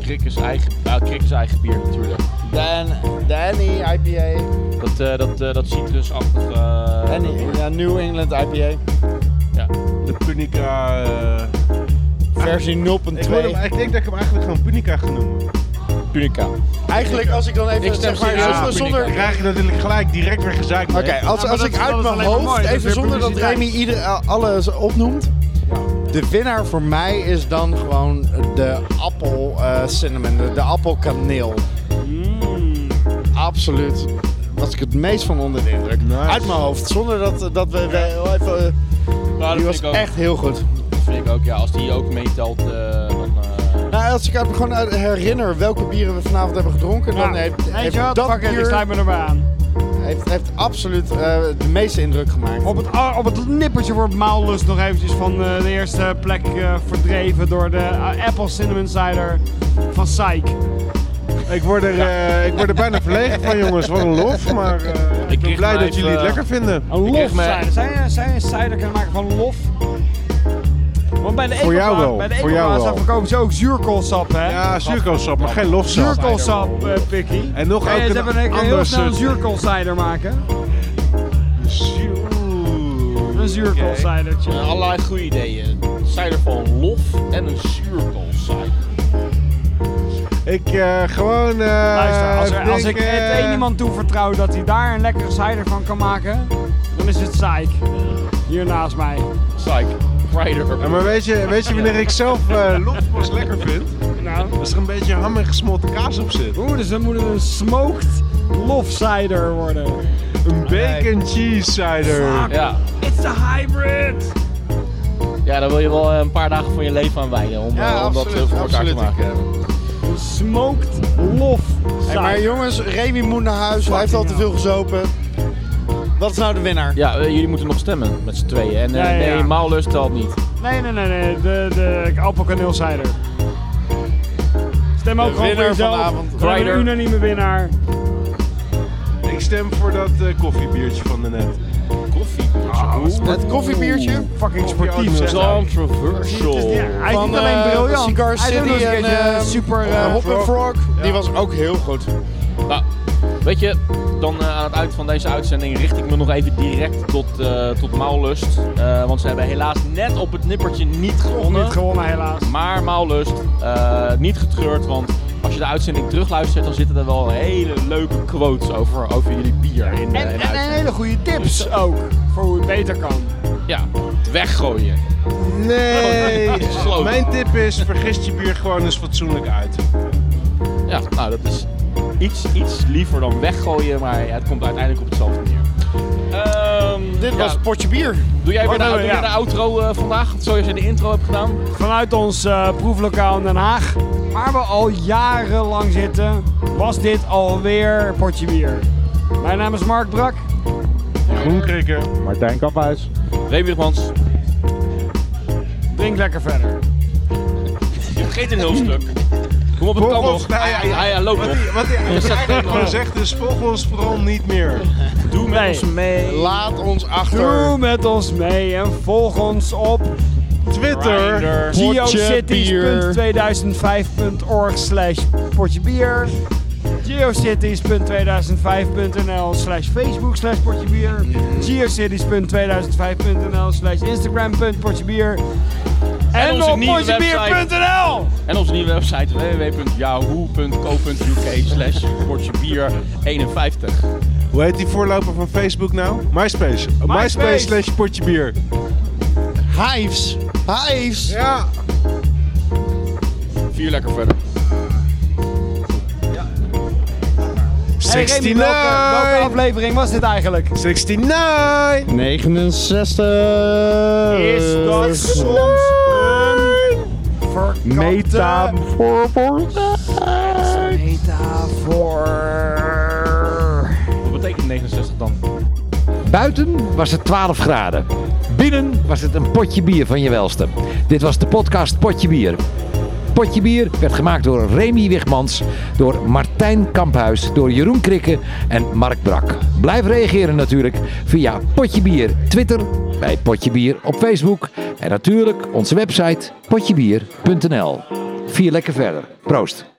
S4: Krikkers eigen, nou, Krikkers eigen bier natuurlijk.
S2: Dan, Danny IPA.
S4: Dat, eh dat, eh, dat citrusachtige... eh,
S2: Danny,
S4: dat-
S2: ja, New England IPA.
S3: De Punica... eh,
S2: Versie 0.2.
S3: ik, wil hem, ik denk dat ik hem eigenlijk gewoon Punica ga noemen.
S2: Eigenlijk, als ik dan even
S4: Ik stem
S2: zeg maar,
S4: serieus
S2: zonder,
S4: op
S2: zonder,
S3: Dan krijg je natuurlijk gelijk direct weer gezeik mee.
S2: Oké, als,
S1: maar
S2: als
S1: dat-
S2: ik
S1: dat
S2: uit
S1: is
S2: mijn
S1: alleen maar
S2: hoofd,
S1: mooi, dat is
S2: even
S1: weer
S2: zonder dat Remy
S1: publiciteit.
S2: ieder, a- alles opnoemt. De winnaar voor mij is dan gewoon de appel eh, cinnamon, de, de appelkaneel. Absoluut. was ik het meest van onder de indruk.
S3: Nice.
S2: Uit mijn hoofd, zonder dat, eh, dat we... we heel even, eh,
S4: Ja,
S2: die
S4: Nou, dat
S2: was
S4: vind ik ook.
S2: echt heel goed.
S4: Dat vind ik ook, ja. Als die ook meetelt, eh, dan... eh,
S2: Nou, als ik me gewoon uit- herinner welke bieren we vanavond hebben gedronken,
S1: Nou,
S2: dan heeft,
S1: Weet
S2: heeft
S1: je wat?
S2: dat
S1: Fuck it, ik
S2: bier
S1: sluit me er maar aan.
S2: heeft, heeft absoluut eh, de meeste indruk gemaakt.
S1: Op het, a- op het nippertje wordt Maallust nog eventjes van eh, de eerste plek eh, verdreven door de eh, Apple Cinnamon Cider van Psych.
S3: Ik word, er, eh, ik word er bijna verlegen van, jongens. Wat een lof. Maar eh, ik ben
S4: kreeg
S3: blij
S4: mij
S3: dat jullie het
S4: even-
S3: lekker
S1: eh,
S3: vinden.
S1: Een lof
S4: kreeg me-
S1: cider. Zou je, zou je een cider kunnen maken van lof? Want bij de
S3: Voor jou
S1: Ecoplaat-
S3: wel,
S1: Bij de
S3: voor jou
S1: Ecoplaat
S3: wel.
S1: verkopen ze ook zuurkoolsap, hè?
S3: Ja, zuurkoolsap, maar geen lofsap.
S1: Zuurkoolsap, eh Pikkie.
S3: En nog
S1: Kan je
S3: ook
S1: eens
S3: een
S1: even een, keer heel
S3: ander
S1: snel een
S3: soort-
S1: zuurkoolcider maken?
S3: Zuur-
S1: Een zuurkoolcidertje.
S4: eh, allerlei goede ideeën. Een Cider van lof en een zuurkoolcider.
S3: Ik eh, gewoon. eh,
S1: Luister, als, er- als
S3: denk,
S1: ik het
S3: eh,
S1: één iemand toevertrouw dat hij daar een lekkere cider van kan maken, dan is het Saik. Hier naast mij.
S4: Psych. Rider.
S3: Ja, maar weet je, weet je wanneer ik zelf eh lof pas lekker vind?
S1: Nou.
S3: Als er een beetje ham en gesmolten kaas op zit.
S1: Oeh, dus dan moet het een smoked lof cider worden.
S3: Een bacon cheese cider.
S4: Ja.
S1: It's the hybrid!
S4: ja, daar wil je wel eh, een paar dagen van je leven aan wijden om, eh, om dat eh, voor elkaar te maken.
S2: Ik, eh,
S1: Een smoked lof cider.
S2: Hey, maar jongens, Remy moet naar huis. Hij heeft al te veel gezopen. Wat is nou de winnaar?
S4: Ja, eh, jullie moeten nog stemmen met z'n tweeën. En eh,
S1: Ja, ja, ja.
S4: nee, Maallust telt niet.
S1: Nee, nee, nee, nee. De, de appelkaneel cider. Stem ook gewoon
S2: De
S1: voor
S2: winnaar
S1: jezelf. We
S2: vanavond.
S1: hebben een
S4: Rider.
S1: unanieme winnaar.
S3: Ik stem voor dat eh, koffiebiertje van de net.
S1: Ah,
S2: Het koffiebiertje
S1: Fucking sportief,
S3: zeg.
S1: zeg.
S4: Controversial.
S1: Ja, hij is
S2: van
S1: niet alleen
S2: eh,
S1: briljant.
S2: Cigar
S1: hij is ook nog eens
S2: City
S1: een
S2: en
S1: keertje
S2: eh,
S1: super...
S2: eh,
S1: eh,
S2: Hop and Frog. Die
S3: Ja.
S2: was ook heel goed.
S4: Nou, weet je, dan eh, aan het eind van deze uitzending richt ik me nog even direct tot, eh tot Maallust. Eh, want ze hebben helaas net op het nippertje niet
S1: Nog
S4: gewonnen.
S1: niet gewonnen, Oh, helaas.
S4: maar Maallust, eh, niet getreurd, want als je de uitzending terugluistert, dan zitten er wel hele leuke quotes over, over jullie bier in, eh,
S1: En,
S4: in de
S1: en een
S4: uitzending.
S1: hele goede tips ook. Voor hoe het beter kan.
S4: Ja, weggooien.
S3: Nee!
S4: Gesloten.
S3: Mijn tip is: vergist je bier gewoon eens fatsoenlijk uit.
S4: Ja, nou dat is iets, iets liever dan weggooien, maar ja, het komt uiteindelijk op hetzelfde neer. Ehm,
S2: Dit
S4: ja,
S2: was het potje bier.
S4: Doe jij weer de,
S1: Oh,
S4: doe
S1: ja.
S4: jij de outro eh, vandaag, zoals jij de intro hebt gedaan?
S1: Vanuit ons eh, proeflokaal in Den Haag, waar we al jarenlang zitten, was dit alweer Potje Bier. Mijn naam is Mark Brak.
S3: Groen krikken.
S6: Martijn Kamphuis.
S4: Ray Wiermans,
S1: Drink lekker verder.
S4: je vergeet een heel stuk. Kom op, het
S3: Volg
S4: kan
S3: ons-
S4: nog.
S3: nou ja, ja.
S4: Ja, ja, loop
S3: Wat
S4: nog.
S3: hij, wat hij eigenlijk
S4: Zet-
S3: gewoon zegt is: volg ons vooral niet meer.
S4: Doe met
S1: Nee.
S4: ons
S1: Oh.
S4: mee.
S2: Laat ons achter.
S1: Doe met ons mee en volg ons op
S3: Twitter.
S1: geocities.2005.org slash potjebier geocities.2005.nl slash facebook slash potjebier geocities.2005.nl slash instagram.potjebier en,
S4: onze
S1: op
S4: nieuwe
S1: potjebier.nl
S4: En onze nieuwe website www.yahoo.co.uk slash bier 51.
S3: Hoe heet die voorloper van Facebook nou? MySpace. MySpace slash potje bier.
S2: Hives. Hives.
S3: Ja.
S4: Vier lekker verder.
S1: Hey Remy,
S3: 69.
S1: welke, welke aflevering was dit eigenlijk?
S3: 69.
S2: 69.
S1: Is dat soms een verkapte metafoor?
S4: Wat betekent 69 dan?
S8: Buiten was het 12 graden. Binnen was het een potje bier van je welste. Dit was de podcast Potje Bier. Potje Bier werd gemaakt door Remy Wigmans, door Martijn Kamphuis, door Jeroen Krikke en Mark Brak. Blijf reageren natuurlijk via Potje Bier Twitter, bij Potje Bier op Facebook en natuurlijk onze website potjebier.nl. Vier lekker verder. Proost.